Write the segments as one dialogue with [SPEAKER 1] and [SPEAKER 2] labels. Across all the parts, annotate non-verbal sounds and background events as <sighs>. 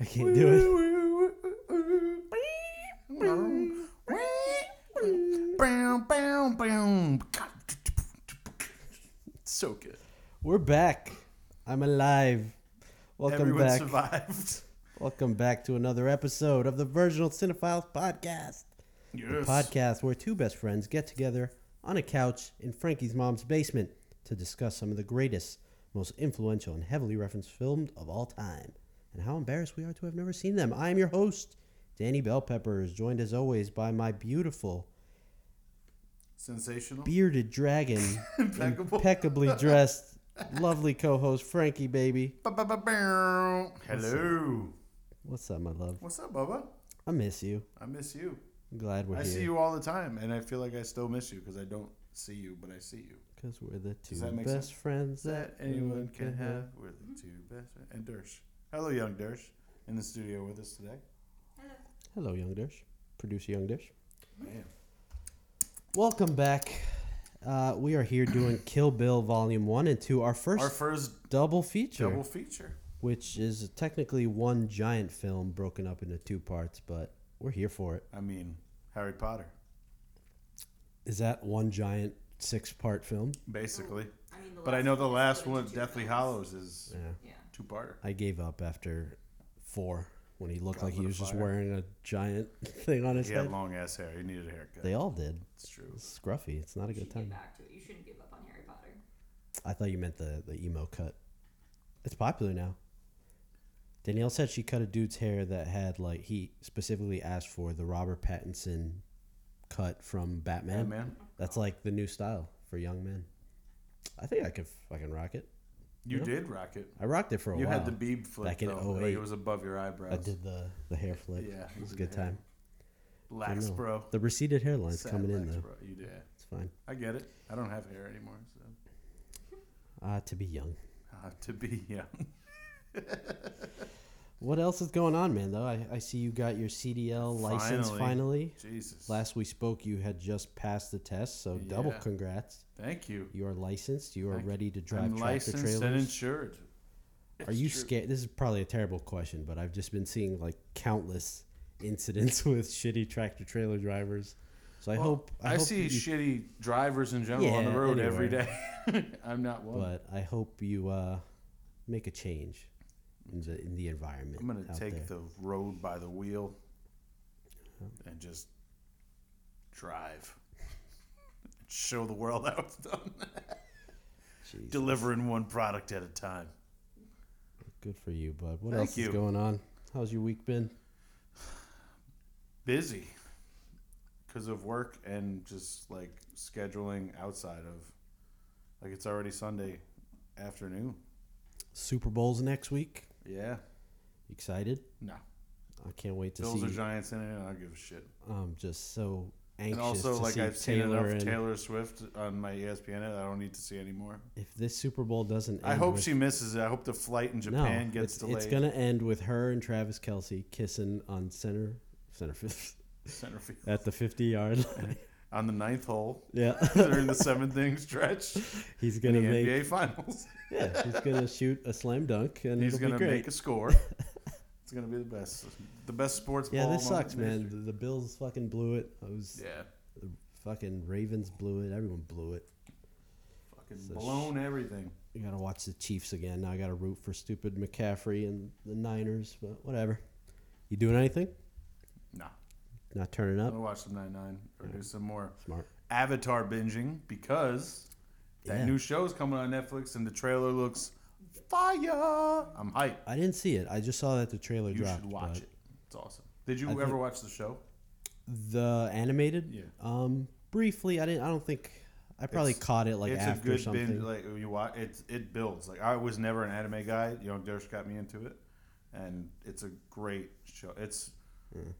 [SPEAKER 1] I can't do it.
[SPEAKER 2] So good.
[SPEAKER 1] We're back. I'm alive. Welcome
[SPEAKER 2] Everyone
[SPEAKER 1] back.
[SPEAKER 2] survived.
[SPEAKER 1] Welcome back to another episode of the Virginal Cinephiles Podcast.
[SPEAKER 2] Yes.
[SPEAKER 1] Podcast where two best friends get together on a couch in Frankie's mom's basement to discuss some of the greatest, most influential, and heavily referenced films of all time, and how embarrassed we are to have never seen them. I am your host, Danny Bell Peppers, joined as always by my beautiful
[SPEAKER 2] Sensational. <laughs>
[SPEAKER 1] bearded dragon,
[SPEAKER 2] Impeccable.
[SPEAKER 1] impeccably dressed, lovely co-host Frankie, baby.
[SPEAKER 2] Ba-ba-ba-bow. Hello.
[SPEAKER 1] What's up, my love?
[SPEAKER 2] What's up, Bubba?
[SPEAKER 1] I miss you.
[SPEAKER 2] I miss you.
[SPEAKER 1] I'm glad we're
[SPEAKER 2] I
[SPEAKER 1] here.
[SPEAKER 2] see you all the time, and I feel like I still miss you because I don't see you, but I see you.
[SPEAKER 1] Because we're the two
[SPEAKER 2] that make
[SPEAKER 1] best
[SPEAKER 2] sense?
[SPEAKER 1] friends
[SPEAKER 2] That anyone can have. We're
[SPEAKER 1] Mm-hmm.
[SPEAKER 2] the two best. friends. And Dersh. Hello, young Dersh, in the studio with us today.
[SPEAKER 1] Hello, Young Dish. Producer Young Dish.
[SPEAKER 2] Man.
[SPEAKER 1] Welcome back. Uh, we are
[SPEAKER 2] <coughs>
[SPEAKER 1] here doing Kill Bill Volume 1 and 2, our first
[SPEAKER 2] Our first
[SPEAKER 1] double feature,
[SPEAKER 2] double feature.
[SPEAKER 1] which is technically one giant film broken up into two parts, but we're here for it.
[SPEAKER 2] I mean, Harry Potter,
[SPEAKER 1] Is that one giant six part film?
[SPEAKER 2] basically.
[SPEAKER 3] Oh, I mean, the
[SPEAKER 2] But I
[SPEAKER 3] last
[SPEAKER 2] know the
[SPEAKER 3] one
[SPEAKER 2] last
[SPEAKER 3] split
[SPEAKER 2] one,
[SPEAKER 3] into two
[SPEAKER 2] Deathly
[SPEAKER 3] films.
[SPEAKER 2] Hollows, is
[SPEAKER 1] Yeah.
[SPEAKER 3] Yeah.
[SPEAKER 2] two-parter.
[SPEAKER 1] I gave up after four when he looked
[SPEAKER 2] Goblet
[SPEAKER 1] like he
[SPEAKER 2] of
[SPEAKER 1] was just
[SPEAKER 2] Fire.
[SPEAKER 1] wearing a giant <laughs> thing on his
[SPEAKER 2] He
[SPEAKER 1] head.
[SPEAKER 2] had long ass hair. He needed a haircut.
[SPEAKER 1] They all did.
[SPEAKER 2] It's true.
[SPEAKER 1] It's scruffy. It's not a
[SPEAKER 3] You
[SPEAKER 1] good
[SPEAKER 3] should get
[SPEAKER 1] time.
[SPEAKER 3] back to it. You shouldn't give up on Harry Potter.
[SPEAKER 1] I thought you meant the, the emo cut. It's popular now. Danielle said she cut a dude's hair that had like he specifically asked for the Robert Pattinson cut from Batman.
[SPEAKER 2] Batman?
[SPEAKER 1] That's like the new style for young men. I think I could fucking rock it.
[SPEAKER 2] You
[SPEAKER 1] Yeah.
[SPEAKER 2] did rock it.
[SPEAKER 1] I rocked it for a
[SPEAKER 2] You
[SPEAKER 1] while.
[SPEAKER 2] had the bead flip
[SPEAKER 1] Back in
[SPEAKER 2] though. Like
[SPEAKER 1] 08.
[SPEAKER 2] it was above your eyebrows.
[SPEAKER 1] I did the the hair flip.
[SPEAKER 2] Yeah,
[SPEAKER 1] it was a
[SPEAKER 2] you
[SPEAKER 1] good
[SPEAKER 2] did the hair.
[SPEAKER 1] time. I
[SPEAKER 2] Lax,
[SPEAKER 1] know.
[SPEAKER 2] bro.
[SPEAKER 1] The receded hairline's
[SPEAKER 2] Sad
[SPEAKER 1] coming in
[SPEAKER 2] lax,
[SPEAKER 1] though.
[SPEAKER 2] bro. You did.
[SPEAKER 1] It's fine.
[SPEAKER 2] I get it. I don't have hair anymore. So <laughs>
[SPEAKER 1] Ah, to be young.
[SPEAKER 2] uh, to be yeah.
[SPEAKER 1] What else is going on, man? Though I, I see you got your CDL license
[SPEAKER 2] Finally.
[SPEAKER 1] finally.
[SPEAKER 2] Jesus.
[SPEAKER 1] Last we spoke, you had just passed the test, so double
[SPEAKER 2] Yeah.
[SPEAKER 1] congrats.
[SPEAKER 2] Thank you.
[SPEAKER 1] You are licensed. You are
[SPEAKER 2] Thank you.
[SPEAKER 1] ready to
[SPEAKER 2] I'm
[SPEAKER 1] drive tractor
[SPEAKER 2] licensed
[SPEAKER 1] trailers.
[SPEAKER 2] and insured.
[SPEAKER 1] are
[SPEAKER 2] It's
[SPEAKER 1] you
[SPEAKER 2] true.
[SPEAKER 1] scared? This is probably a terrible question, but I've just been seeing like countless incidents <laughs> with shitty tractor trailer drivers. So I
[SPEAKER 2] Well,
[SPEAKER 1] hope I,
[SPEAKER 2] I,
[SPEAKER 1] hope
[SPEAKER 2] see
[SPEAKER 1] that you,
[SPEAKER 2] shitty drivers in general on the
[SPEAKER 1] Yeah,
[SPEAKER 2] road every day. <laughs> I'm not one.
[SPEAKER 1] but I hope you uh, make a change in the in the environment.
[SPEAKER 2] I'm gonna
[SPEAKER 1] out
[SPEAKER 2] take
[SPEAKER 1] there.
[SPEAKER 2] the road by the wheel and just drive. Show the world how it's
[SPEAKER 1] <laughs>
[SPEAKER 2] done.
[SPEAKER 1] Jeez,
[SPEAKER 2] Delivering one product at a time.
[SPEAKER 1] good for you, bud. What
[SPEAKER 2] Thank
[SPEAKER 1] else is
[SPEAKER 2] you.
[SPEAKER 1] going on? How's your week been?
[SPEAKER 2] Busy because of work and just like scheduling outside of like it's already Sunday afternoon.
[SPEAKER 1] Super Bowl's next week.
[SPEAKER 2] Yeah.
[SPEAKER 1] Excited?
[SPEAKER 2] No.
[SPEAKER 1] I can't wait to
[SPEAKER 2] Bills
[SPEAKER 1] see.
[SPEAKER 2] or Giants in it, I don't give a shit.
[SPEAKER 1] I'm just so anxious
[SPEAKER 2] And also,
[SPEAKER 1] to
[SPEAKER 2] like
[SPEAKER 1] see
[SPEAKER 2] I've seen
[SPEAKER 1] Taylor.
[SPEAKER 2] enough
[SPEAKER 1] and
[SPEAKER 2] Taylor Swift on my E ESPN, I don't need to see anymore.
[SPEAKER 1] if this Super Bowl doesn't, end
[SPEAKER 2] I hope
[SPEAKER 1] with,
[SPEAKER 2] she misses it. I hope the flight in
[SPEAKER 1] no,
[SPEAKER 2] Japan gets
[SPEAKER 1] it's,
[SPEAKER 2] delayed.
[SPEAKER 1] It's gonna end with her and Travis Kelsey kissing on center center fif-
[SPEAKER 2] <laughs> Center field.
[SPEAKER 1] <laughs> at the
[SPEAKER 2] <laughs>
[SPEAKER 1] 50 yard line. <laughs>
[SPEAKER 2] On the ninth hole <laughs>
[SPEAKER 1] yeah,
[SPEAKER 2] during the seventh inning stretch
[SPEAKER 1] he's
[SPEAKER 2] in the
[SPEAKER 1] gonna make
[SPEAKER 2] NBA Finals.
[SPEAKER 1] yeah he's gonna shoot a slam dunk and
[SPEAKER 2] He's
[SPEAKER 1] <laughs> it'll
[SPEAKER 2] going
[SPEAKER 1] be
[SPEAKER 2] to
[SPEAKER 1] great.
[SPEAKER 2] make a
[SPEAKER 1] <laughs>
[SPEAKER 2] score. It's going to be the best. The best sports
[SPEAKER 1] yeah,
[SPEAKER 2] ball
[SPEAKER 1] this
[SPEAKER 2] moment
[SPEAKER 1] sucks,
[SPEAKER 2] in
[SPEAKER 1] man.
[SPEAKER 2] history.
[SPEAKER 1] The, the Bills fucking blew it. I was
[SPEAKER 2] Yeah.
[SPEAKER 1] the fucking Ravens blew it. Everyone blew it.
[SPEAKER 2] Fucking
[SPEAKER 1] So sh-
[SPEAKER 2] blown everything.
[SPEAKER 1] I gotta watch the Chiefs again. Now I gotta root for stupid McCaffrey and the Niners, but whatever. You doing anything?
[SPEAKER 2] Nah.
[SPEAKER 1] Not turning
[SPEAKER 2] I'm
[SPEAKER 1] up?
[SPEAKER 2] going to watch some 9 9 or do some more
[SPEAKER 1] Smart.
[SPEAKER 2] Avatar binging because that
[SPEAKER 1] Yeah.
[SPEAKER 2] new show's coming on Netflix and the trailer looks fire. I'm hyped.
[SPEAKER 1] I didn't see it. I just saw that the trailer
[SPEAKER 2] You
[SPEAKER 1] dropped.
[SPEAKER 2] should watch
[SPEAKER 1] but
[SPEAKER 2] it. It's awesome. Did you
[SPEAKER 1] I
[SPEAKER 2] ever
[SPEAKER 1] think-
[SPEAKER 2] watch the show?
[SPEAKER 1] The animated?
[SPEAKER 2] Yeah.
[SPEAKER 1] Um, briefly, I didn't. I don't think. I probably
[SPEAKER 2] It's-
[SPEAKER 1] caught it like
[SPEAKER 2] it's
[SPEAKER 1] after
[SPEAKER 2] a good
[SPEAKER 1] something.
[SPEAKER 2] binge. Like when you watch, it it builds. Like I was never an anime guy. You know, Dersh got me into it, and it's a great show. It's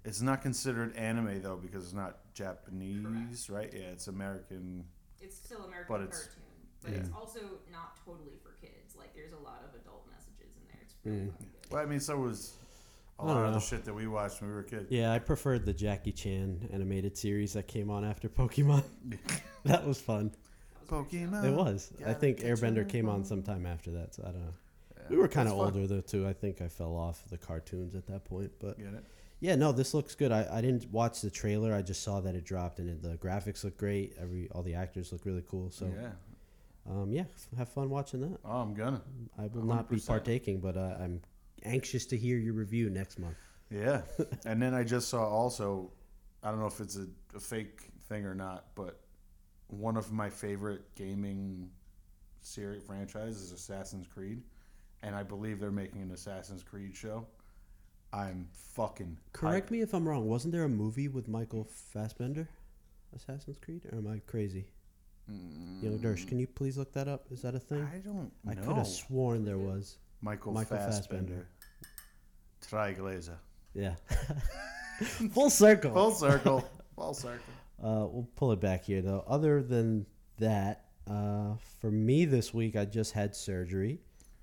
[SPEAKER 2] it's not considered anime though because it's not Japanese, right? Yeah, it's American.
[SPEAKER 3] It's still American
[SPEAKER 2] But it's-
[SPEAKER 3] cartoon, but it's also not totally for kids. Like there's a lot of adult messages in there. It's
[SPEAKER 1] Hmm.
[SPEAKER 3] really fucking good.
[SPEAKER 2] Well, I mean, so was a
[SPEAKER 1] I
[SPEAKER 2] lot
[SPEAKER 1] don't
[SPEAKER 2] of the
[SPEAKER 1] know.
[SPEAKER 2] shit that we watched when we were kids.
[SPEAKER 1] yeah, I preferred the Jackie Chan animated series that came on
[SPEAKER 2] <laughs>
[SPEAKER 1] after Pokemon. <laughs> that was fun.
[SPEAKER 3] That was pretty
[SPEAKER 2] Pokemon.
[SPEAKER 1] It was. I
[SPEAKER 2] Gotta
[SPEAKER 1] think
[SPEAKER 2] catch 'em
[SPEAKER 1] Airbender came
[SPEAKER 2] all.
[SPEAKER 1] on sometime after that, so I don't know.
[SPEAKER 2] Yeah.
[SPEAKER 1] We were kind of
[SPEAKER 2] That's fun.
[SPEAKER 1] older though too. I think I fell off the cartoons at that point, but
[SPEAKER 2] Get it?
[SPEAKER 1] yeah, no, this looks good. I, I didn't watch the trailer. I just saw that it dropped, and it, the graphics look great. Every all the actors look really cool. So
[SPEAKER 2] yeah.
[SPEAKER 1] um, yeah, f- have fun watching that.
[SPEAKER 2] Oh, I'm gonna.
[SPEAKER 1] I will not be
[SPEAKER 2] 100%.
[SPEAKER 1] partaking, but uh, I'm anxious to hear your review next month. <laughs>
[SPEAKER 2] Yeah. and then I just saw also, I don't know if it's a, a fake thing or not, but one of my favorite gaming series franchises is Assassin's Creed, and I believe they're making an Assassin's Creed show. I'm fucking
[SPEAKER 1] Correct me if I'm wrong. Wasn't there a movie with Michael Fassbender, Assassin's Creed? Or am I crazy? Young Dersh, can you please look that up? Is that a
[SPEAKER 2] hyped.
[SPEAKER 1] thing?
[SPEAKER 2] Mm. I don't
[SPEAKER 1] I,
[SPEAKER 2] know.
[SPEAKER 1] could have sworn there was.
[SPEAKER 2] Michael,
[SPEAKER 1] Michael
[SPEAKER 2] Fassbender. Triglazer. <laughs>
[SPEAKER 1] Yeah. Full circle.
[SPEAKER 2] Full circle.
[SPEAKER 1] <laughs>
[SPEAKER 2] Full circle.
[SPEAKER 1] Uh, we'll pull it back here though. Other than that, uh, for me this week, I just had surgery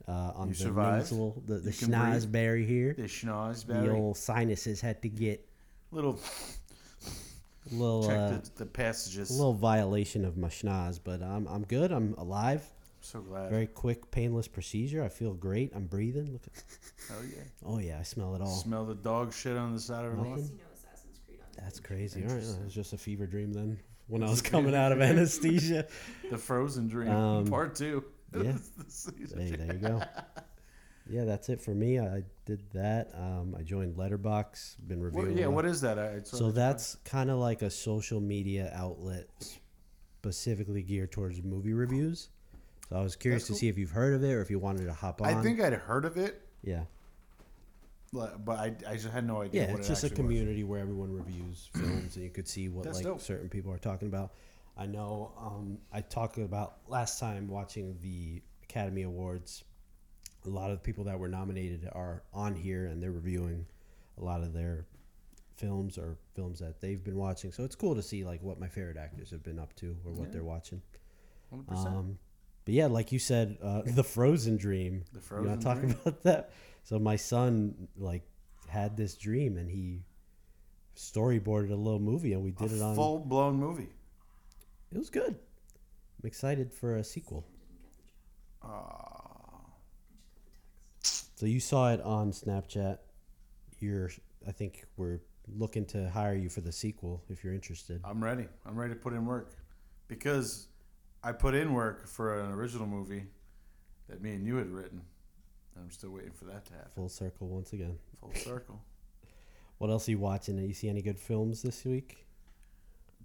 [SPEAKER 1] uh, on
[SPEAKER 2] You
[SPEAKER 1] the
[SPEAKER 2] survived.
[SPEAKER 1] nasal, the, the
[SPEAKER 2] You can breathe.
[SPEAKER 1] schnozberry here.
[SPEAKER 2] The schnoz,
[SPEAKER 1] The
[SPEAKER 2] Barry.
[SPEAKER 1] old sinuses had to get
[SPEAKER 2] Little
[SPEAKER 1] a little,
[SPEAKER 2] check
[SPEAKER 1] uh,
[SPEAKER 2] the, the passages.
[SPEAKER 1] a little violation of my schnoz, but I'm I'm good. I'm alive.
[SPEAKER 2] so glad.
[SPEAKER 1] Very quick, painless procedure. I feel great. I'm breathing. Look at,
[SPEAKER 2] Hell yeah.
[SPEAKER 1] oh yeah, I smell it all.
[SPEAKER 2] Smell the dog shit on the side of her mouth.
[SPEAKER 3] Plus, you know, Assassin's Creed on
[SPEAKER 1] That's crazy. All right, it was just a fever dream then. When
[SPEAKER 2] <laughs>
[SPEAKER 1] I was coming out of anesthesia.
[SPEAKER 2] The Frozen Dream,
[SPEAKER 1] Um,
[SPEAKER 2] part two. <laughs>
[SPEAKER 1] yeah.
[SPEAKER 2] Season
[SPEAKER 1] Hey,
[SPEAKER 2] two.
[SPEAKER 1] there you go. Yeah, that's it for me. I did that. Um, I joined Letterbox. Been
[SPEAKER 2] What,
[SPEAKER 1] reviewing.
[SPEAKER 2] yeah,
[SPEAKER 1] a lot.
[SPEAKER 2] what is that? I, it's
[SPEAKER 1] so
[SPEAKER 2] sort of-
[SPEAKER 1] that's kind of like a social media outlet specifically geared towards movie reviews. So I was curious
[SPEAKER 2] That's
[SPEAKER 1] to see if you've heard of it or if you wanted to hop on.
[SPEAKER 2] I think I'd heard of it,
[SPEAKER 1] Yeah.
[SPEAKER 2] but but I, I just had no idea.
[SPEAKER 1] Yeah,
[SPEAKER 2] what
[SPEAKER 1] it's
[SPEAKER 2] it
[SPEAKER 1] just a
[SPEAKER 2] actually was.
[SPEAKER 1] community where everyone
[SPEAKER 2] <clears throat>
[SPEAKER 1] reviews films and you could see what
[SPEAKER 2] That's
[SPEAKER 1] like
[SPEAKER 2] dope.
[SPEAKER 1] certain people are talking about. I know um, I talked about last time watching the Academy Awards. A lot of the people that were nominated are on here and they're reviewing a lot of their films or films that they've been watching. So it's cool to see like what my favorite actors have been up to or what they're watching.
[SPEAKER 2] 100%.
[SPEAKER 1] Um, but yeah, like you said, uh, <laughs> the Frozen dream.
[SPEAKER 2] The
[SPEAKER 1] you
[SPEAKER 2] Frozen
[SPEAKER 1] want to talk
[SPEAKER 2] dream.
[SPEAKER 1] about that? So my son like had this dream, and he storyboarded a little movie, and we did it on.
[SPEAKER 2] Full blown movie.
[SPEAKER 1] It was good. I'm excited for a sequel.
[SPEAKER 2] Uh,
[SPEAKER 1] So you saw it on Snapchat. You're, I think we're looking to hire you for the sequel if you're interested.
[SPEAKER 2] I'm ready. I'm ready to put in work because I put in work for an original movie that me and you had written. And I'm still waiting for that to happen.
[SPEAKER 1] Full circle once again.
[SPEAKER 2] Full
[SPEAKER 1] <laughs>
[SPEAKER 2] circle.
[SPEAKER 1] What else are you watching? You see any good films this week?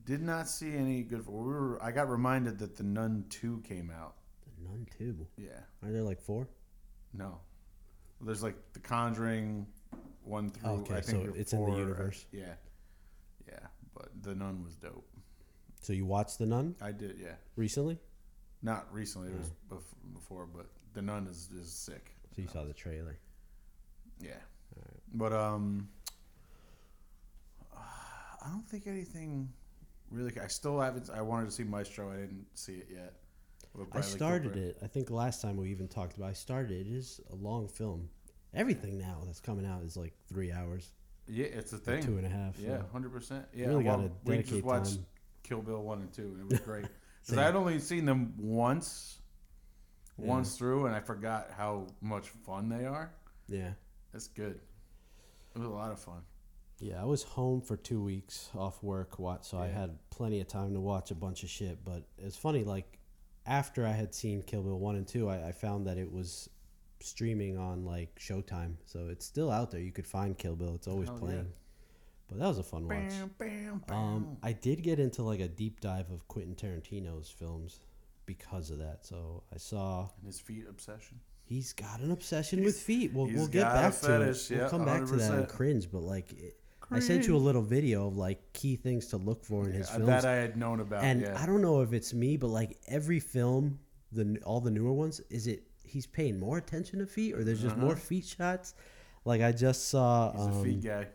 [SPEAKER 2] Did not see any good. We were, I got reminded that the Nun Two came out.
[SPEAKER 1] None too.
[SPEAKER 2] Yeah.
[SPEAKER 1] Are there like four?
[SPEAKER 2] No. There's like The Conjuring one through.
[SPEAKER 1] Okay,
[SPEAKER 2] I think
[SPEAKER 1] so
[SPEAKER 2] you're
[SPEAKER 1] it's in the
[SPEAKER 2] four, right?
[SPEAKER 1] universe.
[SPEAKER 2] Yeah. Yeah. But The Nun was dope.
[SPEAKER 1] So you watched The Nun
[SPEAKER 2] I did, yeah.
[SPEAKER 1] recently?
[SPEAKER 2] Not recently, it was
[SPEAKER 1] Mm.
[SPEAKER 2] bef- before, but The Nun is, is sick.
[SPEAKER 1] So you saw the trailer.
[SPEAKER 2] Yeah. But, um, I don't think anything really. I still haven't. I wanted to see Maestro. I didn't see it yet. With
[SPEAKER 1] I
[SPEAKER 2] Bradley
[SPEAKER 1] started
[SPEAKER 2] Cooper.
[SPEAKER 1] it. I think last time we even talked about. I started it. It is a long film. Everything now that's coming out is like three hours,
[SPEAKER 2] Yeah, it's a thing.
[SPEAKER 1] two and a half. so-
[SPEAKER 2] Yeah, hundred percent. Yeah,
[SPEAKER 1] really
[SPEAKER 2] well,
[SPEAKER 1] gotta
[SPEAKER 2] we
[SPEAKER 1] dedicate
[SPEAKER 2] just watched
[SPEAKER 1] time.
[SPEAKER 2] Kill Bill one and two, and it was
[SPEAKER 1] <laughs>
[SPEAKER 2] great because I had only seen them once, once through, and I forgot how much fun they are.
[SPEAKER 1] yeah,
[SPEAKER 2] That's good. It was a lot of fun.
[SPEAKER 1] yeah. I was home for two weeks off work, watch, so I
[SPEAKER 2] Yeah.
[SPEAKER 1] had plenty of time to watch a bunch of shit. But it's funny, like after I had seen Kill Bill one and two, I, I found that it was streaming on like Showtime, so it's still out there. You could find Kill Bill. It's always
[SPEAKER 2] Hell yeah.
[SPEAKER 1] playing. But that was a fun watch.
[SPEAKER 2] Bam, bam, bam.
[SPEAKER 1] Um, I did get into like a deep dive of Quentin Tarantino's films because of that. So I saw
[SPEAKER 2] and his feet obsession.
[SPEAKER 1] he's got an obsession with feet. We'll,
[SPEAKER 2] he's
[SPEAKER 1] we'll get
[SPEAKER 2] got a
[SPEAKER 1] back
[SPEAKER 2] fetish,
[SPEAKER 1] to it.
[SPEAKER 2] yeah,
[SPEAKER 1] we'll come back to that and
[SPEAKER 2] 100%.
[SPEAKER 1] cringe. But like, it, I sent you a little video of like key things to look for in his
[SPEAKER 2] Uh,
[SPEAKER 1] films.
[SPEAKER 2] That I had known about.
[SPEAKER 1] and
[SPEAKER 2] yeah.
[SPEAKER 1] I don't know if it's me, but like every film, the n- all the newer ones, is it he's paying more attention to feet or there's just more feet shots? Like I just saw,
[SPEAKER 2] Uh-huh. he's a feet
[SPEAKER 1] um,
[SPEAKER 2] guy.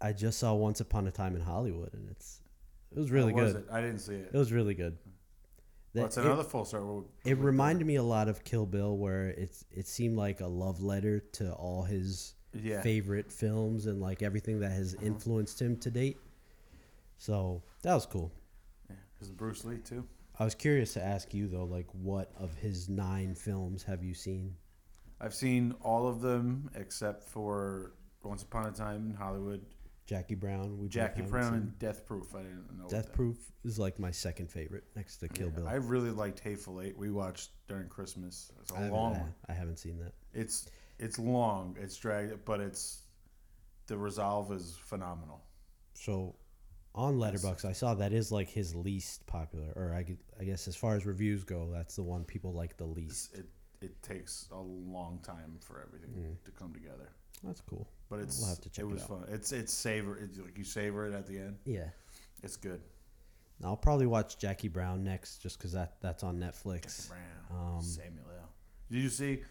[SPEAKER 1] I just saw Once Upon a Time in Hollywood, and it's it was really
[SPEAKER 2] How was
[SPEAKER 1] good.
[SPEAKER 2] it? I didn't see it.
[SPEAKER 1] It was really good.
[SPEAKER 2] Well,
[SPEAKER 1] That-
[SPEAKER 2] it's
[SPEAKER 1] it,
[SPEAKER 2] another full circle.
[SPEAKER 1] it reminded me a lot of Kill Bill, where it's it seemed like a love letter to all his
[SPEAKER 2] Yeah. Uh-huh.
[SPEAKER 1] favorite films and like everything that has influenced him to date. So that was cool.
[SPEAKER 2] Yeah, Is it Bruce Lee too?
[SPEAKER 1] I was curious to ask you though, like, what of his nine films have you seen?
[SPEAKER 2] I've seen all of them except for Once Upon a Time in Hollywood,
[SPEAKER 1] Jackie Brown. We both
[SPEAKER 2] Jackie
[SPEAKER 1] haven't
[SPEAKER 2] Brown,
[SPEAKER 1] seen.
[SPEAKER 2] and Death Proof. I didn't know.
[SPEAKER 1] Death
[SPEAKER 2] that-
[SPEAKER 1] Proof is like my second favorite, next to Kill Bill.
[SPEAKER 2] I really liked Hateful Eight. We watched during Christmas. It's a
[SPEAKER 1] I haven't-
[SPEAKER 2] long
[SPEAKER 1] I-
[SPEAKER 2] one.
[SPEAKER 1] I haven't seen that.
[SPEAKER 2] It's it's long. It's dragged, but it's the resolve is phenomenal.
[SPEAKER 1] So on Letterboxd, I saw that is like his least popular, or I, gu- I guess as far as reviews go, that's the one people like the least.
[SPEAKER 2] It's, it it takes a long time for everything to come together,
[SPEAKER 1] That's cool.
[SPEAKER 2] but it's
[SPEAKER 1] Mm. have to check
[SPEAKER 2] it
[SPEAKER 1] it
[SPEAKER 2] was
[SPEAKER 1] out.
[SPEAKER 2] fun. It's it's savor. It's like you savor it at the end.
[SPEAKER 1] Yeah.
[SPEAKER 2] It's good.
[SPEAKER 1] I'll probably watch Jackie Brown next, just because that that's on Netflix.
[SPEAKER 2] Brown,
[SPEAKER 1] Um,
[SPEAKER 2] Samuel L. Did you see?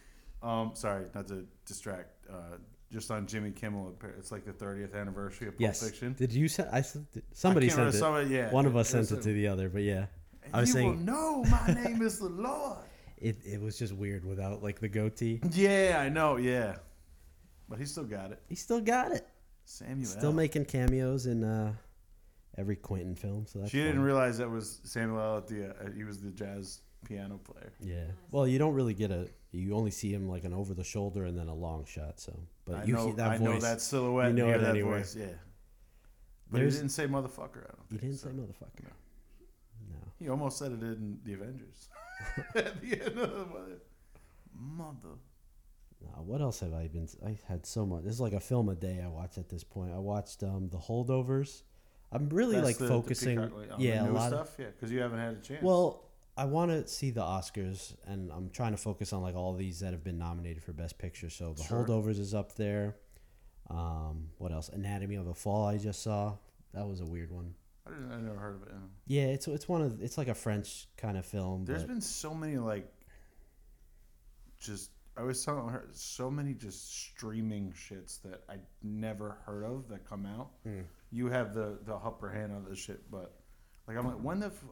[SPEAKER 2] Um, sorry, not to distract. Uh, just on Jimmy Kimmel, it's like the 30th anniversary of Pulp
[SPEAKER 1] Yes.
[SPEAKER 2] Fiction.
[SPEAKER 1] Did you send? I sent- somebody
[SPEAKER 2] I can't
[SPEAKER 1] sent
[SPEAKER 2] remember,
[SPEAKER 1] it.
[SPEAKER 2] somebody- yeah,
[SPEAKER 1] One of us
[SPEAKER 2] it
[SPEAKER 1] sent
[SPEAKER 2] was
[SPEAKER 1] it
[SPEAKER 2] a-
[SPEAKER 1] to the other, but yeah,
[SPEAKER 2] And
[SPEAKER 1] I was
[SPEAKER 2] you will
[SPEAKER 1] saying
[SPEAKER 2] know my name is the Lord.
[SPEAKER 1] it, it was just weird without like the goatee.
[SPEAKER 2] <laughs> Yeah, I know. Yeah, but he still got it.
[SPEAKER 1] He still got it.
[SPEAKER 2] Samuel.
[SPEAKER 1] Still making cameos in uh, every Quentin film. So that's
[SPEAKER 2] She didn't
[SPEAKER 1] fun.
[SPEAKER 2] realize that was Samuel L. At the uh, he was the jazz piano player.
[SPEAKER 1] Yeah. Well, you don't really get a. You only see him like an over the shoulder and then a long shot. So, but
[SPEAKER 2] I
[SPEAKER 1] you
[SPEAKER 2] know.
[SPEAKER 1] hear that
[SPEAKER 2] I
[SPEAKER 1] voice.
[SPEAKER 2] know that silhouette.
[SPEAKER 1] You know
[SPEAKER 2] hear
[SPEAKER 1] it
[SPEAKER 2] that
[SPEAKER 1] anywhere.
[SPEAKER 2] voice, Yeah. But
[SPEAKER 1] There's-
[SPEAKER 2] he didn't say motherfucker. I don't think,
[SPEAKER 1] you didn't
[SPEAKER 2] so.
[SPEAKER 1] say motherfucker. No.
[SPEAKER 2] He almost said it in the Avengers. <laughs> At the end of the mother. mother.
[SPEAKER 1] No. What else have I been? I had so much. This is like a film a day I watch at this point. I watched um the holdovers. I'm really
[SPEAKER 2] That's
[SPEAKER 1] like
[SPEAKER 2] the- the
[SPEAKER 1] focusing.
[SPEAKER 2] Peacock way- on the
[SPEAKER 1] yeah, a
[SPEAKER 2] newer
[SPEAKER 1] lot. Of,
[SPEAKER 2] stuff. yeah, because you haven't had a chance.
[SPEAKER 1] well, I want to see the Oscars, and I'm trying to focus on like all these that have been nominated for Best Picture. So the
[SPEAKER 2] Sure.
[SPEAKER 1] holdovers is up there. Um, what else? Anatomy of a Fall. I just saw. That was a weird one.
[SPEAKER 2] I, didn't, I never heard of it. you know.
[SPEAKER 1] Yeah, it's it's one of it's like a French kind of film.
[SPEAKER 2] There's
[SPEAKER 1] but
[SPEAKER 2] been so many like, just I was telling her so many just streaming shits that I never heard of that come out.
[SPEAKER 1] Hmm.
[SPEAKER 2] You have the the upper hand on this shit, but like I'm like when the f-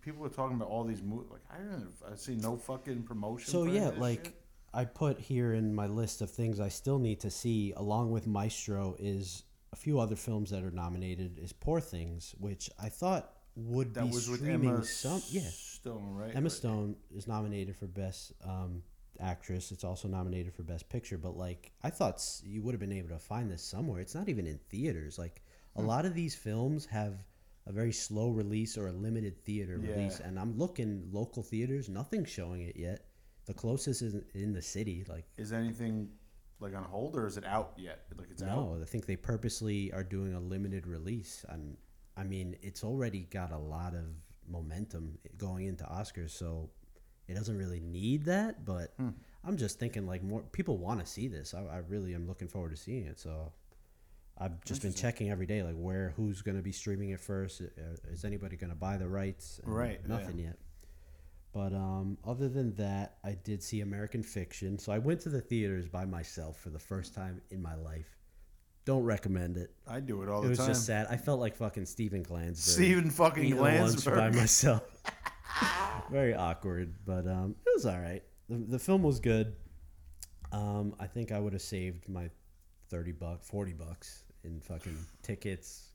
[SPEAKER 2] people are talking about all these movies, like I don't know, I see no fucking promotion.
[SPEAKER 1] so
[SPEAKER 2] for any
[SPEAKER 1] yeah,
[SPEAKER 2] of this
[SPEAKER 1] like
[SPEAKER 2] shit.
[SPEAKER 1] I put here in my list of things I still need to see, along with Maestro, is a few other films that are nominated. Is Poor Things, which I thought would
[SPEAKER 2] that
[SPEAKER 1] be
[SPEAKER 2] was with
[SPEAKER 1] streaming
[SPEAKER 2] Emma
[SPEAKER 1] some. Yeah,
[SPEAKER 2] Stone, right?
[SPEAKER 1] Emma
[SPEAKER 2] Like,
[SPEAKER 1] Stone is nominated for Best um, Actress. It's also nominated for Best Picture. But like, I thought s- you would have been able to find this somewhere. It's not even in theaters. Like,
[SPEAKER 2] Hmm.
[SPEAKER 1] a lot of these films have a very slow release or a limited theater
[SPEAKER 2] Yeah.
[SPEAKER 1] release. And I'm looking local theaters. Nothing's showing it yet. The closest is in the city. Like,
[SPEAKER 2] Is anything like on hold or is it out yet? Like it's out.
[SPEAKER 1] no, I think they purposely are doing a limited release. And I mean, it's already got a lot of momentum going into Oscars, so it doesn't really need that. But
[SPEAKER 2] Hmm.
[SPEAKER 1] I'm just thinking like more people want to see this. I, I really am looking forward to seeing it. So I've just been checking every day, like where, who's going to be streaming it first? uh, Is anybody going to buy the rights? And
[SPEAKER 2] Right, yeah.
[SPEAKER 1] Nothing yet. But um, other than that, I did see American Fiction. So I went to the theaters by myself for the first time in my life. Don't recommend it.
[SPEAKER 2] I do it all
[SPEAKER 1] it
[SPEAKER 2] the
[SPEAKER 1] was
[SPEAKER 2] time.
[SPEAKER 1] just sad. I felt like fucking Steven Glansberg.
[SPEAKER 2] Steven fucking
[SPEAKER 1] eating lunch by
[SPEAKER 2] Glansberg. <laughs>
[SPEAKER 1] myself. Very awkward, but um, it was all right. The, the film was good. Um, I think I would have saved my thirty bucks, forty bucks in fucking tickets,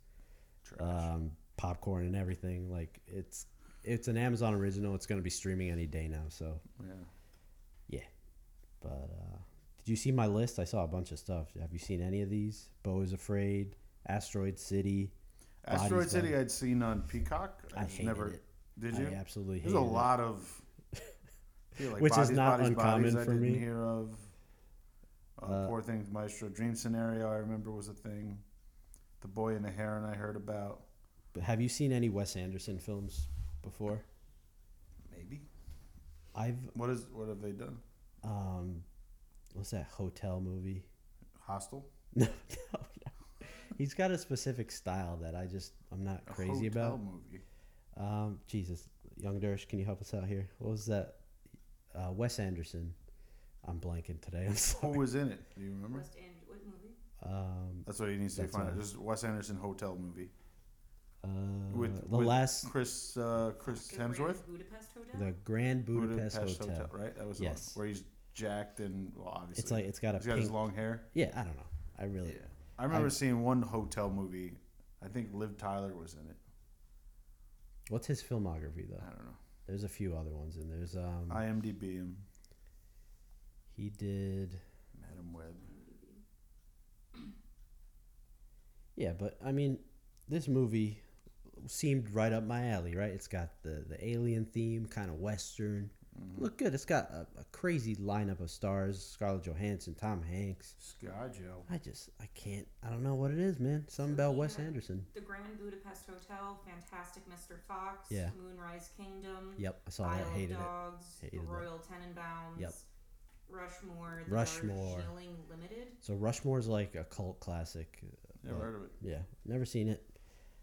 [SPEAKER 1] um, popcorn, and everything. Like it's it's an Amazon original. It's going to be streaming any day now. So
[SPEAKER 2] Yeah.
[SPEAKER 1] yeah. But uh, did you see my list? I saw a bunch of stuff. Have you seen any of these? Bo is Afraid, Asteroid City. Bodies
[SPEAKER 2] Asteroid City,
[SPEAKER 1] That-
[SPEAKER 2] I'd seen on Peacock. I,
[SPEAKER 1] I
[SPEAKER 2] just
[SPEAKER 1] hated
[SPEAKER 2] never.
[SPEAKER 1] it.
[SPEAKER 2] Did you?
[SPEAKER 1] I absolutely
[SPEAKER 2] There's a
[SPEAKER 1] hated it.
[SPEAKER 2] lot
[SPEAKER 1] <laughs>
[SPEAKER 2] of, yeah, like
[SPEAKER 1] Which is not uncommon
[SPEAKER 2] I
[SPEAKER 1] for
[SPEAKER 2] didn't
[SPEAKER 1] me.
[SPEAKER 2] Hear of uh, poor things, Maestro Dream Scenario. I remember was a thing. The Boy and the Heron. I heard about.
[SPEAKER 1] But have you seen any Wes Anderson films before?
[SPEAKER 2] Maybe.
[SPEAKER 1] I've
[SPEAKER 2] What is? What have they done?
[SPEAKER 1] um, what's that hotel movie? <laughs>
[SPEAKER 2] Hostel.
[SPEAKER 1] No, no, no. He's got a specific style that I just I'm not
[SPEAKER 2] A
[SPEAKER 1] crazy
[SPEAKER 2] hotel
[SPEAKER 1] about.
[SPEAKER 2] movie. <laughs>
[SPEAKER 1] Um, Jesus, Young Dersh, can you help us out here? What was that? Uh, Wes Anderson. I'm blanking today. <laughs> I'm
[SPEAKER 2] Who
[SPEAKER 1] sorry.
[SPEAKER 2] was in it? Do you remember?
[SPEAKER 3] West End, what movie?
[SPEAKER 1] Um,
[SPEAKER 2] That's what you need to
[SPEAKER 1] That's
[SPEAKER 2] find out.
[SPEAKER 1] all.
[SPEAKER 2] Just Wes Anderson hotel movie
[SPEAKER 1] uh,
[SPEAKER 2] with
[SPEAKER 1] the
[SPEAKER 2] with
[SPEAKER 1] last,
[SPEAKER 2] Chris uh, Chris
[SPEAKER 3] The Grand
[SPEAKER 2] Hemsworth.
[SPEAKER 3] Budapest Hotel.
[SPEAKER 1] the Grand Budapest, Hotel.
[SPEAKER 2] right? That was the
[SPEAKER 1] Yes.
[SPEAKER 2] one where he's jacked and well, obviously
[SPEAKER 1] It's like it's got a
[SPEAKER 2] he's got his
[SPEAKER 1] pink.
[SPEAKER 2] long hair.
[SPEAKER 1] Yeah, I don't know. I really.
[SPEAKER 2] I remember seeing one hotel movie. I think Liv Tyler was in it.
[SPEAKER 1] What's his Oh. filmography though?
[SPEAKER 2] I don't know.
[SPEAKER 1] Mm-hmm. There's a few other ones, and there's um.
[SPEAKER 2] IMDb him.
[SPEAKER 1] He did.
[SPEAKER 2] Madam Web.
[SPEAKER 1] Yeah, but I mean, this movie seemed right up my alley, right? It's got the, the alien theme, kind of Western. Look good. It's got a, a crazy lineup of stars Scarlett Johansson, Tom Hanks.
[SPEAKER 2] Scajo.
[SPEAKER 1] I just, I can't, I don't know what it is, man. Something about Wes
[SPEAKER 3] Yeah.
[SPEAKER 1] Anderson.
[SPEAKER 3] The Grand Budapest Hotel, Fantastic Mr. Fox,
[SPEAKER 1] Yeah.
[SPEAKER 3] Moonrise Kingdom,
[SPEAKER 1] Yep, I saw
[SPEAKER 3] Isle
[SPEAKER 1] that.
[SPEAKER 3] of
[SPEAKER 1] Hated it.
[SPEAKER 3] Dogs,
[SPEAKER 1] Hated
[SPEAKER 3] The
[SPEAKER 1] that.
[SPEAKER 3] Royal Tenenbaums,
[SPEAKER 1] Yep.
[SPEAKER 3] Rushmore, The
[SPEAKER 1] Rushmore.
[SPEAKER 3] Darjeeling Limited.
[SPEAKER 1] So Rushmore's like a cult classic.
[SPEAKER 2] Never heard of it.
[SPEAKER 1] Yeah, never seen it.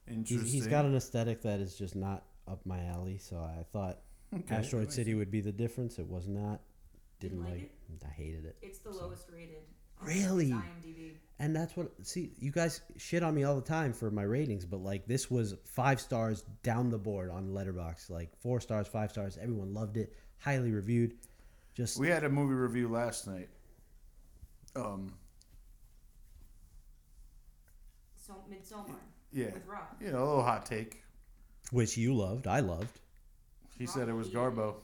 [SPEAKER 2] Interesting.
[SPEAKER 1] He's, he's got an aesthetic that is just not up my alley, so I thought
[SPEAKER 2] Okay.
[SPEAKER 1] Asteroid City would be the difference. It was not. Didn't,
[SPEAKER 3] Didn't
[SPEAKER 1] like
[SPEAKER 3] like
[SPEAKER 1] it. I hated it.
[SPEAKER 3] It's the
[SPEAKER 1] So-
[SPEAKER 3] lowest rated. on
[SPEAKER 1] Really?
[SPEAKER 3] IMDb.
[SPEAKER 1] And that's what see, you guys shit on me all the time for my ratings, but like this was five stars down the board on Letterbox. Like four stars, five stars, everyone loved it, highly reviewed. Just
[SPEAKER 2] We had a movie review last night. Um,
[SPEAKER 3] So Midsommar
[SPEAKER 2] yeah,
[SPEAKER 3] with Rob.
[SPEAKER 2] you know, a little hot take.
[SPEAKER 1] which you loved, I loved.
[SPEAKER 2] He said it was Garbo.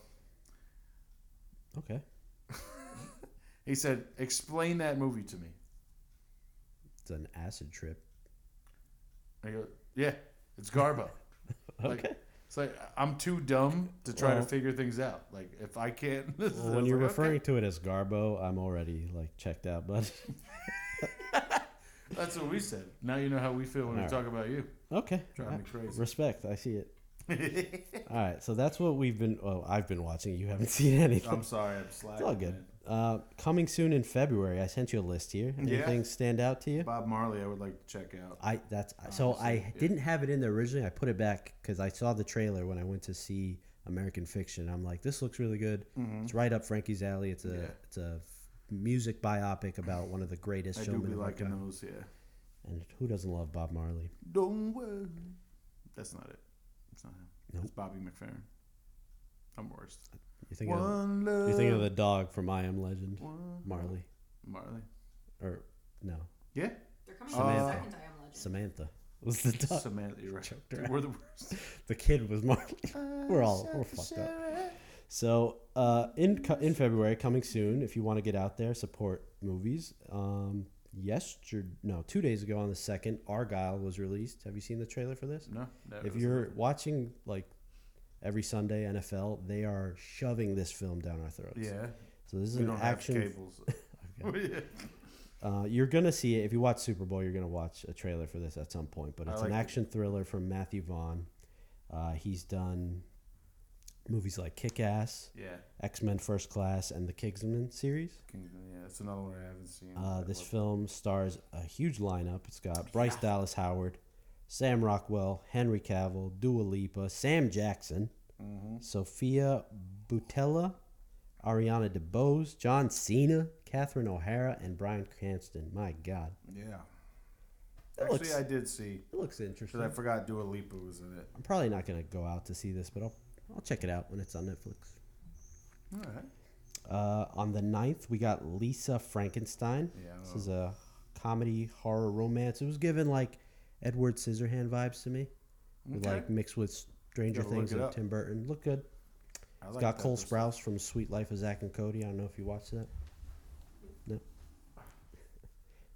[SPEAKER 1] Okay.
[SPEAKER 2] He said, "Explain that movie to me."
[SPEAKER 1] It's an acid trip.
[SPEAKER 2] I go, "Yeah, it's
[SPEAKER 1] <laughs>
[SPEAKER 2] Garbo." Like,
[SPEAKER 1] Okay.
[SPEAKER 2] It's like I'm too dumb to try
[SPEAKER 1] Well-
[SPEAKER 2] to figure things out. Like if I can't, <laughs> this is-
[SPEAKER 1] Well,
[SPEAKER 2] I
[SPEAKER 1] when
[SPEAKER 2] was
[SPEAKER 1] you're
[SPEAKER 2] like,
[SPEAKER 1] referring
[SPEAKER 2] Uh, okay.
[SPEAKER 1] to it as Garbo, I'm already like checked out, but
[SPEAKER 2] that's what we said. Now you know how we feel when we
[SPEAKER 1] Alright.
[SPEAKER 2] talk about
[SPEAKER 1] <laughs>
[SPEAKER 2] you.
[SPEAKER 1] <laughs> okay.
[SPEAKER 2] Driving me crazy.
[SPEAKER 1] Respect, I see it. All right, so that's what we've been. Well, I've been watching. You haven't <laughs> seen anything.
[SPEAKER 2] I'm sorry, I'm slacking.
[SPEAKER 1] It's all good.
[SPEAKER 2] man.
[SPEAKER 1] Uh, coming soon in February. I sent you a list here.
[SPEAKER 2] Yeah.
[SPEAKER 1] Anything stand out to you?
[SPEAKER 2] Bob Marley, I would like to check out.
[SPEAKER 1] I that's so
[SPEAKER 2] Honestly,
[SPEAKER 1] I
[SPEAKER 2] Oh, yeah.
[SPEAKER 1] didn't have it in there originally. I put it back because I saw the trailer when I went to see American Fiction. I'm like, this looks really good. It's right up Frankie's alley. It's a
[SPEAKER 2] Mm-hmm. Yeah.
[SPEAKER 1] it's a music biopic about one of the greatest
[SPEAKER 2] I do
[SPEAKER 1] showmen
[SPEAKER 2] be
[SPEAKER 1] of our
[SPEAKER 2] liking
[SPEAKER 1] time.
[SPEAKER 2] those. Yeah.
[SPEAKER 1] And who doesn't love Bob Marley?
[SPEAKER 2] Don't worry. That's not it. It's not him.
[SPEAKER 1] Nope.
[SPEAKER 2] It's Bobby McFerrin. I'm worst.
[SPEAKER 1] You think of,
[SPEAKER 2] One love.
[SPEAKER 1] you think of the dog from I Am Legend,
[SPEAKER 2] one-
[SPEAKER 1] Marley,
[SPEAKER 2] Marley.
[SPEAKER 1] or no <laughs>
[SPEAKER 2] Yeah.
[SPEAKER 3] They're coming
[SPEAKER 2] Samantha.
[SPEAKER 3] out with a second I Am Legend.
[SPEAKER 1] Samantha <laughs> was the dog.
[SPEAKER 2] Samantha, you're right.
[SPEAKER 1] Choked her
[SPEAKER 2] Dude, we're the worst.
[SPEAKER 1] the kid was Marley. <laughs>
[SPEAKER 2] <laughs>
[SPEAKER 1] We're all we're fucked up. So uh, in co- in February, coming soon. If you want to get out there, support movies. Um, yesterday, no, two days ago on the second, Argyle was released. Have you seen the trailer for this?
[SPEAKER 2] No. that
[SPEAKER 1] If
[SPEAKER 2] was-
[SPEAKER 1] you're watching like every Sunday NFL, they are shoving this film down our throats.
[SPEAKER 2] Yeah.
[SPEAKER 1] So this is
[SPEAKER 2] We
[SPEAKER 1] an
[SPEAKER 2] don't have
[SPEAKER 1] action. <laughs>
[SPEAKER 2] cables.
[SPEAKER 1] Uh, you're gonna see it if you watch Super Bowl. You're gonna watch a trailer for this at some point. But
[SPEAKER 2] I
[SPEAKER 1] it's
[SPEAKER 2] like
[SPEAKER 1] an
[SPEAKER 2] it.
[SPEAKER 1] action thriller from Matthew Vaughn. Uh, he's done movies like Kick Ass.
[SPEAKER 2] <laughs> yeah.
[SPEAKER 1] X Men First Class and the Kingsman series.
[SPEAKER 2] Can, yeah. It's another one I haven't seen.
[SPEAKER 1] Uh,
[SPEAKER 2] I
[SPEAKER 1] this
[SPEAKER 2] love-
[SPEAKER 1] film stars a huge lineup. It's got Bryce Dallas Howard, Sam Rockwell, Henry Cavill, Dua Lipa, Sam Jackson,
[SPEAKER 2] Mm-hmm.
[SPEAKER 1] Sophia Butella, Ariana DeBose, John Cena, Catherine O'Hara, and Brian Cranston. My God,
[SPEAKER 2] Yeah.
[SPEAKER 1] That
[SPEAKER 2] Actually,
[SPEAKER 1] looks-
[SPEAKER 2] I did see.
[SPEAKER 1] it looks
[SPEAKER 2] Because
[SPEAKER 1] interesting.
[SPEAKER 2] I forgot Dua Lipa was in it.
[SPEAKER 1] I'm probably not gonna go out to see this, but I'll I'll check it out when it's on Netflix.
[SPEAKER 2] All right.
[SPEAKER 1] Uh, on the 9th, we got Lisa Frankenstein.
[SPEAKER 2] Yeah, I
[SPEAKER 1] This
[SPEAKER 2] know.
[SPEAKER 1] is a comedy, horror, romance. It was given like Edward Scissorhand vibes to me. With,
[SPEAKER 2] Okay.
[SPEAKER 1] Like mixed with Stranger
[SPEAKER 2] Gotta look
[SPEAKER 1] Things
[SPEAKER 2] it
[SPEAKER 1] and
[SPEAKER 2] up.
[SPEAKER 1] Tim Burton. Look good.
[SPEAKER 2] I
[SPEAKER 1] It's
[SPEAKER 2] like
[SPEAKER 1] got
[SPEAKER 2] that
[SPEAKER 1] Cole
[SPEAKER 2] person.
[SPEAKER 1] Sprouse from Sweet Life of Zach and Cody. I don't know if you watched that. No. <laughs>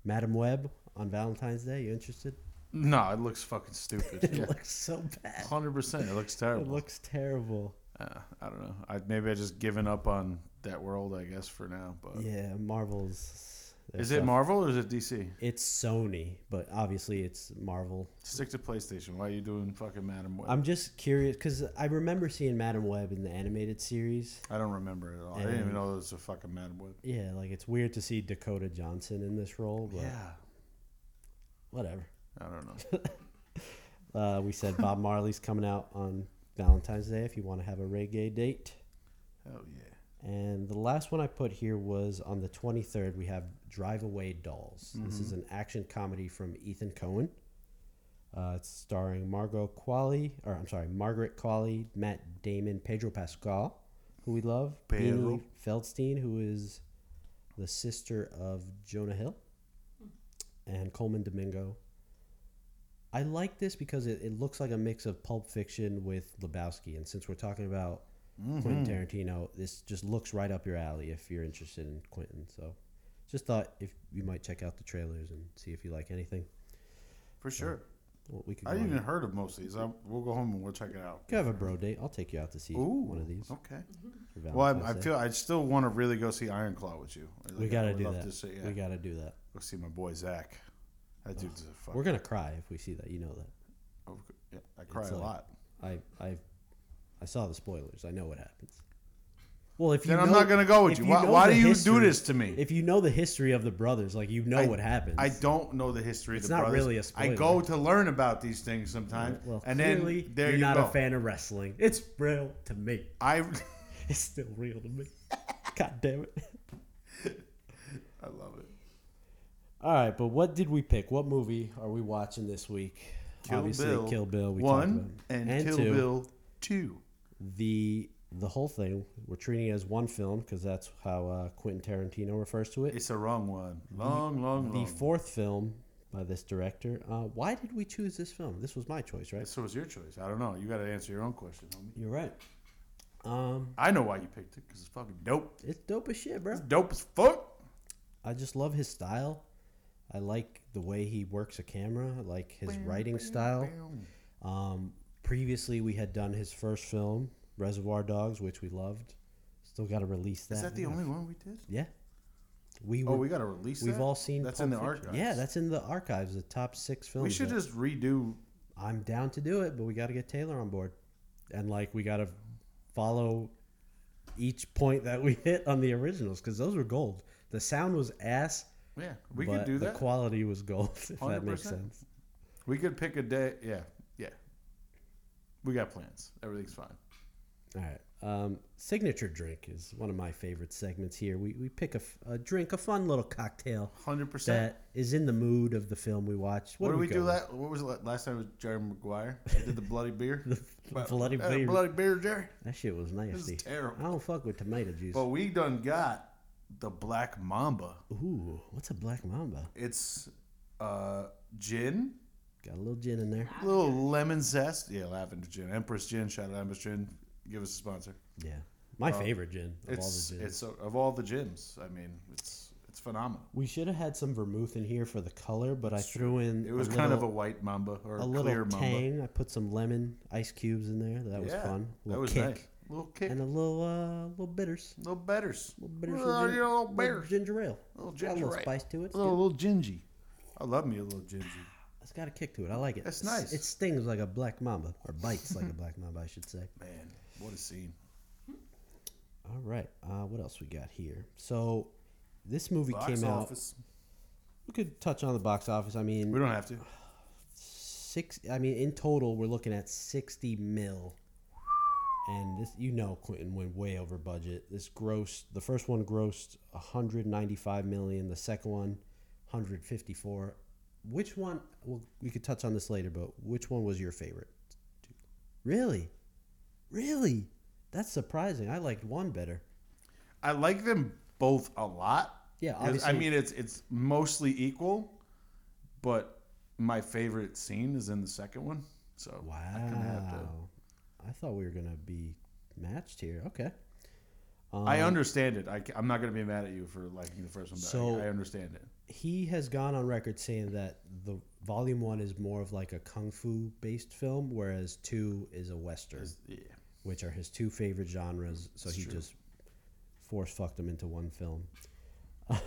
[SPEAKER 1] Madam Web on Valentine's Day. You interested? <laughs>
[SPEAKER 2] No, it looks fucking stupid.
[SPEAKER 1] It
[SPEAKER 2] Yeah.
[SPEAKER 1] looks so bad.
[SPEAKER 2] Hundred percent. It looks terrible.
[SPEAKER 1] It looks terrible.
[SPEAKER 2] uh, I don't know. I maybe I just given up on that world. I guess for now. But
[SPEAKER 1] Yeah, Marvel's. their
[SPEAKER 2] is it
[SPEAKER 1] stuff.
[SPEAKER 2] Marvel or is it DC?
[SPEAKER 1] It's Sony, but obviously it's Marvel.
[SPEAKER 2] Stick to PlayStation. Why are you doing fucking Madam Web?
[SPEAKER 1] I'm just curious because I remember seeing Madam Web in the animated series.
[SPEAKER 2] I don't remember it at all. I didn't
[SPEAKER 1] And-
[SPEAKER 2] even know there was a fucking Madam Web.
[SPEAKER 1] Yeah, like it's weird to see Dakota Johnson in this role, but
[SPEAKER 2] Yeah.
[SPEAKER 1] whatever.
[SPEAKER 2] I don't know.
[SPEAKER 1] <laughs> Uh, we said Bob Marley's coming out on Valentine's Day if you want to have a reggae date.
[SPEAKER 2] Hell yeah.
[SPEAKER 1] And the last one I put here was on the 23rd, we have Drive Away Dolls. This is an action comedy from Ethan Cohen. Uh, it's starring Margot Qualley, or I'm sorry, Margaret Qualley, Matt Damon, Pedro Pascal, who we love,
[SPEAKER 2] Pedro.
[SPEAKER 1] Beanie Feldstein, who is the sister of Jonah Hill, and Coleman Domingo. I like this because it, it looks like a mix of Pulp Fiction with Lebowski. And since we're talking about Quentin
[SPEAKER 2] Mm-hmm.
[SPEAKER 1] Tarantino. This just looks right up your alley if you're interested in Quentin. So, just thought if you might check out the trailers and see if you like anything.
[SPEAKER 2] for sure.
[SPEAKER 1] Well, we could
[SPEAKER 2] I
[SPEAKER 1] go on.
[SPEAKER 2] haven't even heard of most of these. I, we'll go home and we'll check it out.
[SPEAKER 1] Could have a bro date. I'll take you out to see
[SPEAKER 2] Ooh,
[SPEAKER 1] one of these.
[SPEAKER 2] Okay.
[SPEAKER 1] for
[SPEAKER 2] Well, I, I
[SPEAKER 1] Valentine's Day.
[SPEAKER 2] feel I still want to really go see Iron Claw with you. Like,
[SPEAKER 1] we
[SPEAKER 2] I
[SPEAKER 1] gotta
[SPEAKER 2] would
[SPEAKER 1] do
[SPEAKER 2] love
[SPEAKER 1] that.
[SPEAKER 2] To see, yeah.
[SPEAKER 1] We gotta do that.
[SPEAKER 2] Go see my boy Zach. That dude's a fuck. oh,
[SPEAKER 1] We're gonna cry if we see that. You know that.
[SPEAKER 2] yeah, I cry
[SPEAKER 1] It's
[SPEAKER 2] a
[SPEAKER 1] like-
[SPEAKER 2] lot.
[SPEAKER 1] I I I saw the spoilers. I know what happens. Well, if you
[SPEAKER 2] Then I'm
[SPEAKER 1] know-
[SPEAKER 2] not gonna go with
[SPEAKER 1] if
[SPEAKER 2] you. Why-
[SPEAKER 1] know
[SPEAKER 2] why
[SPEAKER 1] the
[SPEAKER 2] do you do this to me?
[SPEAKER 1] If you know the history of the brothers, like you know
[SPEAKER 2] I-
[SPEAKER 1] what happens.
[SPEAKER 2] I don't know the history
[SPEAKER 1] It's
[SPEAKER 2] of the
[SPEAKER 1] not
[SPEAKER 2] brothers.
[SPEAKER 1] really a
[SPEAKER 2] I go
[SPEAKER 1] spoiler.
[SPEAKER 2] to learn about these things sometimes,
[SPEAKER 1] Well,
[SPEAKER 2] and
[SPEAKER 1] clearly
[SPEAKER 2] then there
[SPEAKER 1] you're
[SPEAKER 2] you
[SPEAKER 1] not
[SPEAKER 2] go.
[SPEAKER 1] a fan of wrestling. It's real to me.
[SPEAKER 2] I <laughs>
[SPEAKER 1] <laughs> It's still real to me. God damn it.
[SPEAKER 2] I love it.
[SPEAKER 1] All right, but what did we pick? What movie are we watching this week? Obviously, Kill Bill. We talked about
[SPEAKER 2] one
[SPEAKER 1] it.
[SPEAKER 2] and, Kill
[SPEAKER 1] two.
[SPEAKER 2] Bill two.
[SPEAKER 1] the the whole thing we're treating it as one film because that's how uh, Quentin Tarantino refers to it.
[SPEAKER 2] It's a wrong one. Long, long,
[SPEAKER 1] the
[SPEAKER 2] long.
[SPEAKER 1] fourth film by this director. Uh, why did we choose this film? This was my choice, right?
[SPEAKER 2] so was your choice. I don't know. You got to answer your own question, homie.
[SPEAKER 1] You're right. Um,
[SPEAKER 2] I know why you picked it because it's fucking dope.
[SPEAKER 1] it's dope as shit, bro.
[SPEAKER 2] It's dope as fuck.
[SPEAKER 1] I just love his style. I like the way he works a camera. I like his writing style. Um, previously, we had done his first film, Reservoir Dogs, which we loved. Still got to release that.
[SPEAKER 2] Is that the only one we did?
[SPEAKER 1] Yeah. We were
[SPEAKER 2] Oh, we got to release.
[SPEAKER 1] We've
[SPEAKER 2] that?
[SPEAKER 1] all seen.
[SPEAKER 2] That's in
[SPEAKER 1] Pulp
[SPEAKER 2] the
[SPEAKER 1] Fiction.
[SPEAKER 2] archives.
[SPEAKER 1] Yeah, that's in the archives. The top six films.
[SPEAKER 2] We should
[SPEAKER 1] that-
[SPEAKER 2] just redo.
[SPEAKER 1] I'm down to do it, but we got to get Taylor on board, and like we got to follow each point that we <laughs> hit on the originals because those were gold. The sound was ass.
[SPEAKER 2] Yeah, we
[SPEAKER 1] but
[SPEAKER 2] could do
[SPEAKER 1] The
[SPEAKER 2] that.
[SPEAKER 1] quality was gold. <laughs> If that makes
[SPEAKER 2] 100%.
[SPEAKER 1] sense.
[SPEAKER 2] we could pick a day. Yeah, yeah. We got plans. Everything's fine.
[SPEAKER 1] All right. Um, signature drink is one of my favorite segments here. We we pick a, f- a drink, a fun little cocktail
[SPEAKER 2] Hundred percent.
[SPEAKER 1] that is in the mood of the film we watch.
[SPEAKER 2] What,
[SPEAKER 1] do
[SPEAKER 2] did we do
[SPEAKER 1] go with?
[SPEAKER 2] that? What was it la- last time with Jerry Maguire?
[SPEAKER 1] <laughs>
[SPEAKER 2] I did the bloody beer. uh,
[SPEAKER 1] The bloody
[SPEAKER 2] Hey,
[SPEAKER 1] beer.
[SPEAKER 2] bloody beer, Jerry.
[SPEAKER 1] That shit was
[SPEAKER 2] This
[SPEAKER 1] nasty.
[SPEAKER 2] is terrible.
[SPEAKER 1] I don't fuck with tomato juice.
[SPEAKER 2] But we done got the Black Mamba.
[SPEAKER 1] Ooh, what's a black mamba?
[SPEAKER 2] It's uh, gin,
[SPEAKER 1] Got a little gin in there.
[SPEAKER 2] a little lemon zest. Yeah, lavender gin. Empress gin. Shout out Empress gin. Give us a sponsor.
[SPEAKER 1] Yeah, my favorite gin of all the
[SPEAKER 2] It's
[SPEAKER 1] gins.
[SPEAKER 2] it's uh, of all the gins. I mean, it's it's phenomenal.
[SPEAKER 1] We should have had some vermouth in here for the color, but I threw in
[SPEAKER 2] It was
[SPEAKER 1] a
[SPEAKER 2] kind of a
[SPEAKER 1] little,
[SPEAKER 2] white mamba or a,
[SPEAKER 1] a
[SPEAKER 2] clear
[SPEAKER 1] little
[SPEAKER 2] mamba.
[SPEAKER 1] tang. I put some lemon ice cubes in there. That was
[SPEAKER 2] yeah,
[SPEAKER 1] fun. A
[SPEAKER 2] that
[SPEAKER 1] little
[SPEAKER 2] was
[SPEAKER 1] kick
[SPEAKER 2] nice. Little kick.
[SPEAKER 1] and a little uh, little bitters.
[SPEAKER 2] little betters.
[SPEAKER 1] Little bitters. and
[SPEAKER 2] Well,
[SPEAKER 1] gin-
[SPEAKER 2] you know, little
[SPEAKER 1] little
[SPEAKER 2] bitters.
[SPEAKER 1] ginger ale.
[SPEAKER 2] Little
[SPEAKER 1] Got a
[SPEAKER 2] ginger
[SPEAKER 1] little
[SPEAKER 2] ale.
[SPEAKER 1] spice to it. It's,
[SPEAKER 2] A little, little gingy. I love me a little gingy.
[SPEAKER 1] good. it's got a kick to it. I like it.
[SPEAKER 2] That's
[SPEAKER 1] It's-
[SPEAKER 2] nice.
[SPEAKER 1] It stings like a black mamba, or bites like a black mamba, I should say.
[SPEAKER 2] Man, what a scene.
[SPEAKER 1] All right. Uh, what else we got here? So, this movie
[SPEAKER 2] Box
[SPEAKER 1] came
[SPEAKER 2] office.
[SPEAKER 1] out. We could touch on the box office. I mean,
[SPEAKER 2] We don't have to.
[SPEAKER 1] six. I mean, in total, we're looking at sixty mil. And this, you know, Quentin went way over budget. This grossed the first one grossed 195 million. The second one, 154. Which one? Well, we could touch on this later, but which one was your favorite? Really, really, that's surprising. I liked one better.
[SPEAKER 2] I like them both a lot.
[SPEAKER 1] Yeah,
[SPEAKER 2] 'Cause, I
[SPEAKER 1] obviously-
[SPEAKER 2] mean, it's it's mostly equal, but my favorite scene is in the second one. So
[SPEAKER 1] Wow.
[SPEAKER 2] I kinda have to-
[SPEAKER 1] I thought we were gonna be matched here. Okay.
[SPEAKER 2] I understand it. I, am not going to be mad at you for liking the first one, but
[SPEAKER 1] So-
[SPEAKER 2] I, I understand it.
[SPEAKER 1] He has gone on record saying that the volume one is more of like a kung fu based film, whereas two is a western,
[SPEAKER 2] Yeah.
[SPEAKER 1] which are his two favorite genres. So he just force fucked them into one film. <laughs>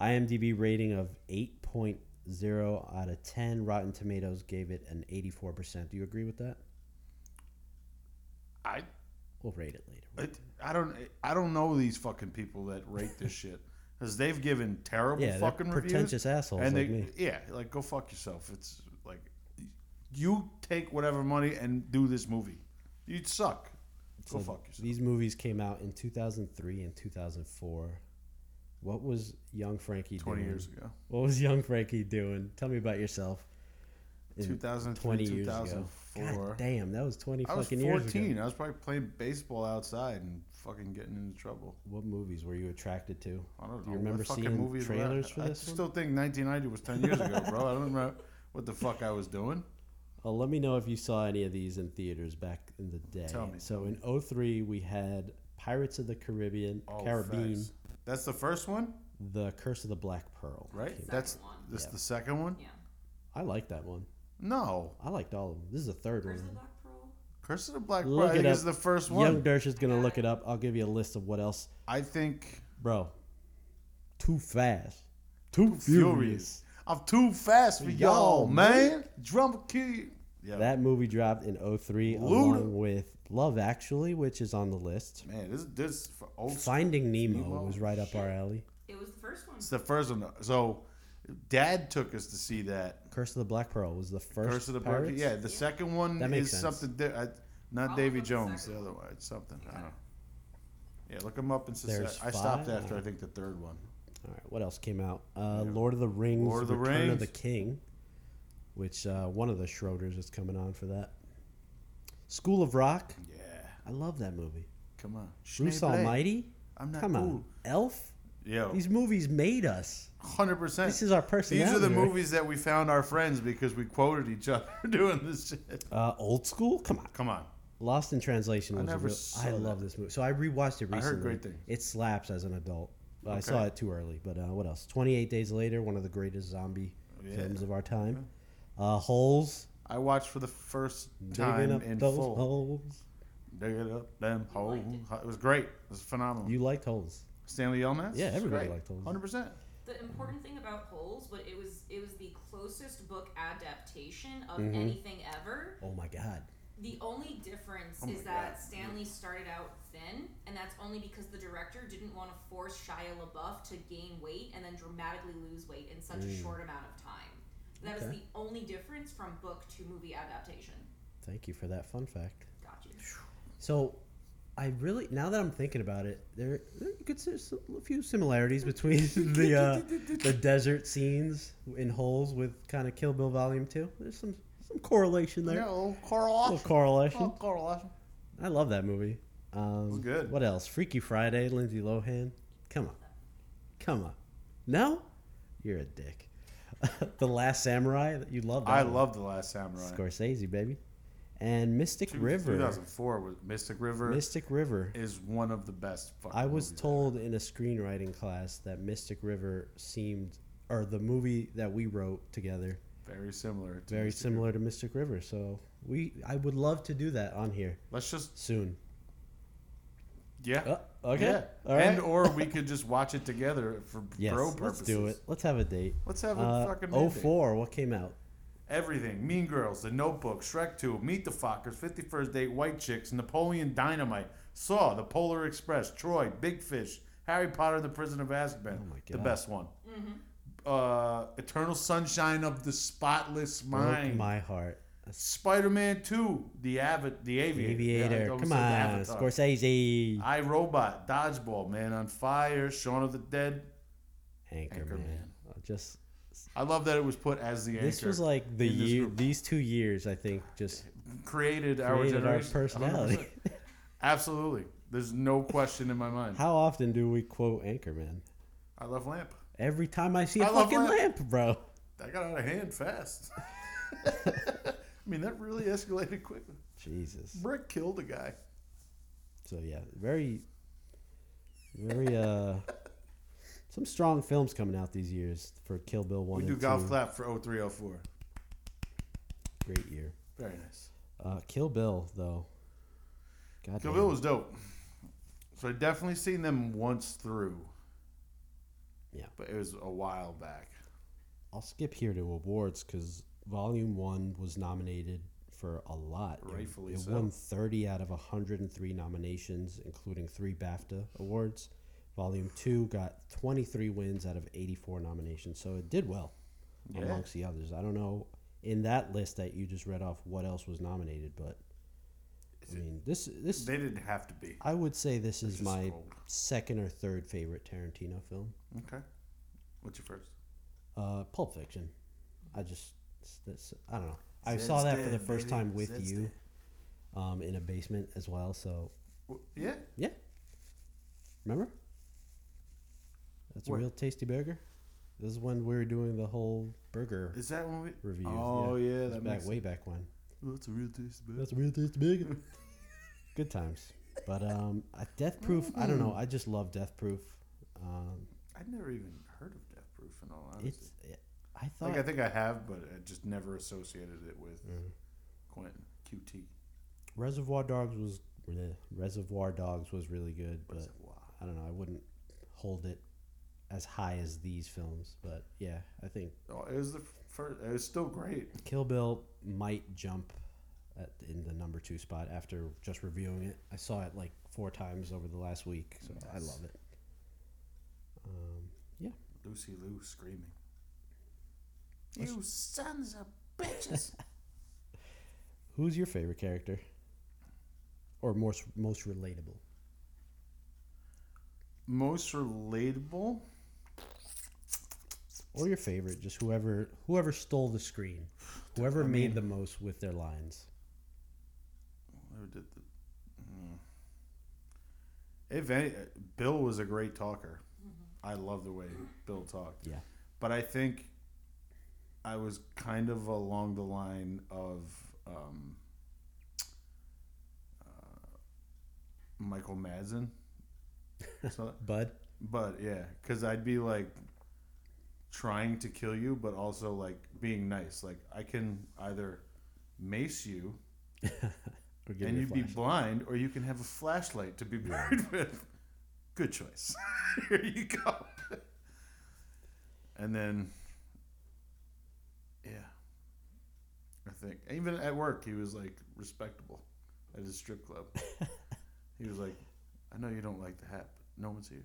[SPEAKER 1] IMDb rating of 8.0 out of 10. Rotten Tomatoes gave it an 84%. Do you agree with that?
[SPEAKER 2] I
[SPEAKER 1] We'll rate it later.
[SPEAKER 2] it, I don't I don't know these fucking people that rate this <laughs> shit because they've given terrible
[SPEAKER 1] Yeah, they're
[SPEAKER 2] fucking reviews.
[SPEAKER 1] pretentious assholes
[SPEAKER 2] and
[SPEAKER 1] like
[SPEAKER 2] they
[SPEAKER 1] me.
[SPEAKER 2] yeah, like go fuck yourself. It's like you take whatever money and do this movie. You suck. Go
[SPEAKER 1] So
[SPEAKER 2] fuck yourself.
[SPEAKER 1] These movies came out in 2003 and 2004. What was young Frankie
[SPEAKER 2] Twenty
[SPEAKER 1] doing?
[SPEAKER 2] years ago,
[SPEAKER 1] What was young Frankie doing? Tell me about yourself. in
[SPEAKER 2] 2003,
[SPEAKER 1] years ago.
[SPEAKER 2] 2004.
[SPEAKER 1] God damn, that was 20
[SPEAKER 2] I was
[SPEAKER 1] fucking years ago.
[SPEAKER 2] fourteen. I was probably playing baseball outside and fucking getting into trouble.
[SPEAKER 1] What movies were you attracted to?
[SPEAKER 2] I don't know.
[SPEAKER 1] Do you remember
[SPEAKER 2] what fucking
[SPEAKER 1] seeing
[SPEAKER 2] movies were that?
[SPEAKER 1] trailers for
[SPEAKER 2] I
[SPEAKER 1] this one?
[SPEAKER 2] still think 1990 was 10 years ago, bro. I don't remember what the fuck I was doing.
[SPEAKER 1] Well, let me know if you saw any of these in theaters back in the day.
[SPEAKER 2] Tell me,
[SPEAKER 1] So in 03, we had Pirates of the Caribbean,
[SPEAKER 2] Oh,
[SPEAKER 1] Caribbean,
[SPEAKER 2] facts. That's the first one,
[SPEAKER 1] The Curse of the Black Pearl.
[SPEAKER 2] right?
[SPEAKER 3] Second
[SPEAKER 2] That's
[SPEAKER 3] one.
[SPEAKER 2] this
[SPEAKER 1] Yeah.
[SPEAKER 2] the second one.
[SPEAKER 3] Yeah.
[SPEAKER 1] I like that one.
[SPEAKER 2] No,
[SPEAKER 1] I liked all of them. This is the third
[SPEAKER 3] Where's the
[SPEAKER 1] one.
[SPEAKER 3] Black Pearl?
[SPEAKER 2] Curse of the Black
[SPEAKER 1] Look
[SPEAKER 2] Pearl. I
[SPEAKER 1] it
[SPEAKER 2] think
[SPEAKER 1] up.
[SPEAKER 2] is the first one.
[SPEAKER 1] Young Dersh is going to look it up. I'll give you a list of what else.
[SPEAKER 2] I think
[SPEAKER 1] Bro, too fast. Too, furious.
[SPEAKER 2] furious. I'm too fast for y'all,
[SPEAKER 1] Y'all,
[SPEAKER 2] man. Drum key. Yeah,
[SPEAKER 1] That movie dropped in 03
[SPEAKER 2] Luda.
[SPEAKER 1] along with Love Actually, which is on the list.
[SPEAKER 2] man. This this for old.
[SPEAKER 1] Finding Nemo,
[SPEAKER 2] Nemo?
[SPEAKER 1] was right up our alley.
[SPEAKER 3] It was the first one.
[SPEAKER 2] It's the first one. though. So, Dad took us to see that
[SPEAKER 1] Curse of the Black Pearl was the first.
[SPEAKER 2] Curse of the
[SPEAKER 1] Pirates.
[SPEAKER 2] Black. Yeah, the second one
[SPEAKER 1] That makes
[SPEAKER 2] is
[SPEAKER 1] sense.
[SPEAKER 2] something di- I,
[SPEAKER 3] I'll
[SPEAKER 2] not
[SPEAKER 3] look
[SPEAKER 2] Davy
[SPEAKER 3] up the
[SPEAKER 2] Jones. The
[SPEAKER 3] second
[SPEAKER 2] other
[SPEAKER 3] one.
[SPEAKER 2] one, it's something. I
[SPEAKER 3] Yeah.
[SPEAKER 2] don't know. Yeah, look them up and
[SPEAKER 1] There's
[SPEAKER 2] I stopped
[SPEAKER 1] five.
[SPEAKER 2] after I think the third one.
[SPEAKER 1] All right, what else came out? Uh, Lord of the Rings,
[SPEAKER 2] Lord of the
[SPEAKER 1] Return of
[SPEAKER 2] Rings.
[SPEAKER 1] the King, which uh, one of the Schroders is coming on for that. School of Rock,
[SPEAKER 2] Yeah,
[SPEAKER 1] I love that movie.
[SPEAKER 2] come on.
[SPEAKER 1] Bruce
[SPEAKER 2] Schneeblade.
[SPEAKER 1] Almighty,
[SPEAKER 2] I'm not
[SPEAKER 1] come on.
[SPEAKER 2] cool.
[SPEAKER 1] Elf,
[SPEAKER 2] Yeah,
[SPEAKER 1] these movies made us.
[SPEAKER 2] hundred percent.
[SPEAKER 1] This is our
[SPEAKER 2] These
[SPEAKER 1] personality.
[SPEAKER 2] are the
[SPEAKER 1] right?
[SPEAKER 2] movies that we found our friends because we quoted each <laughs> other doing this shit.
[SPEAKER 1] Uh, old School, come on.
[SPEAKER 2] Come on.
[SPEAKER 1] Lost in Translation
[SPEAKER 2] I
[SPEAKER 1] was a
[SPEAKER 2] never
[SPEAKER 1] real-
[SPEAKER 2] saw
[SPEAKER 1] I
[SPEAKER 2] that.
[SPEAKER 1] love this movie. So I rewatched it recently.
[SPEAKER 2] I heard great things.
[SPEAKER 1] It slaps as an adult. I
[SPEAKER 2] Okay.
[SPEAKER 1] saw it too early, but uh, what else? 28 Days Later, one of the greatest zombie
[SPEAKER 2] Yeah.
[SPEAKER 1] films of our time. Uh, holes,
[SPEAKER 2] I watched for the first
[SPEAKER 1] digging
[SPEAKER 2] time
[SPEAKER 1] up
[SPEAKER 2] in
[SPEAKER 1] those
[SPEAKER 2] full.
[SPEAKER 1] holes.
[SPEAKER 2] Digging up them holes.
[SPEAKER 3] liked
[SPEAKER 2] It was great. It was phenomenal.
[SPEAKER 1] You liked holes.
[SPEAKER 2] Stanley Yelnats.
[SPEAKER 1] Yeah, everybody liked Holes.
[SPEAKER 2] Hundred percent.
[SPEAKER 3] The important thing about Holes, but it was it was the closest book adaptation of
[SPEAKER 2] Mm-hmm.
[SPEAKER 3] anything ever.
[SPEAKER 1] Oh my god.
[SPEAKER 3] The only difference
[SPEAKER 2] Oh my
[SPEAKER 3] is that
[SPEAKER 2] God.
[SPEAKER 3] Stanley started out thin, and that's only because the director didn't want to force Shia LaBeouf to gain weight and then dramatically lose weight in such
[SPEAKER 2] Mm.
[SPEAKER 3] a short amount of time. That was
[SPEAKER 1] Okay.
[SPEAKER 3] the only difference from book to movie adaptation.
[SPEAKER 1] Thank you for that fun fact.
[SPEAKER 3] Got you.
[SPEAKER 1] So, I really now that I'm thinking about it, there, there you could see some- a few similarities between <laughs> the uh, the desert scenes in holes with kind of Kill Bill Volume Two. There's some some correlation there.
[SPEAKER 2] Yeah, old
[SPEAKER 1] Little
[SPEAKER 2] Carl.
[SPEAKER 1] correlation.
[SPEAKER 2] Oh, Carl Lawson.
[SPEAKER 1] I love that movie. Um,
[SPEAKER 2] was good.
[SPEAKER 1] What else? Freaky Friday, Lindsay Lohan. Come on. Come on. No? You're a dick. <laughs> the Last Samurai. You love that.
[SPEAKER 2] I
[SPEAKER 1] one.
[SPEAKER 2] love The Last Samurai.
[SPEAKER 1] Scorsese, baby. And Mystic
[SPEAKER 2] Two-
[SPEAKER 1] River.
[SPEAKER 2] 2004 was Mystic River
[SPEAKER 1] Mystic River.
[SPEAKER 2] is one of the best. Fucking
[SPEAKER 1] I was
[SPEAKER 2] movies
[SPEAKER 1] told in a screenwriting class that Mystic River seemed, or the movie that we wrote together,
[SPEAKER 2] ever. very similar. To
[SPEAKER 1] very
[SPEAKER 2] Mystic
[SPEAKER 1] similar to Mystic River. So we, I would love to do that on here
[SPEAKER 2] River. Let's just
[SPEAKER 1] soon.
[SPEAKER 2] yeah.
[SPEAKER 1] Oh, okay.
[SPEAKER 2] Yeah.
[SPEAKER 1] All right.
[SPEAKER 2] And or we could just watch it together for
[SPEAKER 1] yes,
[SPEAKER 2] bro
[SPEAKER 1] let's
[SPEAKER 2] purposes.
[SPEAKER 1] do it. Let's have a date.
[SPEAKER 2] Let's have a
[SPEAKER 1] Uh,
[SPEAKER 2] fucking
[SPEAKER 1] oh
[SPEAKER 2] movie.
[SPEAKER 1] four, what came out?
[SPEAKER 2] Everything. Mean Girls, The Notebook, Shrek 2, Meet the Fockers, 51st Date, White Chicks, Napoleon Dynamite, Saw, The Polar Express, Troy, Big Fish, Harry Potter and the Prison of Azkaban.
[SPEAKER 1] Oh my
[SPEAKER 2] The
[SPEAKER 1] God.
[SPEAKER 2] best one. Uh, Eternal Sunshine of the Spotless Mind.
[SPEAKER 1] Broke my heart.
[SPEAKER 2] Spider-Man 2, The Avi- The Aviator. Yeah, I
[SPEAKER 1] Aviator.
[SPEAKER 2] almost
[SPEAKER 1] Come
[SPEAKER 2] said The
[SPEAKER 1] on,
[SPEAKER 2] Avatar.
[SPEAKER 1] Scorsese.
[SPEAKER 2] I Robot, Dodgeball, Man on Fire, Shaun of the Dead.
[SPEAKER 1] Anchorman. Uh, Just
[SPEAKER 2] I love that it was put as the anchor.
[SPEAKER 1] this was like the
[SPEAKER 2] in this
[SPEAKER 1] year.
[SPEAKER 2] group.
[SPEAKER 1] These two years, I think, just
[SPEAKER 2] created, our
[SPEAKER 1] created our
[SPEAKER 2] generation.
[SPEAKER 1] personality. <laughs>
[SPEAKER 2] 100%. <laughs> Absolutely. There's no question in my mind.
[SPEAKER 1] How often do we quote Anchorman?
[SPEAKER 2] I love Lamp.
[SPEAKER 1] Every time I see a
[SPEAKER 2] I love
[SPEAKER 1] fucking lamp.
[SPEAKER 2] Lamp.
[SPEAKER 1] bro.
[SPEAKER 2] That got out of hand fast. <laughs> I mean, that really escalated quickly.
[SPEAKER 1] Jesus.
[SPEAKER 2] Brick killed a guy.
[SPEAKER 1] So yeah, very, very uh, some strong films coming out these years for Kill Bill one.
[SPEAKER 2] We do
[SPEAKER 1] and
[SPEAKER 2] golf
[SPEAKER 1] two.
[SPEAKER 2] clap for 0304.
[SPEAKER 1] Great year.
[SPEAKER 2] Very nice.
[SPEAKER 1] Uh, Kill Bill though. God
[SPEAKER 2] Kill
[SPEAKER 1] damn.
[SPEAKER 2] Bill was dope. So I definitely seen them once through.
[SPEAKER 1] Yeah.
[SPEAKER 2] But it was a while back.
[SPEAKER 1] I'll skip here to awards because Volume One was nominated for a lot. It-
[SPEAKER 2] Rightfully
[SPEAKER 1] it,
[SPEAKER 2] so.
[SPEAKER 1] won thirty out of hundred and three nominations, including three BAFTA awards. Volume Two got twenty three wins out of eighty four nominations, so it did well
[SPEAKER 2] Yeah.
[SPEAKER 1] amongst the others. I don't know in that list that you just read off what else was nominated, but I mean this this
[SPEAKER 2] They didn't have to be.
[SPEAKER 1] I would say this is
[SPEAKER 2] just
[SPEAKER 1] my
[SPEAKER 2] scrolled.
[SPEAKER 1] second or third favorite Tarantino film.
[SPEAKER 2] Okay. What's your first?
[SPEAKER 1] Uh, Pulp Fiction. I just, it's- it's- I don't know. I
[SPEAKER 2] Zed's
[SPEAKER 1] saw that for the
[SPEAKER 2] dead,
[SPEAKER 1] first
[SPEAKER 2] baby.
[SPEAKER 1] time with
[SPEAKER 2] Zed's
[SPEAKER 1] you,
[SPEAKER 2] dead.
[SPEAKER 1] um, in a basement as well. So
[SPEAKER 2] Well, yeah.
[SPEAKER 1] yeah, remember? That's a
[SPEAKER 2] Where?
[SPEAKER 1] real tasty burger. This is when we were doing the whole burger
[SPEAKER 2] Is that when we
[SPEAKER 1] review.
[SPEAKER 2] Oh yeah,
[SPEAKER 1] It was
[SPEAKER 2] that
[SPEAKER 1] back
[SPEAKER 2] makes
[SPEAKER 1] way back when.
[SPEAKER 2] That's a real taste bad.
[SPEAKER 1] That's a real
[SPEAKER 2] <laughs>
[SPEAKER 1] taste big. Good times. But um, uh, Death Proof, I don't know. I just love Death Proof. Um,
[SPEAKER 2] I'd never even heard of Death Proof in all honesty.
[SPEAKER 1] it's, I thought,
[SPEAKER 2] like I think I have, but I just never associated it with Quentin QT.
[SPEAKER 1] Reservoir Dogs was bleh, Reservoir Dogs was really good, but
[SPEAKER 2] Wow.
[SPEAKER 1] I don't know. I wouldn't hold it as high as these films, but yeah, I think
[SPEAKER 2] Oh, it was the first. It was still great.
[SPEAKER 1] Kill Bill might jump at, in the number two spot after just reviewing it. I saw it like four times over the last week, so I
[SPEAKER 2] Nice.
[SPEAKER 1] love it. Um, yeah,
[SPEAKER 2] Lucy Lou screaming. You sons of bitches! <laughs>
[SPEAKER 1] who's your favorite character, or most most relatable?
[SPEAKER 2] Most relatable.
[SPEAKER 1] or your favorite, just whoever whoever stole the
[SPEAKER 2] <sighs>
[SPEAKER 1] screen, whoever
[SPEAKER 2] I mean-
[SPEAKER 1] made the most with their lines.
[SPEAKER 2] Who did the? Hmm. If any, Bill was a great talker. I love the way Bill talked.
[SPEAKER 1] Yeah.
[SPEAKER 2] But I think I was kind of along the line of um, uh, Michael Madsen. So,
[SPEAKER 1] Bud,
[SPEAKER 2] but yeah, because I'd be like trying to kill you, but also like being nice. Like I can either mace you
[SPEAKER 1] or give
[SPEAKER 2] and
[SPEAKER 1] me a
[SPEAKER 2] you'd be
[SPEAKER 1] flash.
[SPEAKER 2] blind, or you can have a flashlight to be buried <laughs> with. Good choice. <laughs> Here you go. and then, yeah, I think even at work he was like respectable at his strip
[SPEAKER 1] <laughs>
[SPEAKER 2] club. he was like, "I know you don't like the hat, but no one's here."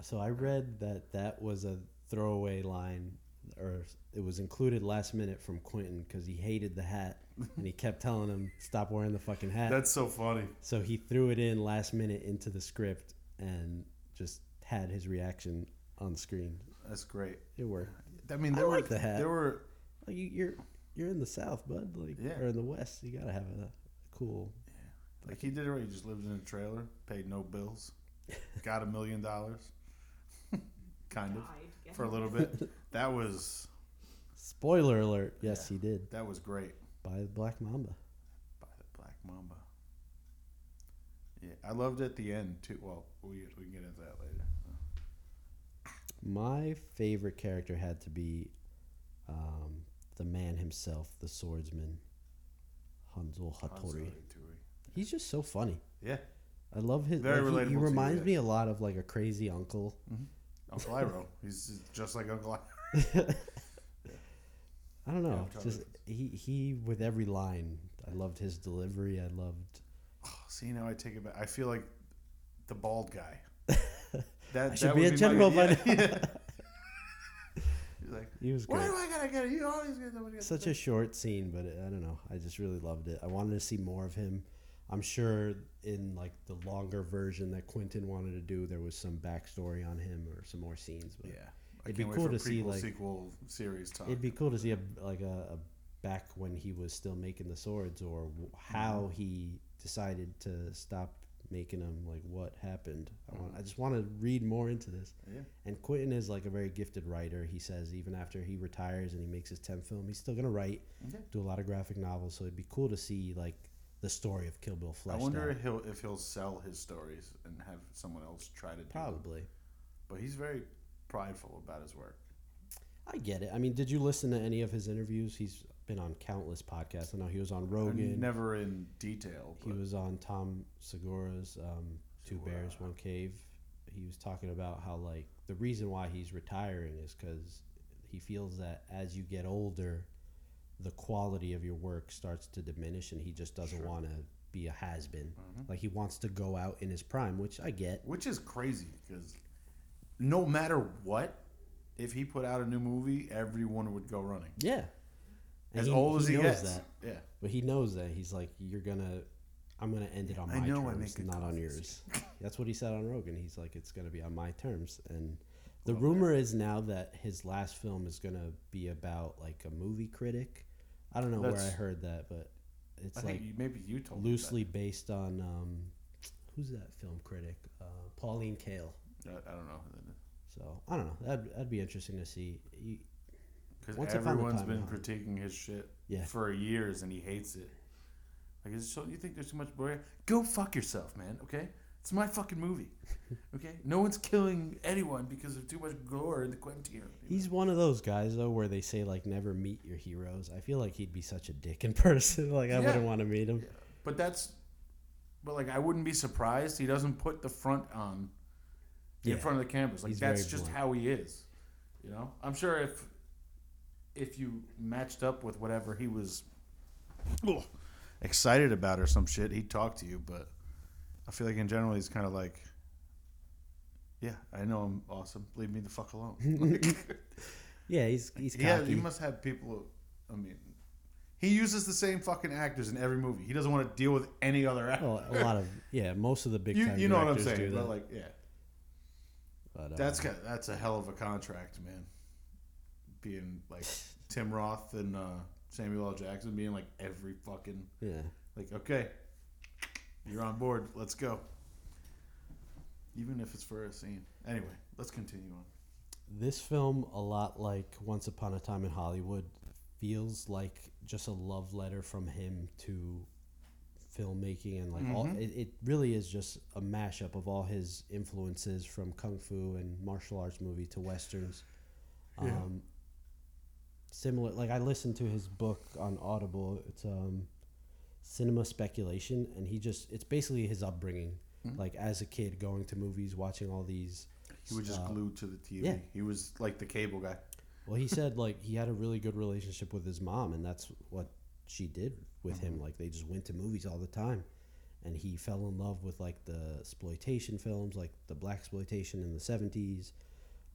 [SPEAKER 1] so I read that that was a throwaway line, or it was included last minute from Quentin because he hated the hat and he kept telling him stop wearing the fucking hat.
[SPEAKER 2] That's so funny.
[SPEAKER 1] so he threw it in last minute into the script and just had his reaction on screen.
[SPEAKER 2] That's great.
[SPEAKER 1] It worked.
[SPEAKER 2] I mean,
[SPEAKER 1] I
[SPEAKER 2] there were
[SPEAKER 1] like the hat.
[SPEAKER 2] there were
[SPEAKER 1] Like you, you're you're in the South, bud. Like
[SPEAKER 2] Yeah.
[SPEAKER 1] or in the West, you gotta have a cool
[SPEAKER 2] Like he did it right. He just lived in a trailer, paid no
[SPEAKER 1] <laughs>
[SPEAKER 2] bills, got a million dollars, <laughs> kind of
[SPEAKER 3] Died, yeah.
[SPEAKER 2] for a little
[SPEAKER 1] <laughs>
[SPEAKER 2] bit. That was
[SPEAKER 1] Spoiler alert. Yes, he did.
[SPEAKER 2] that was great
[SPEAKER 1] By the Black Mamba.
[SPEAKER 2] by the Black Mamba. Yeah, I loved at the end too. Well, we we can get into that later.
[SPEAKER 1] My favorite character had to be um, the man himself, the swordsman, Hanzo Hattori.
[SPEAKER 2] Hattori.
[SPEAKER 1] He's just so funny.
[SPEAKER 2] Yeah,
[SPEAKER 1] I love his.
[SPEAKER 2] Very
[SPEAKER 1] like,
[SPEAKER 2] relatable
[SPEAKER 1] he- he,
[SPEAKER 2] to you,
[SPEAKER 1] reminds
[SPEAKER 2] yeah.
[SPEAKER 1] me a lot of like a crazy uncle.
[SPEAKER 2] Uncle
[SPEAKER 1] <laughs>
[SPEAKER 2] Iroh. He's just like Uncle Iroh.
[SPEAKER 1] I don't know.
[SPEAKER 2] I'm
[SPEAKER 1] just he he with every line. I loved his delivery. I loved.
[SPEAKER 2] Oh, See now I take it back. I feel like the bald
[SPEAKER 1] <laughs>
[SPEAKER 2] guy. That
[SPEAKER 1] I should be a general by
[SPEAKER 2] <laughs> yeah,
[SPEAKER 1] now.
[SPEAKER 2] yeah. He's like,
[SPEAKER 1] He was
[SPEAKER 2] why
[SPEAKER 1] great.
[SPEAKER 2] do I gotta get it? You always get somebody. else."
[SPEAKER 1] such a short scene, but I don't know. I just really loved it. I wanted to see more of him. I'm sure in like the longer version that Quentin wanted to do, there was some backstory on him or some more scenes. But
[SPEAKER 2] Yeah, I
[SPEAKER 1] It'd be
[SPEAKER 2] can't wait
[SPEAKER 1] cool
[SPEAKER 2] for
[SPEAKER 1] to see,
[SPEAKER 2] prequel,
[SPEAKER 1] like-
[SPEAKER 2] sequel series talk.
[SPEAKER 1] it'd be cool to see a like a, a back when he was still making the swords or w- how
[SPEAKER 2] Mm-hmm.
[SPEAKER 1] he decided to stop making them. Like what happened? I want. I just want to read more into this.
[SPEAKER 2] yeah.
[SPEAKER 1] And Quentin is like a very gifted writer. He says even after he retires and he makes his 10th film, he's still going to write,
[SPEAKER 2] Okay.
[SPEAKER 1] do a lot of graphic novels. So it'd be cool to see like the story of Kill Bill
[SPEAKER 2] I
[SPEAKER 1] fleshed
[SPEAKER 2] wonder
[SPEAKER 1] out.
[SPEAKER 2] if he'll if he'll sell his stories and have someone else try to do. Them.
[SPEAKER 1] Probably.
[SPEAKER 2] But he's very prideful about his work.
[SPEAKER 1] I get it. I mean, did you listen to any of his interviews? He's been on countless podcasts. I know he was on Rogan.
[SPEAKER 2] Never in detail.
[SPEAKER 1] He
[SPEAKER 2] But
[SPEAKER 1] was on Tom Segura's um, Two Bears, One Cave. He was talking about how, like, the reason why he's retiring is because he feels that as you get older, the quality of your work starts to diminish, and he just doesn't want to be a has been.
[SPEAKER 2] Mm-hmm.
[SPEAKER 1] Like, he wants to go out in his prime, which I get.
[SPEAKER 2] which is crazy because no matter what, if he put out a new movie, everyone would go running.
[SPEAKER 1] Yeah. And
[SPEAKER 2] As old as he,
[SPEAKER 1] knows
[SPEAKER 2] gets.
[SPEAKER 1] that.
[SPEAKER 2] Yeah.
[SPEAKER 1] But he knows that. He's like, you're gonna, I'm gonna end it on my
[SPEAKER 2] I know I
[SPEAKER 1] terms,
[SPEAKER 2] make good
[SPEAKER 1] not
[SPEAKER 2] <laughs>
[SPEAKER 1] on yours. <laughs> That's what he said on Rogan. He's like, it's gonna be on my terms. And the rumor is now that his last film is gonna be about like a movie critic. I don't know where I
[SPEAKER 2] That's-
[SPEAKER 1] heard that, but it's
[SPEAKER 2] I
[SPEAKER 1] like
[SPEAKER 2] think you, maybe you told me that.
[SPEAKER 1] loosely based on um, who's that film critic? Uh, Pauline Kael.
[SPEAKER 2] I, I don't know.
[SPEAKER 1] So I don't know. That'd, that'd be interesting to see. You-
[SPEAKER 2] Because
[SPEAKER 1] Once Upon a
[SPEAKER 2] everyone's
[SPEAKER 1] Time
[SPEAKER 2] been
[SPEAKER 1] in Hollywood.
[SPEAKER 2] critiquing his shit
[SPEAKER 1] Yeah.
[SPEAKER 2] for years and he hates it. Like, is so you think there's too much blood? Go fuck yourself, man. Okay, it's my fucking movie. Okay, no one's killing anyone because of too much gore in the Quentin. Tarantino.
[SPEAKER 1] He's one of those guys though, where they say like never meet your heroes. I feel like he'd be such a dick in <laughs> person. Like I
[SPEAKER 2] Yeah.
[SPEAKER 1] wouldn't want to meet him.
[SPEAKER 2] But that's, but like I wouldn't be surprised he doesn't put the front on,
[SPEAKER 1] Yeah.
[SPEAKER 2] in front of the cameras. Like
[SPEAKER 1] He's
[SPEAKER 2] that's
[SPEAKER 1] very
[SPEAKER 2] just
[SPEAKER 1] blunt.
[SPEAKER 2] how he is. You know, I'm sure if, if you matched up with whatever he was, ugh, excited about or some shit, he'd talk to you. But I feel like in general he's kind of like. Yeah, I know I'm awesome. Leave me the fuck
[SPEAKER 1] <laughs>
[SPEAKER 2] alone. Like-
[SPEAKER 1] Yeah, he's he's
[SPEAKER 2] yeah,
[SPEAKER 1] cocky.
[SPEAKER 2] you must have people. who- I mean, he uses the same fucking actors in every movie. He doesn't want to deal with any other actor.
[SPEAKER 1] Well, a lot of yeah, most of the big
[SPEAKER 2] you,
[SPEAKER 1] time
[SPEAKER 2] you know what I'm
[SPEAKER 1] directors
[SPEAKER 2] saying? But
[SPEAKER 1] do that. Uh-huh.
[SPEAKER 2] like, yeah,
[SPEAKER 1] But, uh,
[SPEAKER 2] that's got, that's a hell of a contract, man. Being like Tim Roth and uh, Samuel L. Jackson, being like every fucking
[SPEAKER 1] yeah.
[SPEAKER 2] like, okay, you're on board. Let's go. Even if it's for a scene. Anyway, let's continue on.
[SPEAKER 1] This film, a lot like Once Upon a Time in Hollywood, feels like just a love letter from him to filmmaking and like all.
[SPEAKER 2] Mm-hmm.
[SPEAKER 1] It, it really is just a mashup of all his influences from kung fu and martial arts movie to westerns. Um, Similar, like I listened to his book on Audible. It's um, cinema speculation and he just it's basically his upbringing like as a kid going to movies watching all these
[SPEAKER 2] Mm-hmm. He was just
[SPEAKER 1] uh,
[SPEAKER 2] glued to the TV.
[SPEAKER 1] yeah.
[SPEAKER 2] He was like the cable guy.
[SPEAKER 1] well he said like he had a really good relationship with his mom and that's what she did with him like they just went to movies all the time and he fell in love with like the exploitation films like the black exploitation in the 70s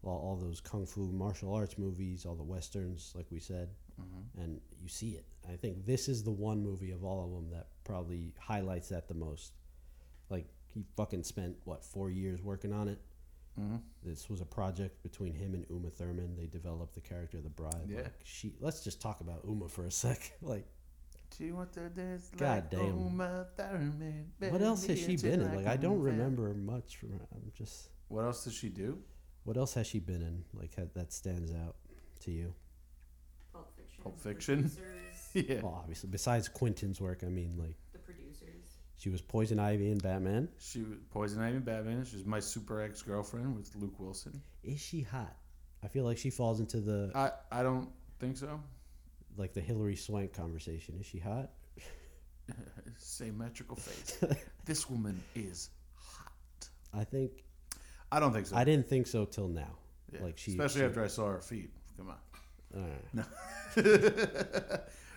[SPEAKER 1] all, all those kung fu martial arts movies all the westerns like we said and you see it i think this is the one movie of all of them that probably highlights that the most like he fucking spent what four years working on it Mm-hmm. this was a project between him and Uma Thurman. They developed the character of the bride.
[SPEAKER 2] Yeah.
[SPEAKER 1] Like she let's just talk about Uma for a <laughs> sec. Like
[SPEAKER 2] She wants to dance
[SPEAKER 1] God damn.
[SPEAKER 2] Uma Thurman,
[SPEAKER 1] what else has
[SPEAKER 2] baby,
[SPEAKER 1] she been in?
[SPEAKER 2] just
[SPEAKER 1] Like I don't
[SPEAKER 2] Uma Thurman.
[SPEAKER 1] remember much from her. I'm just
[SPEAKER 2] What else does she do? <laughs>
[SPEAKER 1] what else has she been in? Like ha- that stands out to you.
[SPEAKER 3] Pulp Fiction.
[SPEAKER 2] Pulp
[SPEAKER 3] The
[SPEAKER 2] Fiction.
[SPEAKER 1] <laughs>
[SPEAKER 3] Producers,
[SPEAKER 2] Yeah.
[SPEAKER 1] Well, obviously besides Quentin's work, I mean like
[SPEAKER 3] the producers.
[SPEAKER 1] she was Poison Ivy in Batman.
[SPEAKER 2] She was Poison Ivy in Batman. She's my super ex girlfriend with Luke Wilson.
[SPEAKER 1] Is she hot? I feel like she falls into the
[SPEAKER 2] I, I don't think so.
[SPEAKER 1] like the Hillary Swank conversation. Is she hot?
[SPEAKER 2] Symmetrical face.
[SPEAKER 1] <laughs>
[SPEAKER 2] this woman is.
[SPEAKER 1] I think
[SPEAKER 2] I don't think so.
[SPEAKER 1] I didn't think so till now.
[SPEAKER 2] Yeah.
[SPEAKER 1] Like she
[SPEAKER 2] especially
[SPEAKER 1] she-
[SPEAKER 2] after I saw her feet. Come on.
[SPEAKER 1] alright.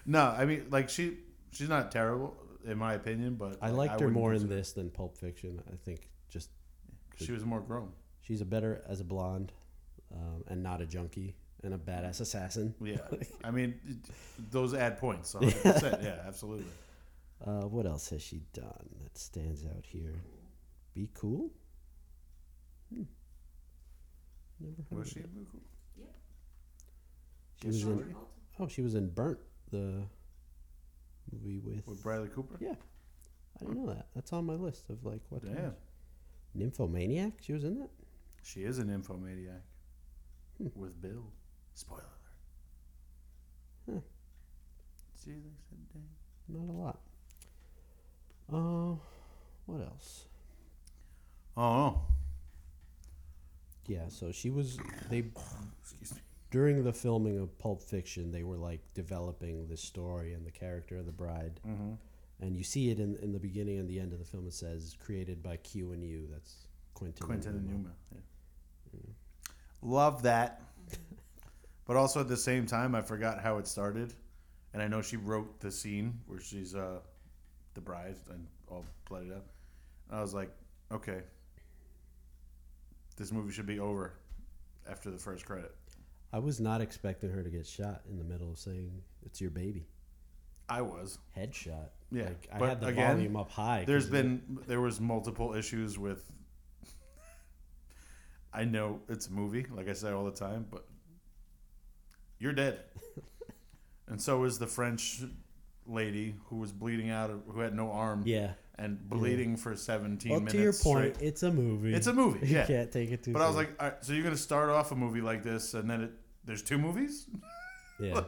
[SPEAKER 2] No, I mean like she she's not terrible in my opinion, but
[SPEAKER 1] I liked her
[SPEAKER 2] wouldn't
[SPEAKER 1] more in
[SPEAKER 2] consider-
[SPEAKER 1] this than Pulp Fiction. I think just
[SPEAKER 2] She was more grown.
[SPEAKER 1] she's a better as a blonde, um, and not a junkie and a badass assassin. <laughs>
[SPEAKER 2] Yeah, I mean it- those add points. 100%. yeah, absolutely.
[SPEAKER 1] Uh, what else has she done that stands out here? Be cool. Hmm. Never heard.
[SPEAKER 2] Was
[SPEAKER 1] of
[SPEAKER 2] she?
[SPEAKER 1] it.
[SPEAKER 3] Yep.
[SPEAKER 1] She was
[SPEAKER 3] John
[SPEAKER 1] in.
[SPEAKER 2] in-
[SPEAKER 3] Travolta.
[SPEAKER 1] Oh, she was in Burnt, the movie with.
[SPEAKER 2] With Bradley Cooper?
[SPEAKER 1] Yeah, I didn't know that. That's on my list of like what. to watch.
[SPEAKER 2] Damn.
[SPEAKER 1] Nymphomaniac. She was in that.
[SPEAKER 2] She is an infomaniac. With Bill. Spoiler alert.
[SPEAKER 1] Huh.
[SPEAKER 2] See, they said dang.
[SPEAKER 1] Not a lot. Uh, what else?
[SPEAKER 2] Oh,
[SPEAKER 1] Yeah, so she was. They
[SPEAKER 2] excuse me.
[SPEAKER 1] during the filming of Pulp Fiction, they were like developing this story and the character of the bride,
[SPEAKER 2] Mhm.
[SPEAKER 1] and you see it in in the beginning and the end of the film. It says created by Q and U. That's Quentin.
[SPEAKER 2] Quentin and
[SPEAKER 1] Newman.
[SPEAKER 2] Numa. Yeah. Love that. but also at the same time, I forgot how it started. And I know she wrote the scene where she's uh, the bride and all blooded up. And I was like, okay, this movie should be over after the first credit.
[SPEAKER 1] I was not expecting her to get shot in the middle of saying it's your baby.
[SPEAKER 2] I was.
[SPEAKER 1] Headshot.
[SPEAKER 2] Yeah,
[SPEAKER 1] like, I
[SPEAKER 2] but
[SPEAKER 1] had the
[SPEAKER 2] again,
[SPEAKER 1] volume up high.
[SPEAKER 2] There's
[SPEAKER 1] 'cause
[SPEAKER 2] been there was multiple issues with. I know it's a movie, like I say all the time, but you're
[SPEAKER 1] <laughs>
[SPEAKER 2] dead, and so is the French lady who was bleeding out, of, who had no arm,
[SPEAKER 1] it- yeah.
[SPEAKER 2] and bleeding for 17
[SPEAKER 1] Well,
[SPEAKER 2] minutes.
[SPEAKER 1] to your point,
[SPEAKER 2] straight.
[SPEAKER 1] it's a movie.
[SPEAKER 2] it's a movie,
[SPEAKER 1] <laughs> You
[SPEAKER 2] yeah.
[SPEAKER 1] can't take it too.
[SPEAKER 2] But I was <laughs>
[SPEAKER 1] far.
[SPEAKER 2] like, all right, so you're gonna start off a movie like this, and then it there's two movies.
[SPEAKER 1] yeah.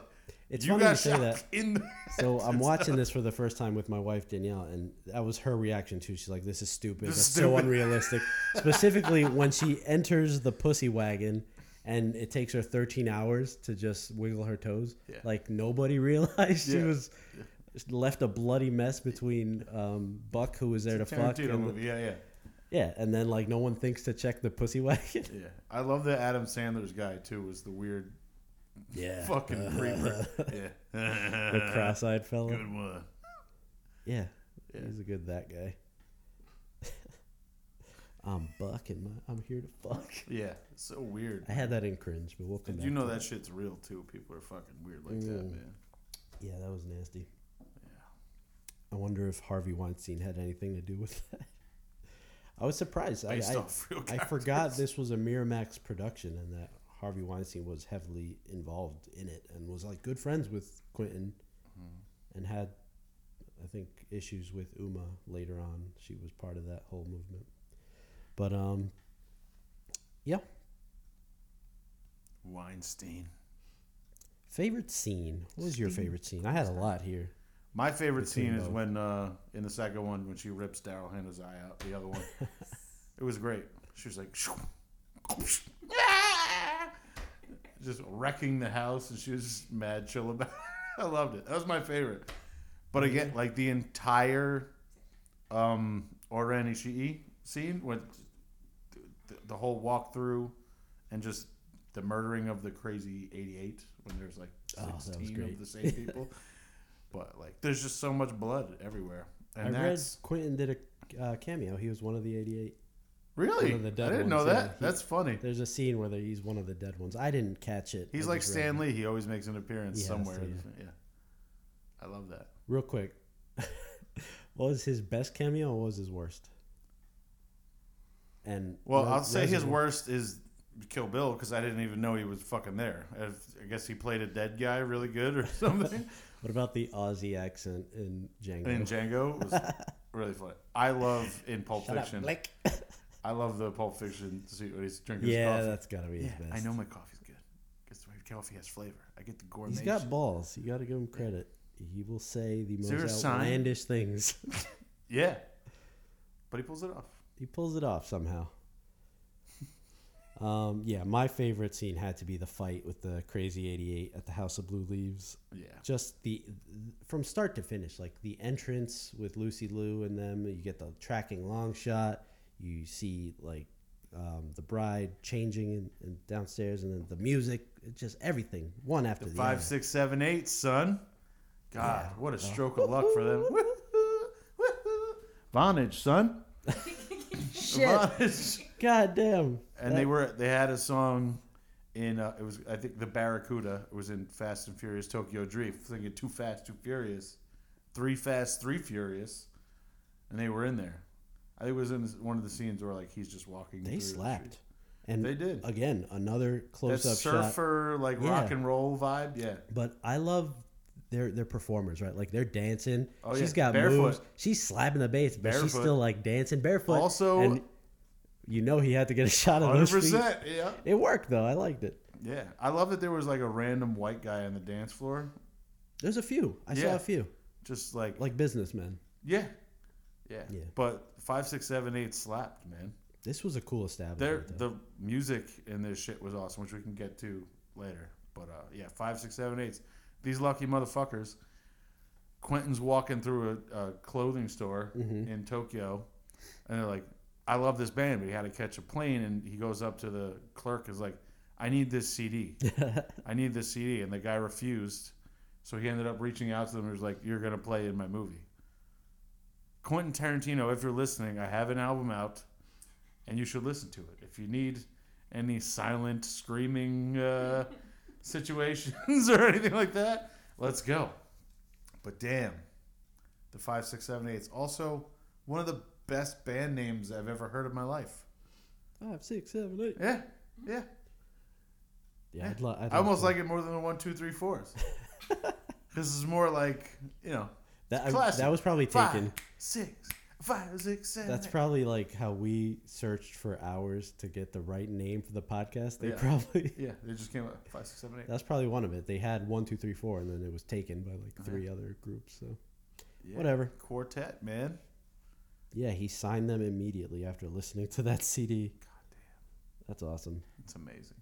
[SPEAKER 1] It's
[SPEAKER 2] you
[SPEAKER 1] funny you
[SPEAKER 2] got
[SPEAKER 1] say
[SPEAKER 2] shot
[SPEAKER 1] that.
[SPEAKER 2] in the <laughs>
[SPEAKER 1] So I'm watching this for the first time with my wife Danielle, and that was her reaction too. She's like, "This is stupid.
[SPEAKER 2] This
[SPEAKER 1] That's
[SPEAKER 2] is
[SPEAKER 1] so
[SPEAKER 2] stupid." <laughs>
[SPEAKER 1] unrealistic." Specifically when she enters the pussy wagon, and it takes her 13 hours to just wiggle her toes.
[SPEAKER 2] Yeah.
[SPEAKER 1] Like nobody <laughs> realized she
[SPEAKER 2] Yeah.
[SPEAKER 1] was left a bloody mess between um, Buck, who was there to fuck,
[SPEAKER 2] <laughs> Tarantino
[SPEAKER 1] and
[SPEAKER 2] movie. Yeah, yeah,
[SPEAKER 1] yeah, and then like no one thinks to check the pussy wagon.
[SPEAKER 2] yeah. I love that Adam Sandler's guy too. Was the weird
[SPEAKER 1] Yeah,
[SPEAKER 2] fucking creeper. <laughs> Yeah,
[SPEAKER 1] <laughs> the cross-eyed fella.
[SPEAKER 2] good one.
[SPEAKER 1] Yeah.
[SPEAKER 2] Yeah.
[SPEAKER 1] He's a good that guy. <laughs> I'm bucking my I'm here to fuck.
[SPEAKER 2] Yeah, so weird.
[SPEAKER 1] I had that in cringe, but we'll come
[SPEAKER 2] Did
[SPEAKER 1] back.
[SPEAKER 2] you know
[SPEAKER 1] to
[SPEAKER 2] that shit's real too? People are fucking weird like that,
[SPEAKER 1] Mm.
[SPEAKER 2] man.
[SPEAKER 1] it. Yeah, that was nasty. I wonder if Harvey Weinstein had anything to do with <laughs> that. I was surprised. I,
[SPEAKER 2] Based
[SPEAKER 1] I,
[SPEAKER 2] off real
[SPEAKER 1] I
[SPEAKER 2] characters.
[SPEAKER 1] forgot this was a Miramax production and that Harvey Weinstein was heavily involved in it and was like good friends with Quentin
[SPEAKER 2] Mm-hmm.
[SPEAKER 1] and had, I think, issues with Uma later on. She was part of that whole movement. But, um, yeah.
[SPEAKER 2] Weinstein.
[SPEAKER 1] Favorite scene? What was your favorite scene? I had a lot here.
[SPEAKER 2] My favorite
[SPEAKER 1] Between
[SPEAKER 2] scene is
[SPEAKER 1] both.
[SPEAKER 2] when uh, in the second one when she rips Daryl Hannah's eye out. The other one, it was great. She was like, <laughs> just wrecking the house, and she was just mad chill about. it. <laughs> I loved it. That was my favorite. But again, like the entire um, Oren Ishii E scene with the, the whole walkthrough and just the murdering of the crazy 88 when there's like
[SPEAKER 1] Oh, that was
[SPEAKER 2] 16
[SPEAKER 1] great.
[SPEAKER 2] of the same
[SPEAKER 1] <laughs>
[SPEAKER 2] people. but like, there's just so much blood everywhere. And
[SPEAKER 1] I read
[SPEAKER 2] that's
[SPEAKER 1] Quentin did a uh, cameo. He was one of the 88.
[SPEAKER 2] really,
[SPEAKER 1] one of the dead
[SPEAKER 2] I didn't know
[SPEAKER 1] ones, yeah,
[SPEAKER 2] that.
[SPEAKER 1] he-
[SPEAKER 2] that's funny.
[SPEAKER 1] There's a scene where he's one of the dead ones. I didn't catch it.
[SPEAKER 2] He's
[SPEAKER 1] I
[SPEAKER 2] like
[SPEAKER 1] just read it.
[SPEAKER 2] Stan Lee. He always makes an appearance
[SPEAKER 1] Yeah,
[SPEAKER 2] somewhere.
[SPEAKER 1] so, yeah.
[SPEAKER 2] <laughs> yeah. I love that.
[SPEAKER 1] Real quick, <laughs> what was his best cameo? and What was his worst? And
[SPEAKER 2] Well,
[SPEAKER 1] Re-
[SPEAKER 2] I'll say his
[SPEAKER 1] Reservoir-
[SPEAKER 2] worst is Kill Bill because I didn't even know he was fucking there. I I guess he played a dead guy really good or <laughs> something.
[SPEAKER 1] What about the Aussie accent in Django?
[SPEAKER 2] and in Django was
[SPEAKER 1] <laughs>
[SPEAKER 2] really funny. I love in Pulp
[SPEAKER 1] Shut up,
[SPEAKER 2] Fiction. <laughs>
[SPEAKER 1] Blake.
[SPEAKER 2] I love the Pulp Fiction to see what he's drinking. his
[SPEAKER 1] yeah,
[SPEAKER 2] coffee.
[SPEAKER 1] that's gotta be his
[SPEAKER 2] yeah.
[SPEAKER 1] best.
[SPEAKER 2] I know my coffee's good because my coffee has flavor. I get the gourmet.
[SPEAKER 1] He's got balls. You gotta give him credit. He will say the
[SPEAKER 2] there a
[SPEAKER 1] most
[SPEAKER 2] sign?
[SPEAKER 1] outlandish things. <laughs>
[SPEAKER 2] yeah, but he pulls it off.
[SPEAKER 1] he pulls it off somehow. Um, yeah, my favorite scene had to be the fight with the crazy 88 at the House of Blue Leaves.
[SPEAKER 2] Yeah,
[SPEAKER 1] just the from start to finish like the entrance with lucy lou and them you get the tracking long shot you see like um, the bride changing and, and downstairs and then the music it just everything one after
[SPEAKER 2] the
[SPEAKER 1] the,
[SPEAKER 2] five,
[SPEAKER 1] other
[SPEAKER 2] six, seven, eight, son. God, what a stroke of luck for
[SPEAKER 1] <laughs>
[SPEAKER 2] them. Vonage, son. Vonage.
[SPEAKER 1] god damn
[SPEAKER 2] and they were they had a song in uh, it was I think the Barracuda it was in Fast and Furious Tokyo Drift thinking Too Fast Too Furious, Three Fast Three Furious, and they were in there. I think it was in one of the scenes where like he's just walking.
[SPEAKER 1] they
[SPEAKER 2] through the
[SPEAKER 1] slapped
[SPEAKER 2] street.
[SPEAKER 1] and
[SPEAKER 2] They did.
[SPEAKER 1] again another
[SPEAKER 2] That
[SPEAKER 1] close-up shot
[SPEAKER 2] surfer like
[SPEAKER 1] Yeah.
[SPEAKER 2] rock and roll vibe. Yeah,
[SPEAKER 1] but i love their their performers right like they're dancing
[SPEAKER 2] Oh,
[SPEAKER 1] she's
[SPEAKER 2] yeah.
[SPEAKER 1] got
[SPEAKER 2] Barefoot.
[SPEAKER 1] moves she's slapping the bass but she's
[SPEAKER 2] Barefoot.
[SPEAKER 1] still like dancing barefoot
[SPEAKER 2] Also-
[SPEAKER 1] and you know he had to get a shot of
[SPEAKER 2] hundred
[SPEAKER 1] those feet.
[SPEAKER 2] percent. Yeah,
[SPEAKER 1] It worked though. I liked it.
[SPEAKER 2] yeah. I love that there was like a random white guy on the dance floor,
[SPEAKER 1] There's a few. I saw
[SPEAKER 2] Yeah.
[SPEAKER 1] a few.
[SPEAKER 2] just like,
[SPEAKER 1] Like businessmen.
[SPEAKER 2] yeah, yeah,
[SPEAKER 1] Yeah.
[SPEAKER 2] But five, six, seven, eight slapped, man.
[SPEAKER 1] This was a cool
[SPEAKER 2] There,
[SPEAKER 1] establishment. though.
[SPEAKER 2] the music in this shit was awesome, which we can get to later. But uh, yeah, five, six, seven, eights. These lucky motherfuckers. Quentin's walking through a, a clothing store in Tokyo, and they're like, "I love this band," but he had to catch a plane, and he goes up to the clerk, is like, "I need this CD. I need this CD," and the guy refused. So he ended up reaching out to them and was like, "You're gonna play in my movie." Quentin Tarantino, if you're listening, I have an album out and you should listen to it. If you need any silent screaming <laughs> uh, situations <laughs> or anything like that, let's go. But damn, the five, six, seven, eight is also one of the best band names I've ever heard in my life.
[SPEAKER 1] <laughs> Five, six, seven, eight.
[SPEAKER 2] Yeah, yeah.
[SPEAKER 1] Yeah, I'd, lo- I'd
[SPEAKER 2] I almost
[SPEAKER 1] love
[SPEAKER 2] like it more than the one, two, three,
[SPEAKER 1] <laughs>
[SPEAKER 2] fours. this is more like you know
[SPEAKER 1] to- that. I-
[SPEAKER 2] classic.
[SPEAKER 1] that was probably
[SPEAKER 2] five,
[SPEAKER 1] taken.
[SPEAKER 2] six, five, six, seven.
[SPEAKER 1] That's
[SPEAKER 2] eight.
[SPEAKER 1] probably like how we searched for hours to get the right name for the podcast. They
[SPEAKER 2] Yeah.
[SPEAKER 1] probably <laughs>
[SPEAKER 2] Yeah, they just came up five, six, seven, eight.
[SPEAKER 1] that's probably one of it. They had one, two, three, four, and then it was taken by like three other groups. So
[SPEAKER 2] Yeah.
[SPEAKER 1] whatever.
[SPEAKER 2] Quartet, man.
[SPEAKER 1] Yeah, he signed them immediately after listening to that <laughs> CD.
[SPEAKER 2] God damn,
[SPEAKER 1] That's awesome.
[SPEAKER 2] it's amazing.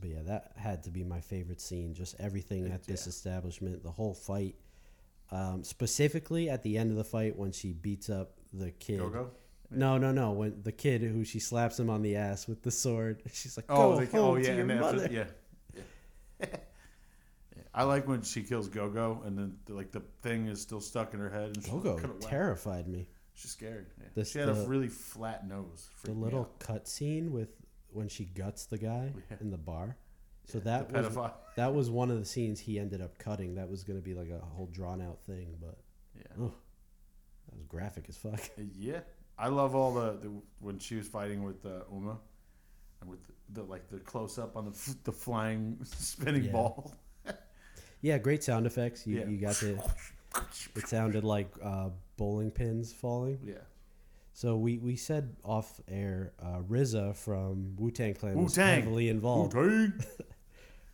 [SPEAKER 1] But yeah, that had to be my favorite scene. Just everything
[SPEAKER 2] It-
[SPEAKER 1] at this
[SPEAKER 2] yeah.
[SPEAKER 1] establishment, the whole fight. Um, specifically at the end of the fight when she beats up the kid.
[SPEAKER 2] Go go.
[SPEAKER 1] No, no, no. When the kid who she slaps him on the ass with the sword, <laughs> she's like, "Go
[SPEAKER 2] Oh, they,
[SPEAKER 1] home
[SPEAKER 2] oh yeah,
[SPEAKER 1] to your
[SPEAKER 2] and then after-
[SPEAKER 1] mother."
[SPEAKER 2] yeah.
[SPEAKER 1] <laughs>
[SPEAKER 2] yeah. Yeah. I like when she kills Gogo, and then the, like the thing is still stuck in her head. And she
[SPEAKER 1] Gogo
[SPEAKER 2] couldn't laugh.
[SPEAKER 1] terrified me.
[SPEAKER 2] She's scared. Yeah.
[SPEAKER 1] This-
[SPEAKER 2] she had
[SPEAKER 1] the-
[SPEAKER 2] a really flat nose.
[SPEAKER 1] The
[SPEAKER 2] Freaked me
[SPEAKER 1] little
[SPEAKER 2] out.
[SPEAKER 1] cut scene with when she guts the guy
[SPEAKER 2] <laughs> Yeah.
[SPEAKER 1] in the bar. So
[SPEAKER 2] The
[SPEAKER 1] that was
[SPEAKER 2] pedophile.
[SPEAKER 1] that was one of the scenes he ended up cutting. That was going to be like a whole drawn out thing, but
[SPEAKER 2] Yeah.
[SPEAKER 1] oh, that was graphic as fuck.
[SPEAKER 2] Yeah, I love all the, the when she was fighting with uh, Uma, and with the, like the close up on the <laughs> f- the flying spinning
[SPEAKER 1] Yeah.
[SPEAKER 2] ball.
[SPEAKER 1] Yeah, great sound effects. You
[SPEAKER 2] Yeah.
[SPEAKER 1] you got the
[SPEAKER 2] <laughs>
[SPEAKER 1] it sounded like uh, bowling pins falling.
[SPEAKER 2] Yeah,
[SPEAKER 1] So we, we said off air, uh, RZA from Wu Tang Clan was
[SPEAKER 2] Wu-Tang.
[SPEAKER 1] heavily involved.
[SPEAKER 2] Wu-Tang.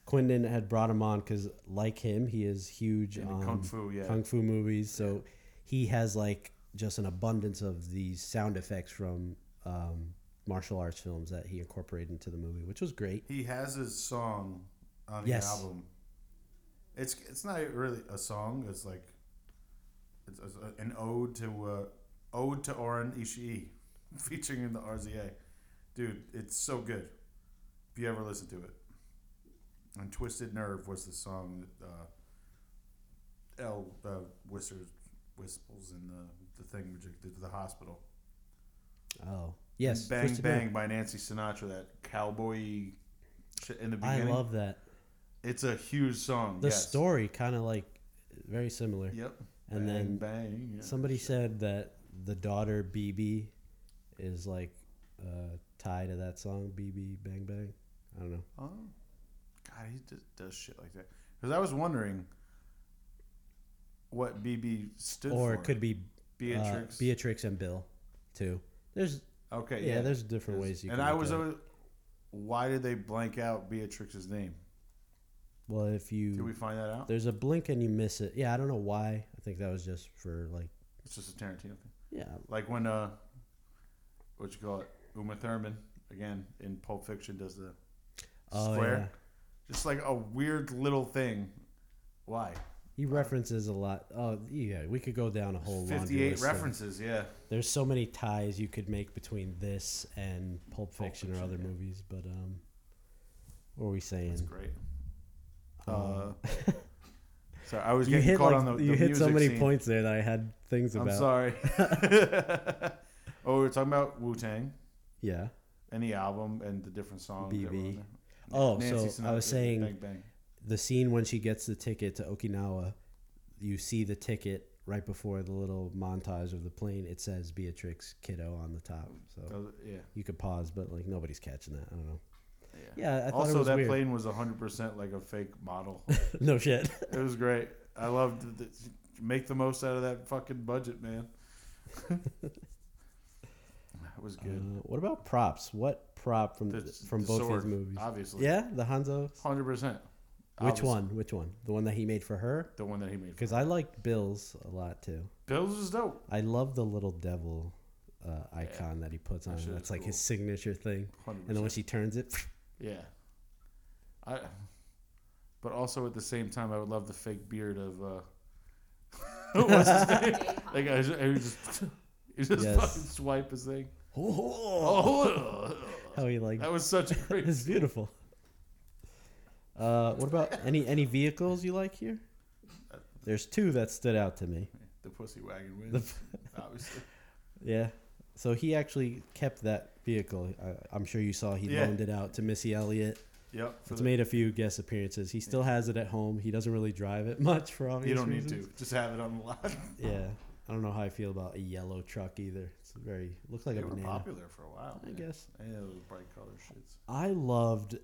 [SPEAKER 1] Quindin had brought him on because, like him, he is huge
[SPEAKER 2] And
[SPEAKER 1] on
[SPEAKER 2] kung fu. Yeah,
[SPEAKER 1] kung fu movies. So he has like just an abundance of these sound effects from um, martial arts films that he incorporated into the movie, which was great.
[SPEAKER 2] he has his song on
[SPEAKER 1] Yes.
[SPEAKER 2] the album. It's it's not really a song. It's like it's, it's a- an ode to uh, ode to Oren Ishii, <laughs> featuring in the RZA. Dude, it's so good. If you ever listen to it, and Twisted Nerve was the song that uh, L uh, Whistler whistles in the the thing rejected to the hospital.
[SPEAKER 1] Oh yes,
[SPEAKER 2] Bang
[SPEAKER 1] Twisted Nerve.
[SPEAKER 2] Bang by Nancy Sinatra. That cowboy shit in the
[SPEAKER 1] I
[SPEAKER 2] beginning.
[SPEAKER 1] love that.
[SPEAKER 2] It's a huge song.
[SPEAKER 1] The
[SPEAKER 2] yes.
[SPEAKER 1] story kind of like very similar.
[SPEAKER 2] Yep. bang,
[SPEAKER 1] And then
[SPEAKER 2] bang. yeah.
[SPEAKER 1] Somebody said that the daughter BB is like uh, tied to that song BB Bang Bang. I don't know.
[SPEAKER 2] Oh, God, he d- does shit like that. Because I was wondering what BB stood for.
[SPEAKER 1] or it could uh, be
[SPEAKER 2] Beatrix.
[SPEAKER 1] Beatrix. Beatrix and Bill, too. There's
[SPEAKER 2] okay.
[SPEAKER 1] yeah,
[SPEAKER 2] Yeah.
[SPEAKER 1] there's different ways you.
[SPEAKER 2] and
[SPEAKER 1] can
[SPEAKER 2] I
[SPEAKER 1] look
[SPEAKER 2] was
[SPEAKER 1] at it.
[SPEAKER 2] always, why did they blank out Beatrix's name?
[SPEAKER 1] well if
[SPEAKER 2] Did we
[SPEAKER 1] you
[SPEAKER 2] find that out?
[SPEAKER 1] there's a blink and you miss it. Yeah, I don't know why. I think that was just for like
[SPEAKER 2] It's just a Tarantino thing.
[SPEAKER 1] yeah
[SPEAKER 2] Like when uh, what you call it? Uma Thurman again in Pulp Fiction does the
[SPEAKER 1] Oh,
[SPEAKER 2] square.
[SPEAKER 1] yeah.
[SPEAKER 2] Just like a weird little thing. Why?
[SPEAKER 1] he references a lot. Oh yeah, we could go down a whole laundry
[SPEAKER 2] 58
[SPEAKER 1] list. of-
[SPEAKER 2] references, yeah.
[SPEAKER 1] there's so many ties you could make between this and Pulp Fiction,
[SPEAKER 2] Fiction,
[SPEAKER 1] or other
[SPEAKER 2] yeah.
[SPEAKER 1] movies, but um, what were we saying?
[SPEAKER 2] That's great. Uh,
[SPEAKER 1] Um, <laughs>
[SPEAKER 2] sorry, I was
[SPEAKER 1] you
[SPEAKER 2] getting
[SPEAKER 1] hit
[SPEAKER 2] caught
[SPEAKER 1] like,
[SPEAKER 2] on the,
[SPEAKER 1] you
[SPEAKER 2] the
[SPEAKER 1] hit
[SPEAKER 2] music
[SPEAKER 1] so many
[SPEAKER 2] scene.
[SPEAKER 1] points there that I had things
[SPEAKER 2] I'm
[SPEAKER 1] about. <laughs>
[SPEAKER 2] sorry. <laughs> oh, we were talking about Wu Tang
[SPEAKER 1] Yeah.
[SPEAKER 2] and the album and the different songs. that were
[SPEAKER 1] BB.
[SPEAKER 2] on there.
[SPEAKER 1] Oh,
[SPEAKER 2] Nancy
[SPEAKER 1] so I was
[SPEAKER 2] Sinatra,
[SPEAKER 1] saying
[SPEAKER 2] Bang Bang.
[SPEAKER 1] the scene when she gets the ticket to Okinawa, you see the ticket right before the little montage of the plane. It says Beatrix Kiddo on the top, so
[SPEAKER 2] Oh, yeah,
[SPEAKER 1] you could pause, but like nobody's catching that. I don't know.
[SPEAKER 2] yeah.
[SPEAKER 1] Yeah, I thought it
[SPEAKER 2] also,
[SPEAKER 1] was
[SPEAKER 2] that
[SPEAKER 1] weird.
[SPEAKER 2] plane was 100% like a fake model.
[SPEAKER 1] <laughs> no shit.
[SPEAKER 2] it was great. I loved it. Make the most out of that fucking budget, man. <laughs> that was
[SPEAKER 1] Uh,
[SPEAKER 2] good.
[SPEAKER 1] what about props? What prop from
[SPEAKER 2] The-
[SPEAKER 1] from
[SPEAKER 2] the
[SPEAKER 1] both
[SPEAKER 2] sword,
[SPEAKER 1] these movies?
[SPEAKER 2] Obviously.
[SPEAKER 1] Yeah, the Hanzo.
[SPEAKER 2] Hundred percent.
[SPEAKER 1] Which one? Which one? The one that he made for her?
[SPEAKER 2] The one that he made.
[SPEAKER 1] Because I liked Bill's a lot too.
[SPEAKER 2] Bills is dope.
[SPEAKER 1] I love the little devil uh, icon that he puts on.
[SPEAKER 2] shit
[SPEAKER 1] That's
[SPEAKER 2] is
[SPEAKER 1] like his
[SPEAKER 2] cool.
[SPEAKER 1] signature thing.
[SPEAKER 2] Hundred
[SPEAKER 1] And then when
[SPEAKER 2] percent.
[SPEAKER 1] she turns it, <laughs>
[SPEAKER 2] Yeah. I. But also at the same time, I would love the fake beard of. uh <laughs>
[SPEAKER 1] <laughs>
[SPEAKER 2] What's his name? Like I just, I would just, <laughs> he just
[SPEAKER 1] Yes.
[SPEAKER 2] fucking swipe his thing.
[SPEAKER 1] oh,
[SPEAKER 2] Oh,
[SPEAKER 1] how he like
[SPEAKER 2] that was such
[SPEAKER 1] <laughs>
[SPEAKER 2] a great.
[SPEAKER 1] it's beautiful. Uh, what about <laughs> any any vehicles you like here? There's two that stood out to me.
[SPEAKER 2] The pussy wagon
[SPEAKER 1] <laughs>
[SPEAKER 2] wins, obviously.
[SPEAKER 1] Yeah. So he actually kept that vehicle. I, I'm sure you saw he
[SPEAKER 2] Yeah.
[SPEAKER 1] loaned it out to Missy Elliott.
[SPEAKER 2] Yep. For
[SPEAKER 1] It's
[SPEAKER 2] the,
[SPEAKER 1] made a few guest appearances. He still has it at home. He doesn't really drive it <laughs> much for obvious
[SPEAKER 2] you don't need
[SPEAKER 1] reasons.
[SPEAKER 2] to. Just have it on the lot.
[SPEAKER 1] Yeah, I don't know how I feel about a yellow truck either. It's very looks like
[SPEAKER 2] They
[SPEAKER 1] a
[SPEAKER 2] were
[SPEAKER 1] banana.
[SPEAKER 2] popular for a while.
[SPEAKER 1] I
[SPEAKER 2] man.
[SPEAKER 1] guess
[SPEAKER 2] I know those bright color shits.
[SPEAKER 1] I loved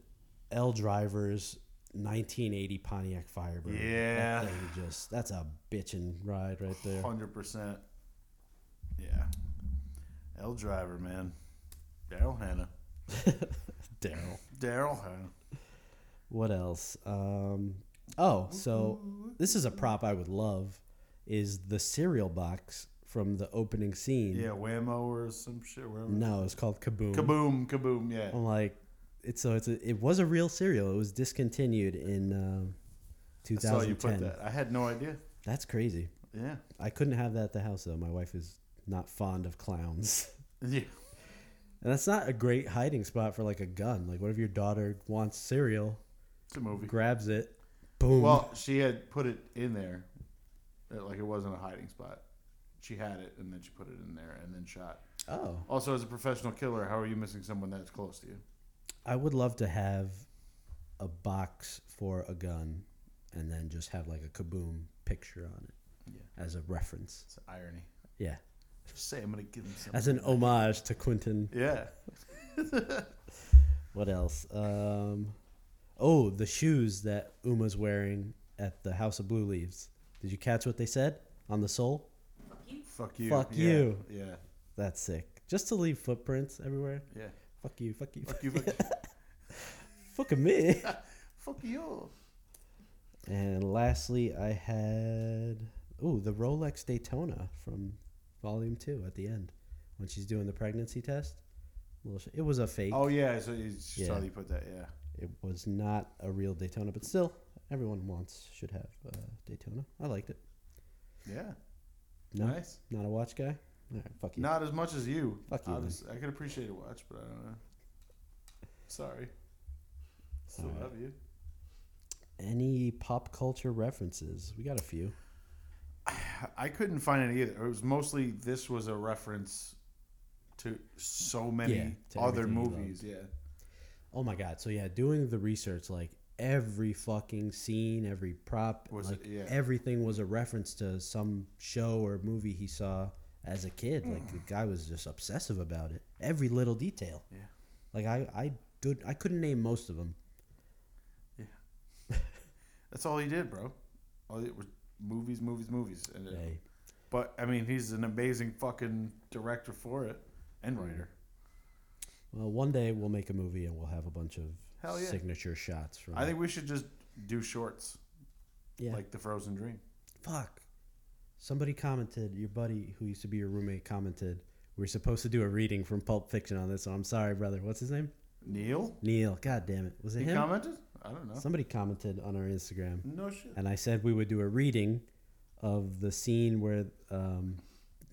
[SPEAKER 1] L Driver's 1980 Pontiac Firebird. That
[SPEAKER 2] Yeah.
[SPEAKER 1] thing just that's a bitchin' ride right there.
[SPEAKER 2] Hundred percent. Yeah. L Driver, man. Daryl Hannah.
[SPEAKER 1] Daryl.
[SPEAKER 2] Daryl Hannah.
[SPEAKER 1] What else? Um, oh, so this is a prop I would love. Is the cereal box from the opening scene?
[SPEAKER 2] Yeah, Whammo or some shit. Whatever.
[SPEAKER 1] No, Oh, it's called Kaboom.
[SPEAKER 2] Kaboom, kaboom, yeah.
[SPEAKER 1] I'm like, it's so it's a, it was a real cereal. It was discontinued in um,
[SPEAKER 2] I saw you
[SPEAKER 1] 2010.
[SPEAKER 2] put that. I had no idea.
[SPEAKER 1] That's crazy.
[SPEAKER 2] Yeah. <laughs>
[SPEAKER 1] I couldn't have that at the house though. My wife is not fond of clowns. <laughs>
[SPEAKER 2] Yeah.
[SPEAKER 1] And that's not a great hiding spot for like a gun. Like, what if your daughter wants cereal,
[SPEAKER 2] It's a movie.
[SPEAKER 1] grabs it, boom.
[SPEAKER 2] Well, she had put it in there. uh, Like it wasn't a hiding spot. She had it and then she put it in there and then shot.
[SPEAKER 1] oh,
[SPEAKER 2] Also, as a professional killer, how are you missing someone that's close to you?
[SPEAKER 1] I would love to have a box for a gun, and then just have like a kaboom picture on it
[SPEAKER 2] Yeah.
[SPEAKER 1] as a reference.
[SPEAKER 2] It's irony.
[SPEAKER 1] Yeah,
[SPEAKER 2] Just say I'm gonna give him something.
[SPEAKER 1] as an homage to Quentin.
[SPEAKER 2] yeah.
[SPEAKER 1] What else? Um, oh, the shoes that Uma's wearing at the House of Blue Leaves. Did you catch what they said on the sole?
[SPEAKER 3] Fuck you.
[SPEAKER 2] Fuck you.
[SPEAKER 1] Fuck
[SPEAKER 2] yeah.
[SPEAKER 1] you.
[SPEAKER 2] Yeah.
[SPEAKER 1] That's sick. Just to leave footprints everywhere. <laughs>
[SPEAKER 2] Yeah.
[SPEAKER 1] Fuck you. Fuck you.
[SPEAKER 2] Fuck you. <laughs> Fuck you.
[SPEAKER 1] Fuck me. <laughs>
[SPEAKER 2] fuck you.
[SPEAKER 1] and lastly, I had oh the Rolex Daytona from Volume Two at the end when she's doing the pregnancy test. Little sh- It was a fake.
[SPEAKER 2] Oh yeah. So you she saw
[SPEAKER 1] Yeah.
[SPEAKER 2] that you put that. Yeah.
[SPEAKER 1] It was not a real Daytona, but still, everyone wants should have uh, Daytona. I liked it.
[SPEAKER 2] Yeah.
[SPEAKER 1] No,
[SPEAKER 2] Nice.
[SPEAKER 1] not a watch guy. All right, fuck you.
[SPEAKER 2] Not as much as you.
[SPEAKER 1] Fuck you, man.
[SPEAKER 2] Obviously, I could appreciate a watch, but I don't know. Sorry. Still
[SPEAKER 1] Alright.
[SPEAKER 2] love you. <sighs>
[SPEAKER 1] Any pop culture references? We got a few.
[SPEAKER 2] I couldn't find it either. It was mostly this was a reference to so many
[SPEAKER 1] Yeah, to
[SPEAKER 2] other
[SPEAKER 1] everything you
[SPEAKER 2] movies. Yeah.
[SPEAKER 1] Oh my god! So yeah, doing the research, like every fucking scene, every prop,
[SPEAKER 2] Was
[SPEAKER 1] like,
[SPEAKER 2] it- yeah.
[SPEAKER 1] everything was a reference to some show or movie he saw as a kid.
[SPEAKER 2] Mm.
[SPEAKER 1] Like the guy was just obsessive about it. Every little detail.
[SPEAKER 2] Yeah.
[SPEAKER 1] Like I, I could, I couldn't name most of them.
[SPEAKER 2] That's all he did, bro. All it was movies, movies, movies. And it-
[SPEAKER 1] Hey,
[SPEAKER 2] But I mean, he's an amazing fucking director for it and writer.
[SPEAKER 1] well, one day we'll make a movie and we'll have a bunch of
[SPEAKER 2] Hell yeah.
[SPEAKER 1] signature shots from.
[SPEAKER 2] I think we should just do shorts
[SPEAKER 1] yeah.
[SPEAKER 2] like the Frozen Dream.
[SPEAKER 1] fuck. Somebody commented, your buddy who used to be your roommate commented, we're supposed to do a reading from Pulp Fiction on this, so I'm sorry, brother. What's his name?
[SPEAKER 2] Neil,
[SPEAKER 1] Neil. God damn it. Was it
[SPEAKER 2] he Mm.
[SPEAKER 1] him?
[SPEAKER 2] commented. I don't know.
[SPEAKER 1] Somebody commented on our Instagram,
[SPEAKER 2] no shit.
[SPEAKER 1] and I said we would do a reading of the scene where um,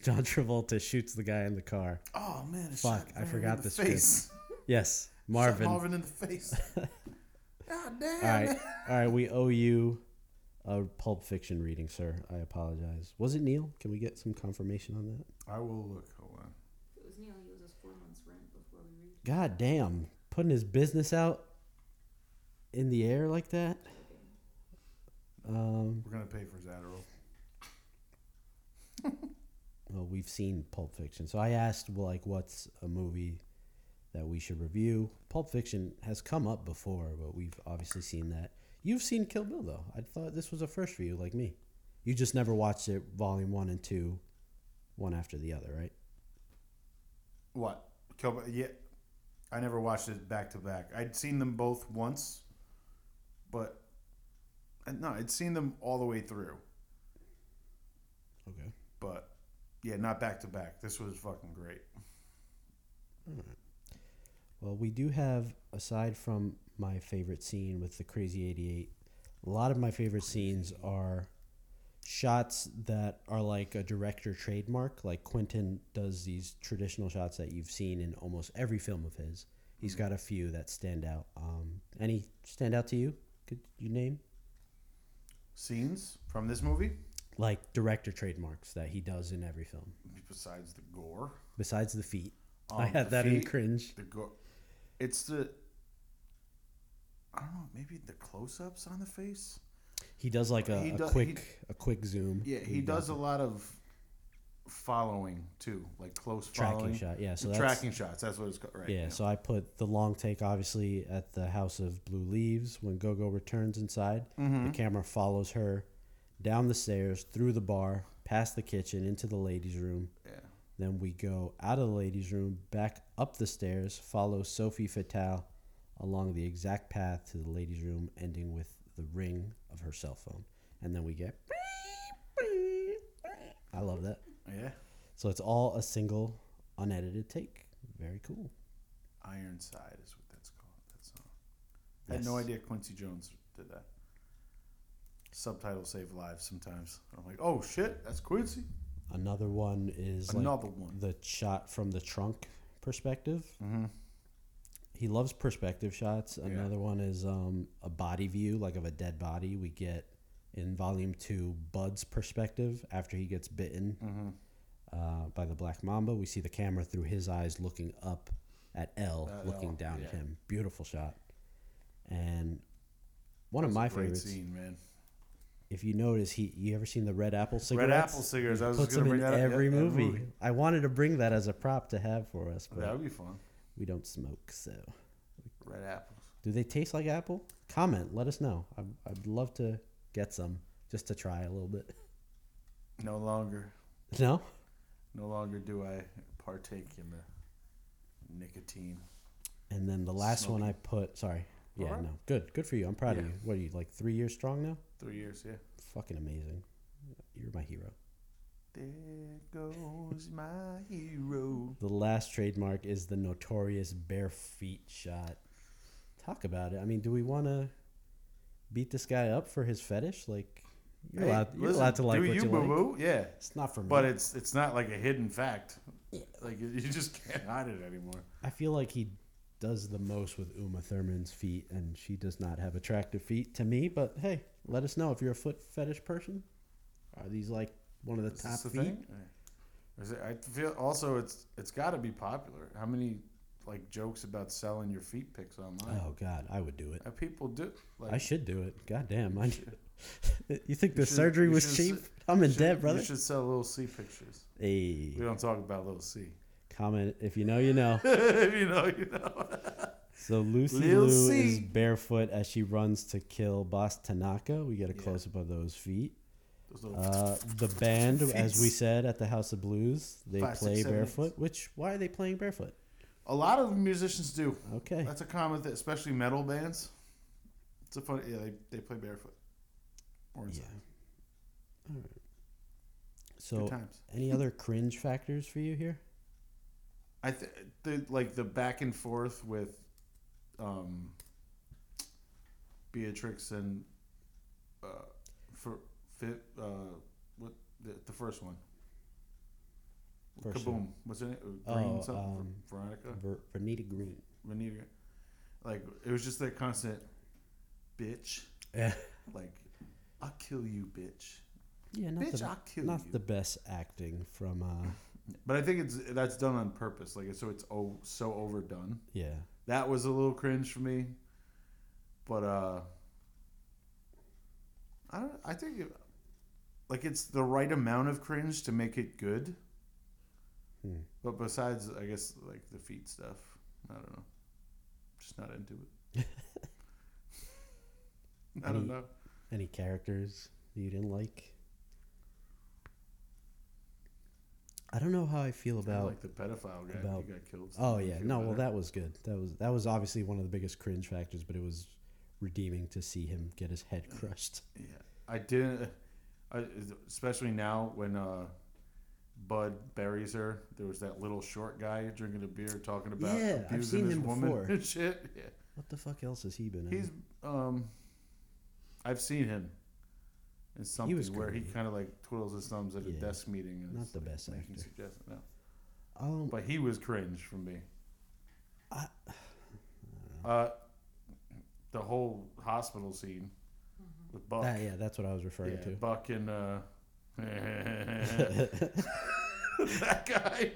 [SPEAKER 1] John Travolta shoots the guy in the car.
[SPEAKER 2] Oh man, it
[SPEAKER 1] Fuck,
[SPEAKER 2] shot
[SPEAKER 1] I
[SPEAKER 2] Marvin
[SPEAKER 1] forgot
[SPEAKER 2] in
[SPEAKER 1] the
[SPEAKER 2] the
[SPEAKER 1] script.
[SPEAKER 2] face. <laughs>
[SPEAKER 1] Yes,
[SPEAKER 2] Marvin.
[SPEAKER 1] Marvin.
[SPEAKER 2] Marvin in the
[SPEAKER 1] <laughs>
[SPEAKER 2] face. God damn.
[SPEAKER 1] All right. All right, we owe you a Pulp Fiction reading, sir. I apologize. Was it Neil? Can we get some confirmation on that?
[SPEAKER 2] I will look. Hold on.
[SPEAKER 3] If it was Neil, he owes us four months' rent before we read.
[SPEAKER 1] God damn, putting his business out in the air like that. Um,
[SPEAKER 2] We're gonna pay for his Adderall.
[SPEAKER 1] well, we've seen Pulp Fiction, so I asked, well, like, what's a movie that we should review? Pulp Fiction has come up before, but we've obviously seen that. You've seen Kill Bill, though. I thought this was a first for you, like me. You just never watched it, Volume One and Two, one after the other, right?
[SPEAKER 2] What? Kill Bill? Yeah. I never watched it back to back. I'd seen them both once, but and no, I'd seen them all the way through.
[SPEAKER 1] Okay.
[SPEAKER 2] But yeah, not back to back. This was fucking great.
[SPEAKER 1] Well, we do have, aside from my favorite scene with the Crazy 88, a lot of my favorite scenes are shots that are like a director trademark. Like Quentin does these traditional shots that you've seen in almost every film of his. He's
[SPEAKER 2] Mm-hmm.
[SPEAKER 1] got a few that stand out. Um, any stand out to you? Could you name?
[SPEAKER 2] Scenes from this movie,
[SPEAKER 1] Like director trademarks that he does in every film,
[SPEAKER 2] besides the gore.
[SPEAKER 1] besides the feet. I
[SPEAKER 2] Um,
[SPEAKER 1] had
[SPEAKER 2] the
[SPEAKER 1] that in
[SPEAKER 2] feet,
[SPEAKER 1] cringe.
[SPEAKER 2] The gore. It's the. I don't know. Maybe the close-ups on the face.
[SPEAKER 1] He does like a,
[SPEAKER 2] He
[SPEAKER 1] a
[SPEAKER 2] do- he-
[SPEAKER 1] quick a quick zoom.
[SPEAKER 2] Yeah, he does a lot of following too, like close
[SPEAKER 1] Tracking
[SPEAKER 2] following.
[SPEAKER 1] shot, yeah, so
[SPEAKER 2] The
[SPEAKER 1] that's-
[SPEAKER 2] tracking shots. That's what it's called, right?
[SPEAKER 1] Yeah, so I put the long take obviously at the House of Blue Leaves when Gogo returns inside. The camera follows her down the stairs, through the bar, past the kitchen, into the ladies' room,
[SPEAKER 2] yeah.
[SPEAKER 1] Then we go out of the ladies' room, back up the stairs, follow Sophie Fatale along the exact path to the ladies' room, ending with the ring of her cell phone. And then we get. I love that.
[SPEAKER 2] Yeah.
[SPEAKER 1] So it's all a single, unedited take. Very cool.
[SPEAKER 2] Ironside is what that's called. That song. I had no
[SPEAKER 1] Yes.
[SPEAKER 2] idea Quincy Jones did that. Subtitles save lives sometimes. I'm like, oh shit, that's Quincy.
[SPEAKER 1] Another one is like
[SPEAKER 2] Another one.
[SPEAKER 1] the shot from the trunk perspective.
[SPEAKER 2] Mm-hmm.
[SPEAKER 1] He loves perspective shots. Another one is um, a body view, like of a dead body. We get in volume two Bud's perspective after he gets bitten
[SPEAKER 2] Mm-hmm.
[SPEAKER 1] uh, by the black mamba. We see the camera through his eyes looking up at L,
[SPEAKER 2] At
[SPEAKER 1] looking
[SPEAKER 2] L,
[SPEAKER 1] down at
[SPEAKER 2] yeah.
[SPEAKER 1] him. Beautiful shot. And one of my
[SPEAKER 2] Great
[SPEAKER 1] favorites.
[SPEAKER 2] scene, man.
[SPEAKER 1] If you notice, he you ever seen the red apple cigarettes?
[SPEAKER 2] Red apple cigarettes. I was
[SPEAKER 1] puts
[SPEAKER 2] going
[SPEAKER 1] them
[SPEAKER 2] to
[SPEAKER 1] in
[SPEAKER 2] bring that up.
[SPEAKER 1] every
[SPEAKER 2] Yeah,
[SPEAKER 1] movie. I wanted to bring that as a prop to have for us, but
[SPEAKER 2] That would be fun.
[SPEAKER 1] we don't smoke. So,
[SPEAKER 2] Red apples.
[SPEAKER 1] do they taste like apple? Comment. Let us know. I'd, I'd love to get some just to try a little bit. <laughs>
[SPEAKER 2] No longer,
[SPEAKER 1] No,
[SPEAKER 2] no longer do I partake in the nicotine.
[SPEAKER 1] and then the last one I
[SPEAKER 2] Smoking.
[SPEAKER 1] put. Sorry. Yeah,
[SPEAKER 2] Alright.
[SPEAKER 1] no. Good. Good for you. I'm proud of
[SPEAKER 2] Yeah.
[SPEAKER 1] you. What are you like? Three years strong now.
[SPEAKER 2] Three years, yeah.
[SPEAKER 1] Fucking amazing. You're my hero.
[SPEAKER 2] There goes my hero.
[SPEAKER 1] The last trademark is the notorious bare feet shot. Talk about it. I mean, do we want to beat this guy up for his fetish? Like, you're,
[SPEAKER 2] Hey,
[SPEAKER 1] allowed, you're
[SPEAKER 2] listen,
[SPEAKER 1] allowed to like
[SPEAKER 2] do
[SPEAKER 1] what
[SPEAKER 2] you,
[SPEAKER 1] you, like.
[SPEAKER 2] boo-boo? Yeah,
[SPEAKER 1] It's not for me.
[SPEAKER 2] but it's it's not like a hidden fact. Like you you just can't hide it anymore.
[SPEAKER 1] I feel like he does the most with Uma Thurman's feet, and she does not have attractive feet to me. But hey, let us know if you're a foot fetish person. Are these like one of the
[SPEAKER 2] Is
[SPEAKER 1] top
[SPEAKER 2] this the
[SPEAKER 1] feet?
[SPEAKER 2] thing? Yeah. Is it, I feel also it's it's got to be popular. How many like jokes about selling your feet pics online?
[SPEAKER 1] Oh God, I would do it.
[SPEAKER 2] Uh, People do. Like,
[SPEAKER 1] I should do it. God damn, I.
[SPEAKER 2] should.
[SPEAKER 1] <laughs> you think the
[SPEAKER 2] should-
[SPEAKER 1] surgery
[SPEAKER 2] you
[SPEAKER 1] was
[SPEAKER 2] should
[SPEAKER 1] cheap?
[SPEAKER 2] s-
[SPEAKER 1] I'm in
[SPEAKER 2] should-
[SPEAKER 1] debt, brother.
[SPEAKER 2] You should sell little C pictures.
[SPEAKER 1] Hey.
[SPEAKER 2] We don't talk about little C.
[SPEAKER 1] Comment if you know, you know.
[SPEAKER 2] <laughs> you know, you know.
[SPEAKER 1] So Lucy
[SPEAKER 2] Lil
[SPEAKER 1] Lou
[SPEAKER 2] C.
[SPEAKER 1] is barefoot as she runs to kill Boss Tanaka. We get a
[SPEAKER 2] Yeah.
[SPEAKER 1] close up of those feet.
[SPEAKER 2] Those little
[SPEAKER 1] Uh, the band, as we
[SPEAKER 2] Feets.
[SPEAKER 1] said at the House of Blues, they
[SPEAKER 2] Five, six,
[SPEAKER 1] play
[SPEAKER 2] seven, eight.
[SPEAKER 1] barefoot. Which why are they playing barefoot?
[SPEAKER 2] A lot of musicians do.
[SPEAKER 1] Okay,
[SPEAKER 2] That's a common thing, especially metal bands. It's a fun. Yeah, they, they play barefoot. Or
[SPEAKER 1] yeah.
[SPEAKER 2] inside.
[SPEAKER 1] All right.
[SPEAKER 2] Good
[SPEAKER 1] So,
[SPEAKER 2] times.
[SPEAKER 1] any other cringe factors for you here?
[SPEAKER 2] I th- the like the back and forth with, um, Beatrix and, uh, for fit uh what the, the first one.
[SPEAKER 1] First
[SPEAKER 2] Kaboom!
[SPEAKER 1] one.
[SPEAKER 2] What's her name? Green
[SPEAKER 1] Oh,
[SPEAKER 2] something?
[SPEAKER 1] um,
[SPEAKER 2] Ver- Veronica.
[SPEAKER 1] Ver- Vernita Green.
[SPEAKER 2] Veronica. Like it was just that constant, bitch.
[SPEAKER 1] Yeah,
[SPEAKER 2] <laughs> Like, I'll kill you, bitch.
[SPEAKER 1] yeah, not
[SPEAKER 2] bitch,
[SPEAKER 1] the
[SPEAKER 2] I'll kill
[SPEAKER 1] not
[SPEAKER 2] you.
[SPEAKER 1] the best acting from. uh
[SPEAKER 2] But I think it's that's done on purpose. Like so, it's oh so overdone.
[SPEAKER 1] Yeah,
[SPEAKER 2] That was a little cringe for me. But uh, I don't. I think it, like it's the right amount of cringe to make it good.
[SPEAKER 1] Hmm.
[SPEAKER 2] But besides, I guess like the feet stuff. I don't know. Just not into it.
[SPEAKER 1] <laughs>
[SPEAKER 2] I
[SPEAKER 1] Any-
[SPEAKER 2] don't know.
[SPEAKER 1] any characters you didn't like? I don't know how I feel
[SPEAKER 2] I
[SPEAKER 1] about.
[SPEAKER 2] like the pedophile guy.
[SPEAKER 1] about-
[SPEAKER 2] who got killed.
[SPEAKER 1] oh
[SPEAKER 2] I
[SPEAKER 1] yeah,
[SPEAKER 2] feel
[SPEAKER 1] no, well
[SPEAKER 2] better.
[SPEAKER 1] that was good. That was that was obviously one of the biggest cringe factors, but it was redeeming to see him get his head <laughs> crushed.
[SPEAKER 2] Yeah, I didn't. I, especially now when uh, Bud buries her, there was that little short guy drinking a beer, talking about
[SPEAKER 1] Yeah, I've
[SPEAKER 2] abusing
[SPEAKER 1] seen
[SPEAKER 2] his
[SPEAKER 1] him
[SPEAKER 2] woman
[SPEAKER 1] before.
[SPEAKER 2] and <laughs> shit. Yeah.
[SPEAKER 1] What the fuck else has he been in?
[SPEAKER 2] He's um, I've seen him in something
[SPEAKER 1] was
[SPEAKER 2] where he
[SPEAKER 1] great.
[SPEAKER 2] kind of like twiddles his thumbs at a
[SPEAKER 1] Yeah.
[SPEAKER 2] desk meeting and
[SPEAKER 1] Not
[SPEAKER 2] is,
[SPEAKER 1] the
[SPEAKER 2] like,
[SPEAKER 1] best
[SPEAKER 2] making
[SPEAKER 1] actor.
[SPEAKER 2] suggestions. No,
[SPEAKER 1] um,
[SPEAKER 2] but he was cringe for me.
[SPEAKER 1] I- <sighs>
[SPEAKER 2] uh, the whole hospital scene
[SPEAKER 1] Mm-hmm.
[SPEAKER 2] with Buck.
[SPEAKER 1] that- yeah, that's what I was referring
[SPEAKER 2] Yeah, Buck and uh, <laughs> that
[SPEAKER 1] to.
[SPEAKER 2] guy.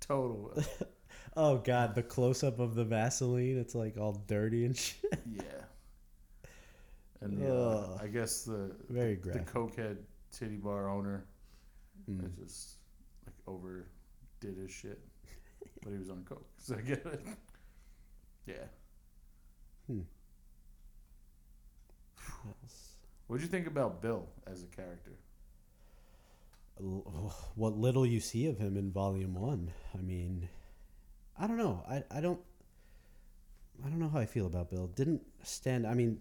[SPEAKER 2] Total.
[SPEAKER 1] <laughs> <laughs> oh god, the close up of the Vaseline, it's like all dirty and <laughs> shit.
[SPEAKER 2] Yeah. And uh,
[SPEAKER 1] Ugh.
[SPEAKER 2] I guess the
[SPEAKER 1] Very
[SPEAKER 2] the
[SPEAKER 1] graphic.
[SPEAKER 2] cokehead titty bar owner
[SPEAKER 1] Mm.
[SPEAKER 2] that just like overdid his shit, but he was on coke, so I get it. Yeah.
[SPEAKER 1] What else?
[SPEAKER 2] What'd you think about Bill as a character?
[SPEAKER 1] l- <sighs> what little you see of him in Volume One. I mean, I don't know. I I don't. I don't know how I feel about Bill. Didn't stand. I mean,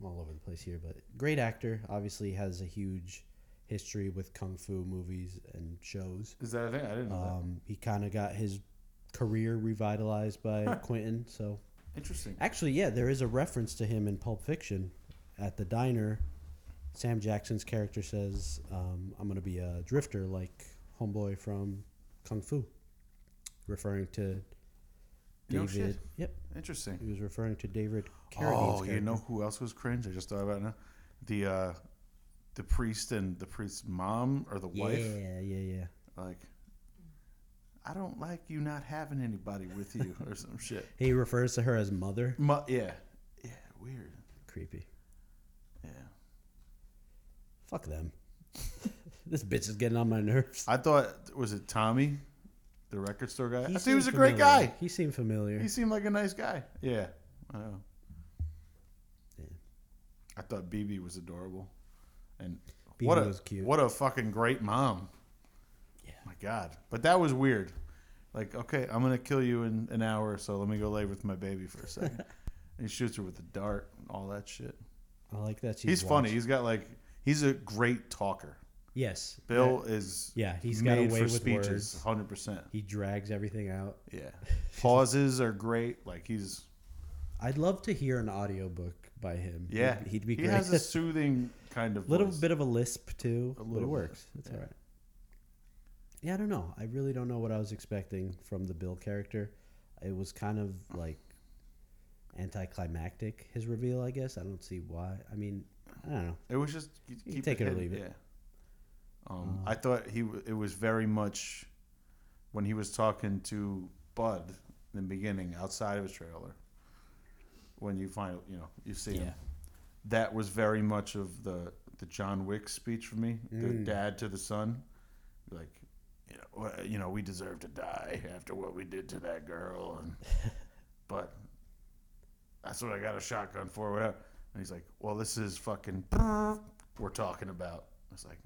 [SPEAKER 1] I'm all over the place here, but great actor. Obviously, has a huge history with kung fu movies and shows.
[SPEAKER 2] Is that a thing? I didn't know
[SPEAKER 1] Um, he kind of got his career revitalized by Quentin. So
[SPEAKER 2] that. Interesting.
[SPEAKER 1] Actually, yeah, there is a reference to him in Pulp Fiction. At the diner, Sam Jackson's character says, um, "I'm gonna be a drifter like homeboy from Kung Fu," referring to
[SPEAKER 2] No
[SPEAKER 1] David.
[SPEAKER 2] shit.
[SPEAKER 1] Yep,
[SPEAKER 2] Interesting.
[SPEAKER 1] he was referring to David. Carradine's
[SPEAKER 2] Oh, you know who else was cringe? I just thought about it now. The uh, the priest and the priest's mom or the
[SPEAKER 1] Yeah,
[SPEAKER 2] wife.
[SPEAKER 1] yeah, yeah.
[SPEAKER 2] Like, I don't like you not having anybody with you or some <laughs> shit.
[SPEAKER 1] He refers to her as mother.
[SPEAKER 2] Mu- yeah, yeah, weird.
[SPEAKER 1] Creepy.
[SPEAKER 2] Yeah,
[SPEAKER 1] Fuck them. <laughs> this bitch is getting on my nerves.
[SPEAKER 2] I thought was it Tommy, the record store guy. I thought he
[SPEAKER 1] seemed
[SPEAKER 2] was a great
[SPEAKER 1] familiar.
[SPEAKER 2] guy.
[SPEAKER 1] He seemed familiar.
[SPEAKER 2] He seemed like a nice guy. Yeah, I know. I thought BB was adorable, and
[SPEAKER 1] BB
[SPEAKER 2] what a
[SPEAKER 1] was cute.
[SPEAKER 2] what a fucking great mom.
[SPEAKER 1] Yeah.
[SPEAKER 2] my God, but that was weird. Like, okay, I'm gonna kill you in an hour, so let me go lay with my baby for a
[SPEAKER 1] <laughs>
[SPEAKER 2] second. and he shoots her with a dart and all that shit.
[SPEAKER 1] I like that. She's
[SPEAKER 2] He's, funny.
[SPEAKER 1] watched-
[SPEAKER 2] He's got like he's a great talker.
[SPEAKER 1] Yes,
[SPEAKER 2] Bill is
[SPEAKER 1] Yeah, he's got a way with words.
[SPEAKER 2] hundred percent.
[SPEAKER 1] He drags everything out. <laughs>
[SPEAKER 2] Yeah, pauses are great. Like he's
[SPEAKER 1] I'd love to hear an audiobook by him.
[SPEAKER 2] yeah,
[SPEAKER 1] He'd, he'd be
[SPEAKER 2] he
[SPEAKER 1] great. <laughs>
[SPEAKER 2] has a soothing kind of
[SPEAKER 1] little
[SPEAKER 2] voice.
[SPEAKER 1] bit of a lisp too, but it
[SPEAKER 2] little
[SPEAKER 1] works.
[SPEAKER 2] lisp,
[SPEAKER 1] It's
[SPEAKER 2] yeah.
[SPEAKER 1] all right. Yeah, I don't know. I really don't know what I was expecting from the Bill character. It was kind of like anticlimactic his reveal, I guess. I don't see why. I mean, I don't know.
[SPEAKER 2] It was just you
[SPEAKER 1] can
[SPEAKER 2] keep
[SPEAKER 1] take it or
[SPEAKER 2] hidden,
[SPEAKER 1] leave it. Uh.
[SPEAKER 2] Yeah. Um, I thought he w- it was very much when he was talking to Bud in the beginning outside of his trailer. When you find you know you see him,
[SPEAKER 1] Yeah.
[SPEAKER 2] that was very much of the the John Wick speech for me. The dad to the son, like you know "Well, you know we deserve to die after what we did to that girl, and but that's what I got a shotgun for, whatever. And he's like, well, this is fucking <laughs> we're talking about. I was like,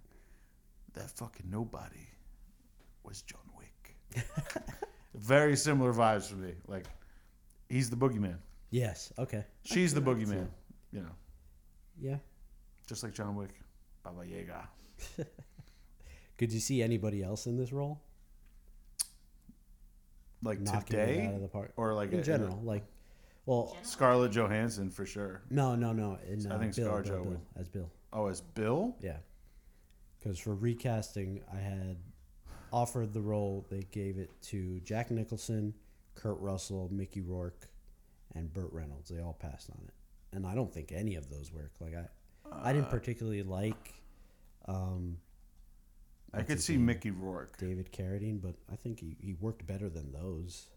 [SPEAKER 2] that fucking nobody was John Wick. Very similar vibes for me. Like, he's the boogeyman.
[SPEAKER 1] Yes. Okay.
[SPEAKER 2] She's the
[SPEAKER 1] can see
[SPEAKER 2] boogeyman.
[SPEAKER 1] it.
[SPEAKER 2] You know,
[SPEAKER 1] Yeah.
[SPEAKER 2] just like John Wick, Baba Yaga.
[SPEAKER 1] Could you see anybody else in this role
[SPEAKER 2] Like
[SPEAKER 1] knocking it out of
[SPEAKER 2] today,
[SPEAKER 1] the park?
[SPEAKER 2] or like uh,
[SPEAKER 1] in
[SPEAKER 2] a-
[SPEAKER 1] general, like, well,
[SPEAKER 3] General?
[SPEAKER 2] Scarlett Johansson for sure.
[SPEAKER 1] no, no, no. In,
[SPEAKER 2] I
[SPEAKER 1] uh,
[SPEAKER 2] think
[SPEAKER 1] Bill,
[SPEAKER 2] ScarJo
[SPEAKER 1] Bill,
[SPEAKER 2] would-
[SPEAKER 1] Bill, as Bill.
[SPEAKER 2] Oh, as Bill?
[SPEAKER 1] Yeah. Because for recasting, I had offered the role. They gave it to Jack Nicholson, Kurt Russell, Mickey Rourke, and Burt Reynolds. They all passed on it, and I don't think any of those work. Like I, I didn't particularly like um,
[SPEAKER 2] I could see Mickey Rourke.
[SPEAKER 1] David Carradine, but I think he, he worked better than those.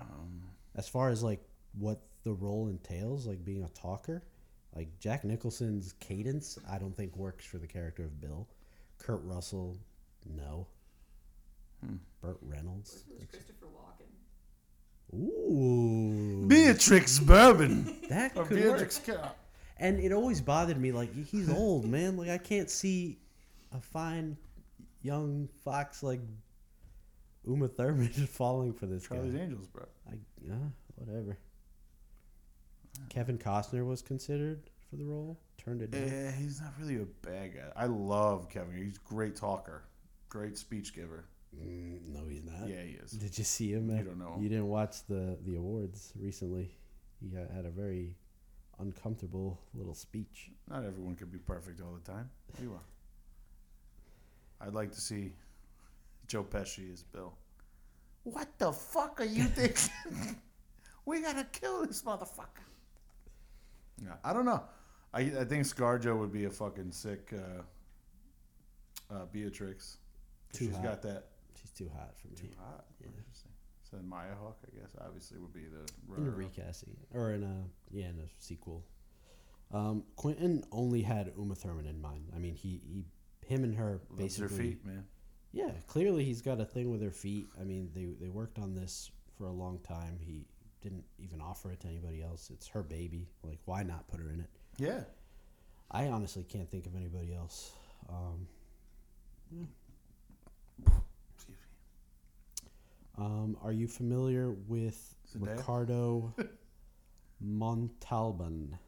[SPEAKER 2] Um,
[SPEAKER 1] As far as like what the role entails, like being a talker, like Jack Nicholson's cadence, I don't think works for the character of Bill. Kurt Russell, no. Burt Reynolds,
[SPEAKER 3] It was Christopher Walken.
[SPEAKER 1] ooh,
[SPEAKER 2] Beatrix Bourbon.
[SPEAKER 1] <laughs> that
[SPEAKER 2] Or
[SPEAKER 1] could work.
[SPEAKER 2] Beatrix Cal.
[SPEAKER 1] And it always bothered me, like he's old, man. Like I can't see a fine young fox like Uma Thurman <laughs> falling for this guy.
[SPEAKER 2] Charlie's Angels, bro.
[SPEAKER 1] I yeah, whatever. Kevin Costner was considered for the role, turned it down.
[SPEAKER 2] Yeah, he's not really a bad guy. I love Kevin. He's a great talker, great speech giver.
[SPEAKER 1] Mm, no, he's not.
[SPEAKER 2] Yeah, he is.
[SPEAKER 1] Did you see him?
[SPEAKER 2] You
[SPEAKER 1] at-
[SPEAKER 2] don't know him.
[SPEAKER 1] You didn't watch the the awards recently. He ha- had a very uncomfortable little speech.
[SPEAKER 2] Not everyone can be perfect all the time. You are. I'd like to see Joe Pesci as Bill. What the fuck are you thinking? <laughs> we gotta kill this motherfucker. Yeah, I don't know. I I think ScarJo would be a fucking sick uh, uh, Beatrix.
[SPEAKER 1] Too
[SPEAKER 2] She's
[SPEAKER 1] hot.
[SPEAKER 2] got that
[SPEAKER 1] She's too hot for me.
[SPEAKER 2] Too hot. Interesting. So then Maya Hawk, I guess, obviously would be the
[SPEAKER 1] in
[SPEAKER 2] runner.
[SPEAKER 1] a recasting or in a yeah in a sequel. Um, Quentin only had Uma Thurman in mind. I mean, he, he him and her
[SPEAKER 2] Loves
[SPEAKER 1] basically
[SPEAKER 2] their feet, man.
[SPEAKER 1] Yeah, clearly he's got a thing with her feet. I mean, they they worked on this for a long time. He didn't even offer it to anybody else. It's her baby. Like, why not put her in it?
[SPEAKER 2] Yeah.
[SPEAKER 1] I honestly can't think of anybody else. Um, yeah, Um, are you familiar with
[SPEAKER 2] Zendaya?
[SPEAKER 1] Ricardo Montalban?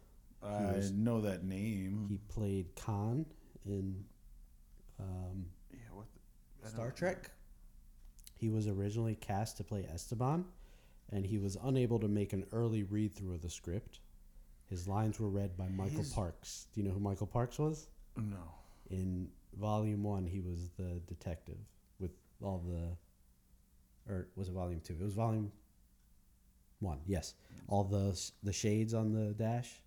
[SPEAKER 2] I
[SPEAKER 1] was-
[SPEAKER 2] know that name.
[SPEAKER 1] He played Khan in um,
[SPEAKER 2] yeah, what? The, I
[SPEAKER 1] Star
[SPEAKER 2] don't-
[SPEAKER 1] Trek. He was originally cast to play Esteban, and he was unable to make an early read through of the script. His lines were read by Michael
[SPEAKER 2] He's-
[SPEAKER 1] Parks. Do you know who Michael Parks was?
[SPEAKER 2] No.
[SPEAKER 1] In Volume One, he was the detective with all the, or was it Volume Two? It was Volume One. Yes, all the s- the shades on the dash.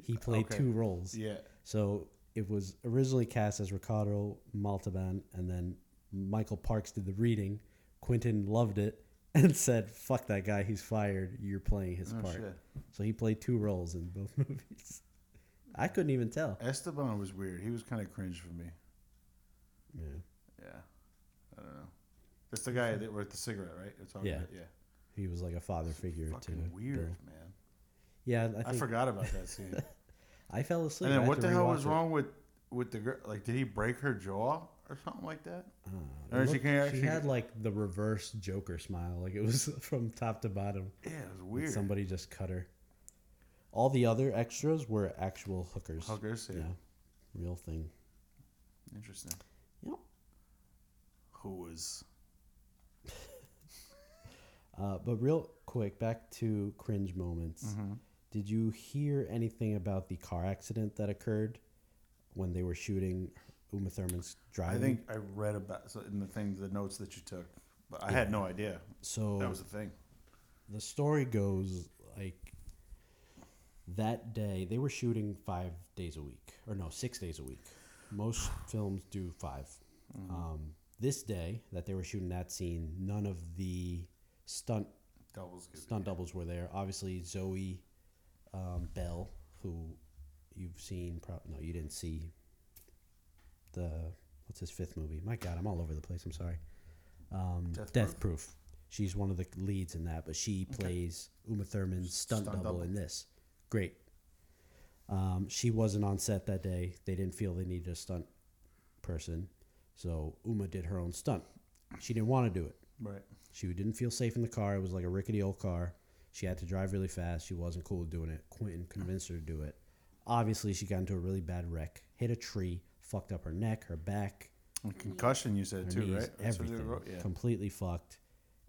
[SPEAKER 1] He played
[SPEAKER 2] Okay.
[SPEAKER 1] two roles.
[SPEAKER 2] Yeah.
[SPEAKER 1] So it was originally cast as Ricardo Maltaban, and then Michael Parks did the reading. Quentin loved it <laughs> and said, "Fuck that guy, he's fired. You're playing his
[SPEAKER 2] Oh,
[SPEAKER 1] part."
[SPEAKER 2] shit.
[SPEAKER 1] So he played two roles in both <laughs> movies. I couldn't even tell.
[SPEAKER 2] Esteban was weird. He was kind of cringe for me.
[SPEAKER 1] Yeah.
[SPEAKER 2] Yeah. I don't know. That's the guy that with the cigarette, right? We're talking
[SPEAKER 1] Yeah.
[SPEAKER 2] about- yeah.
[SPEAKER 1] He was like a father figure to
[SPEAKER 2] Fucking weird,
[SPEAKER 1] Bill.
[SPEAKER 2] man.
[SPEAKER 1] Yeah, I,
[SPEAKER 2] I,
[SPEAKER 1] think I,
[SPEAKER 2] forgot about that
[SPEAKER 1] <laughs>
[SPEAKER 2] scene.
[SPEAKER 1] fell asleep.
[SPEAKER 2] and
[SPEAKER 1] I
[SPEAKER 2] then
[SPEAKER 1] had
[SPEAKER 2] what
[SPEAKER 1] to
[SPEAKER 2] the hell
[SPEAKER 1] rewatch
[SPEAKER 2] was
[SPEAKER 1] it.
[SPEAKER 2] wrong with with the girl? Like, did he break her jaw or something like that?
[SPEAKER 1] I don't know. It
[SPEAKER 2] Or she
[SPEAKER 1] looked-
[SPEAKER 2] can't
[SPEAKER 1] Uh, she
[SPEAKER 2] actually-
[SPEAKER 1] had like the reverse Joker smile, like it was <laughs> from top to bottom.
[SPEAKER 2] Yeah, it was
[SPEAKER 1] Like
[SPEAKER 2] weird.
[SPEAKER 1] somebody just cut her. All the other extras were actual hookers.
[SPEAKER 2] Hookers, yeah.
[SPEAKER 1] Yeah. Real thing.
[SPEAKER 2] Interesting.
[SPEAKER 1] Yep.
[SPEAKER 2] Who was?
[SPEAKER 1] Uh, but real quick, back to cringe moments.
[SPEAKER 2] Mm-hmm.
[SPEAKER 1] Did you hear anything about the car accident that occurred when they were shooting Uma Thurman's
[SPEAKER 2] I
[SPEAKER 1] driving?
[SPEAKER 2] think I read about so in the thing, the notes that you took, but I had no idea
[SPEAKER 1] so.
[SPEAKER 2] that was the thing.
[SPEAKER 1] the story goes like that day they were shooting five days a week or no six days a week most films do 5 um, this day that they were shooting that scene none of the stunt
[SPEAKER 2] Doubles. good.
[SPEAKER 1] stunt doubles were there obviously zoe um, bell who you've seen pro- no you didn't see the what's his fifth movie my god i'm all over the place i'm sorry um,
[SPEAKER 2] Death
[SPEAKER 1] death, proof. she's one of the leads in that but she plays uma thurman's stunt,
[SPEAKER 2] Stunt
[SPEAKER 1] double,
[SPEAKER 2] double.
[SPEAKER 1] in this great um, she wasn't on set that day they didn't feel they needed a stunt person so uma did her own stunt she didn't want to do it
[SPEAKER 2] Right.
[SPEAKER 1] she didn't feel safe in the car. It was like a rickety old car. She had to drive really fast. She wasn't cool with doing it. Quentin convinced her to do it. Obviously, she got into a really bad wreck, hit a tree, fucked up her neck, her back,
[SPEAKER 2] And concussion, you said
[SPEAKER 1] her
[SPEAKER 2] too,
[SPEAKER 1] knees,
[SPEAKER 2] right? That's what they
[SPEAKER 1] everything.
[SPEAKER 2] wrote? Yeah.
[SPEAKER 1] Completely fucked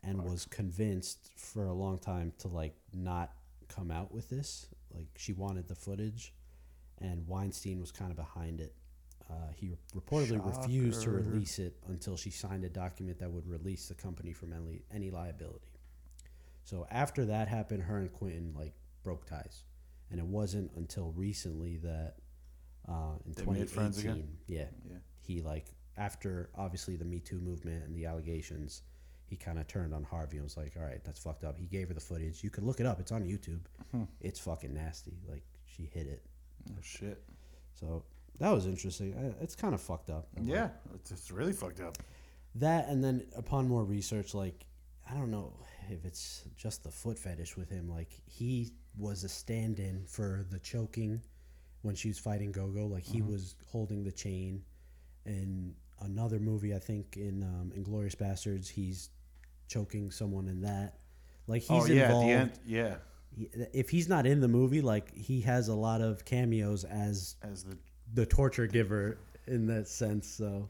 [SPEAKER 1] and was convinced for a long time to like not come out with this. Like she wanted the footage and Weinstein was kind of behind it. Uh, he reportedly refused to
[SPEAKER 2] Shocker.
[SPEAKER 1] release it until she signed a document that would release the company from any, any liability. So after that happened, her and Quentin like broke ties, and it wasn't until recently that uh, in
[SPEAKER 2] They
[SPEAKER 1] twenty
[SPEAKER 2] made friends again?
[SPEAKER 1] eighteen, yeah,
[SPEAKER 2] Yeah.
[SPEAKER 1] he like after obviously the Me Too movement and the allegations, he kind of turned on Harvey and was like, "All right, that's fucked up." He gave her the footage. You can look it up. It's on YouTube. It's fucking nasty. Like she hit it.
[SPEAKER 2] Oh, shit.
[SPEAKER 1] So that was interesting. Uh, It's kind of fucked up.
[SPEAKER 2] Yeah. It's, it's really fucked up.
[SPEAKER 1] that and then upon more research like i don't know if it's just the foot fetish with him like he was a stand-in for the choking when she was fighting gogo like he
[SPEAKER 2] Mm-hmm.
[SPEAKER 1] was holding the chain in another movie i think in um, inglorious bastards he's choking someone in that like he's
[SPEAKER 2] oh yeah. At
[SPEAKER 1] involved
[SPEAKER 2] the end. Yeah.
[SPEAKER 1] he- if he's not in the movie like he has a lot of cameos as
[SPEAKER 2] As the
[SPEAKER 1] the torture giver in that sense. So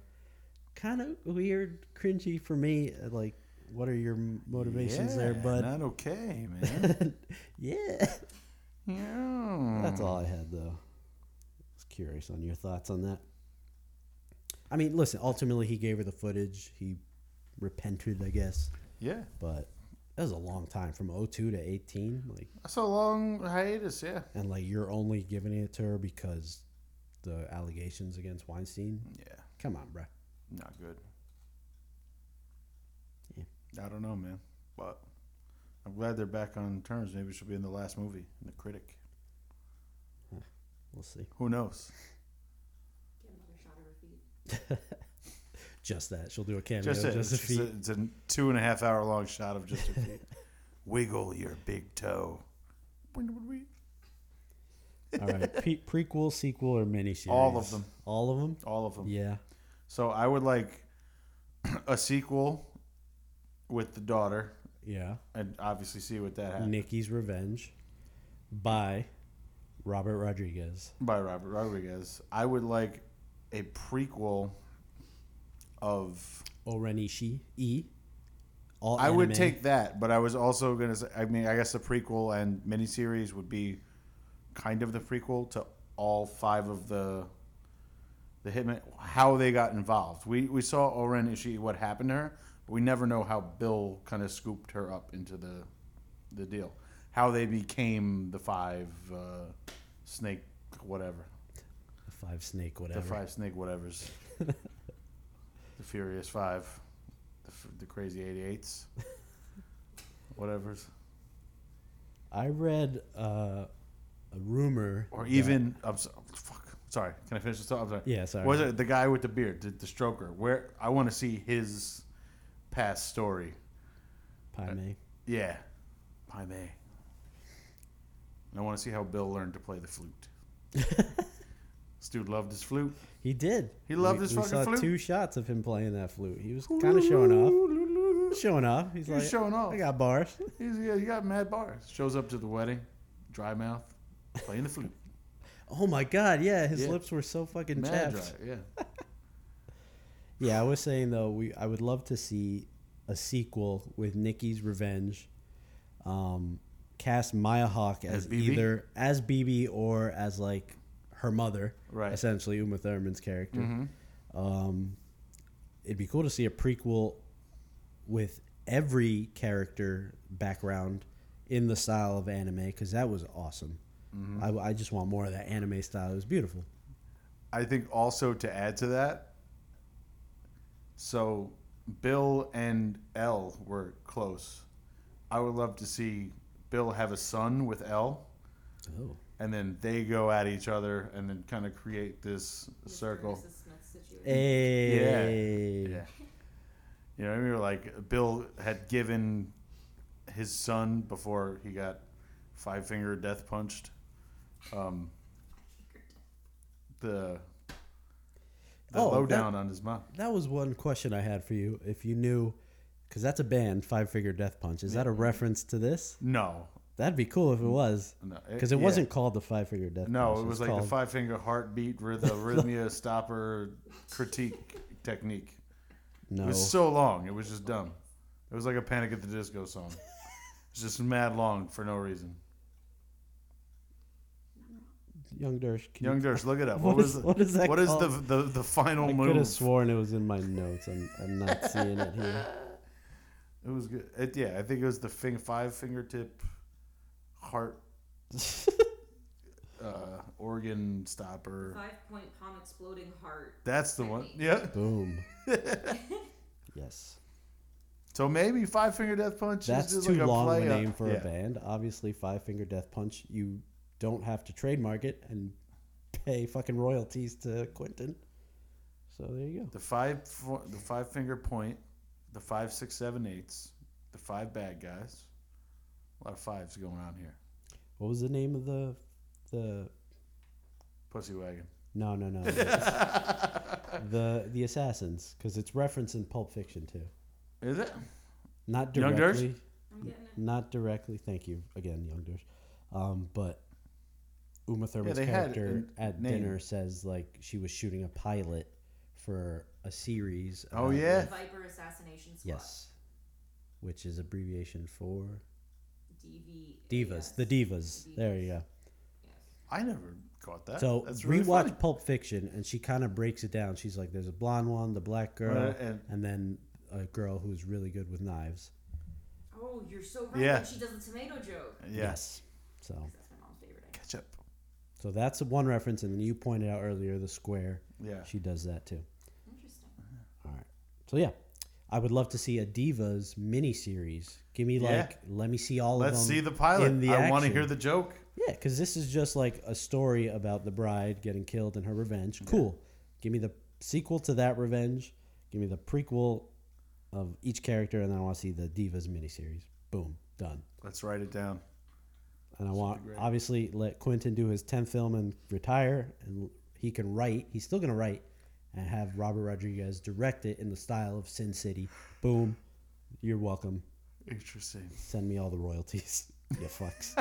[SPEAKER 1] kind of weird, cringy for me. Like, what are your m- motivations there,
[SPEAKER 2] Yeah,
[SPEAKER 1] bud?
[SPEAKER 2] Not okay, man.
[SPEAKER 1] <laughs> yeah,
[SPEAKER 2] yeah.
[SPEAKER 1] that's all I had though. I was curious on your thoughts on that. I mean, listen. Ultimately, he gave her the footage. He repented, I guess,
[SPEAKER 2] Yeah.
[SPEAKER 1] but that was a long time from 02 to 18. Like,
[SPEAKER 2] That's a long hiatus. Yeah.
[SPEAKER 1] and like you're only giving it to her because the allegations against Weinstein.
[SPEAKER 2] Yeah.
[SPEAKER 1] Come on, bruh.
[SPEAKER 2] Not good.
[SPEAKER 1] Yeah.
[SPEAKER 2] I don't know, man. But I'm glad they're back on terms. Maybe she'll be in the last movie, in The Critic.
[SPEAKER 1] We'll see.
[SPEAKER 2] Who knows?
[SPEAKER 3] Get another shot of her feet.
[SPEAKER 1] Just that she'll do a cameo.
[SPEAKER 2] just, it.
[SPEAKER 1] Just, a
[SPEAKER 2] It's
[SPEAKER 1] feat.
[SPEAKER 2] a- it's a two and a half hour long shot of just a
[SPEAKER 1] <laughs>
[SPEAKER 2] feet. Wiggle your big toe.
[SPEAKER 1] All right,
[SPEAKER 2] <laughs>
[SPEAKER 1] Pe- prequel, sequel, or miniseries?
[SPEAKER 2] All of them.
[SPEAKER 1] All of them.
[SPEAKER 2] All of them.
[SPEAKER 1] Yeah.
[SPEAKER 2] <clears throat> So I would like a sequel with the daughter,
[SPEAKER 1] Yeah.
[SPEAKER 2] and obviously see what that happened
[SPEAKER 1] Nikki's Revenge by Robert Rodriguez.
[SPEAKER 2] by Robert Rodriguez. I would like a prequel of.
[SPEAKER 1] Orenishi E. All
[SPEAKER 2] I would
[SPEAKER 1] anime.
[SPEAKER 2] take that, but I was also gonna say. I mean, I guess the prequel and miniseries would be kind of the prequel to all five of the the hitmen. How they got involved. We we saw Oren Ishii what happened to her, but we never know how Bill kind of scooped her up into the the deal. How they became the five uh, snake whatever
[SPEAKER 1] the Five Snake, whatever.
[SPEAKER 2] the five snake whatevers,
[SPEAKER 1] <laughs>
[SPEAKER 2] the furious five, the, f- the crazy eighty eights, whatevers,
[SPEAKER 1] I read uh, a rumor.
[SPEAKER 2] or
[SPEAKER 1] that-
[SPEAKER 2] even I'm so, fuck. Sorry, can I finish this? Up? I'm sorry.
[SPEAKER 1] Yeah, sorry.
[SPEAKER 2] Was it the guy with the beard, the, the stroker? Where I want to see his past story.
[SPEAKER 1] Pai Mei.
[SPEAKER 2] Yeah, Pai Mei. And I want to see how Bill learned to play the flute.
[SPEAKER 1] <laughs>
[SPEAKER 2] this dude loved his flute.
[SPEAKER 1] He did.
[SPEAKER 2] He loved
[SPEAKER 1] we,
[SPEAKER 2] his
[SPEAKER 1] we
[SPEAKER 2] fucking
[SPEAKER 1] saw
[SPEAKER 2] flute.
[SPEAKER 1] two shots of him playing that flute. He was kind of showing off. Showing off. He's
[SPEAKER 2] He was
[SPEAKER 1] like,
[SPEAKER 2] showing off.
[SPEAKER 1] I got bars. <laughs>
[SPEAKER 2] He's, yeah, he got mad bars. Shows up to the wedding, dry mouth, playing the flute.
[SPEAKER 1] Oh my god, yeah, his
[SPEAKER 2] Yeah.
[SPEAKER 1] lips were so fucking
[SPEAKER 2] mad
[SPEAKER 1] chapped.
[SPEAKER 2] dry, yeah.
[SPEAKER 1] Yeah, I was saying though, we I would love to see a sequel with Nikki's Revenge. Um, cast Maya Hawk as,
[SPEAKER 2] As BB?
[SPEAKER 1] either as BB or as like her mother,
[SPEAKER 2] Right. Mm-hmm.
[SPEAKER 1] Essentially, Uma Thurman's character. Um, it'd be cool to see a prequel with every character background in the style of anime because that was awesome.
[SPEAKER 2] Mm-hmm.
[SPEAKER 1] I, I just want more of that anime style. It was beautiful.
[SPEAKER 2] I think also to add to that, so Bill and L were close. I would love to see Bill have a son with L,
[SPEAKER 1] Oh,
[SPEAKER 2] and then they go at each other, and then kind of create this
[SPEAKER 3] Mr. and
[SPEAKER 2] circle.
[SPEAKER 3] Mrs. Smith situation.
[SPEAKER 1] hey,
[SPEAKER 2] Yeah. You know, what I mean, Or, like Bill had given his son before he got five finger death punched. Um, the the
[SPEAKER 1] Oh,
[SPEAKER 2] lowdown on his mom.
[SPEAKER 1] That was one question I had for you. If you knew, because that's a band, Five Figure Death Punch. Is that
[SPEAKER 2] Mm-hmm.
[SPEAKER 1] a reference to this?
[SPEAKER 2] No,
[SPEAKER 1] That'd be cool if it was,
[SPEAKER 2] no,
[SPEAKER 1] because it
[SPEAKER 2] Mm-hmm. Uh, yeah.
[SPEAKER 1] wasn't called the Five Figure Death Punch.
[SPEAKER 2] No, it was like the
[SPEAKER 1] called-
[SPEAKER 2] five finger heartbeat,
[SPEAKER 1] <laughs>
[SPEAKER 2] rhythm, arrhythmia stopper critique technique.
[SPEAKER 1] No,
[SPEAKER 2] It was so long. It was just dumb. It was like a Panic at the Disco song. It's just mad long for no reason.
[SPEAKER 1] Young Dersh. Can <laughs>
[SPEAKER 2] Young
[SPEAKER 1] you,
[SPEAKER 2] Durst, look it up.
[SPEAKER 1] What
[SPEAKER 2] What,
[SPEAKER 1] is-
[SPEAKER 2] was the,
[SPEAKER 1] what is that
[SPEAKER 2] What is the,
[SPEAKER 1] called?
[SPEAKER 2] the the final
[SPEAKER 1] I could
[SPEAKER 2] move?
[SPEAKER 1] have sworn it was in my notes. I'm, I'm
[SPEAKER 2] <laughs>
[SPEAKER 1] not seeing it here.
[SPEAKER 2] It was good. It, yeah, I think it was the fing, five fingertip heart <laughs> uh, organ stopper.
[SPEAKER 3] <laughs> Five point palm exploding heart.
[SPEAKER 2] That's the one. Yeah.
[SPEAKER 1] Boom. yes,
[SPEAKER 2] So maybe five finger death punch.
[SPEAKER 1] that's
[SPEAKER 2] is just
[SPEAKER 1] too
[SPEAKER 2] like a
[SPEAKER 1] long of
[SPEAKER 2] play
[SPEAKER 1] a
[SPEAKER 2] on-
[SPEAKER 1] name for
[SPEAKER 2] yeah.
[SPEAKER 1] a band. Obviously, Five Finger Death Punch. You don't have to trademark it and pay fucking royalties to Quentin. So there you go.
[SPEAKER 2] The five fo- the five finger point, the five six seven eights, the five bad guys. A lot of fives going on here.
[SPEAKER 1] What was the name of the the
[SPEAKER 2] Pussy wagon.
[SPEAKER 1] No,
[SPEAKER 2] <laughs>
[SPEAKER 1] no, no. the the assassins, because it's referenced in Pulp Fiction too.
[SPEAKER 2] Is it?
[SPEAKER 1] Not
[SPEAKER 2] Young Durst?
[SPEAKER 1] directly.
[SPEAKER 3] I'm getting it.
[SPEAKER 1] Not directly. Thank you again, Young Durst. Um, but Uma Thurman's
[SPEAKER 2] they had
[SPEAKER 1] character
[SPEAKER 2] a
[SPEAKER 1] at
[SPEAKER 2] name.
[SPEAKER 1] dinner says like she was shooting a pilot for a series.
[SPEAKER 2] Oh,
[SPEAKER 1] about,
[SPEAKER 2] yeah.
[SPEAKER 3] The
[SPEAKER 1] like-
[SPEAKER 3] Viper Assassination Squad.
[SPEAKER 1] yes. Which is abbreviation for
[SPEAKER 3] DV.
[SPEAKER 1] divas. The divas. There you go.
[SPEAKER 2] I never caught that.
[SPEAKER 1] So
[SPEAKER 2] That's really
[SPEAKER 1] rewatch
[SPEAKER 2] funny.
[SPEAKER 1] Pulp Fiction, and she kind of breaks it down. She's like, "There's a blonde one, the black girl,
[SPEAKER 2] Right,
[SPEAKER 1] and,
[SPEAKER 2] uh, and-
[SPEAKER 1] then a girl who's really good with knives."
[SPEAKER 3] Oh, you're so right.
[SPEAKER 2] Yeah.
[SPEAKER 3] And she does the tomato joke.
[SPEAKER 2] Yeah.
[SPEAKER 1] Yes. So,
[SPEAKER 3] That's my mom's favorite. I
[SPEAKER 2] Ketchup.
[SPEAKER 1] so that's one reference, and then you pointed out earlier the square.
[SPEAKER 2] Yeah.
[SPEAKER 1] She does that too.
[SPEAKER 3] know. Interesting.
[SPEAKER 1] All right. So yeah, I would love to see a divas miniseries. Give me
[SPEAKER 2] Yeah.
[SPEAKER 1] like, let me see all
[SPEAKER 2] Let's
[SPEAKER 1] of them.
[SPEAKER 2] see the pilot.
[SPEAKER 1] in the
[SPEAKER 2] I want to
[SPEAKER 1] action.
[SPEAKER 2] hear the joke.
[SPEAKER 1] Yeah, because this is just like a story about the bride getting killed and her revenge. Cool. Give me the sequel to that revenge. Give me the prequel of each character, and then I want to see the Divas miniseries. Boom, done.
[SPEAKER 2] Let's write it down.
[SPEAKER 1] And I want obviously let Quentin do his tenth film and retire, and he can write. He's still gonna write, and have Robert Rodriguez direct it in the style of Sin City. Boom, You're welcome.
[SPEAKER 2] Interesting.
[SPEAKER 1] Send me all the royalties, <laughs> you fucks.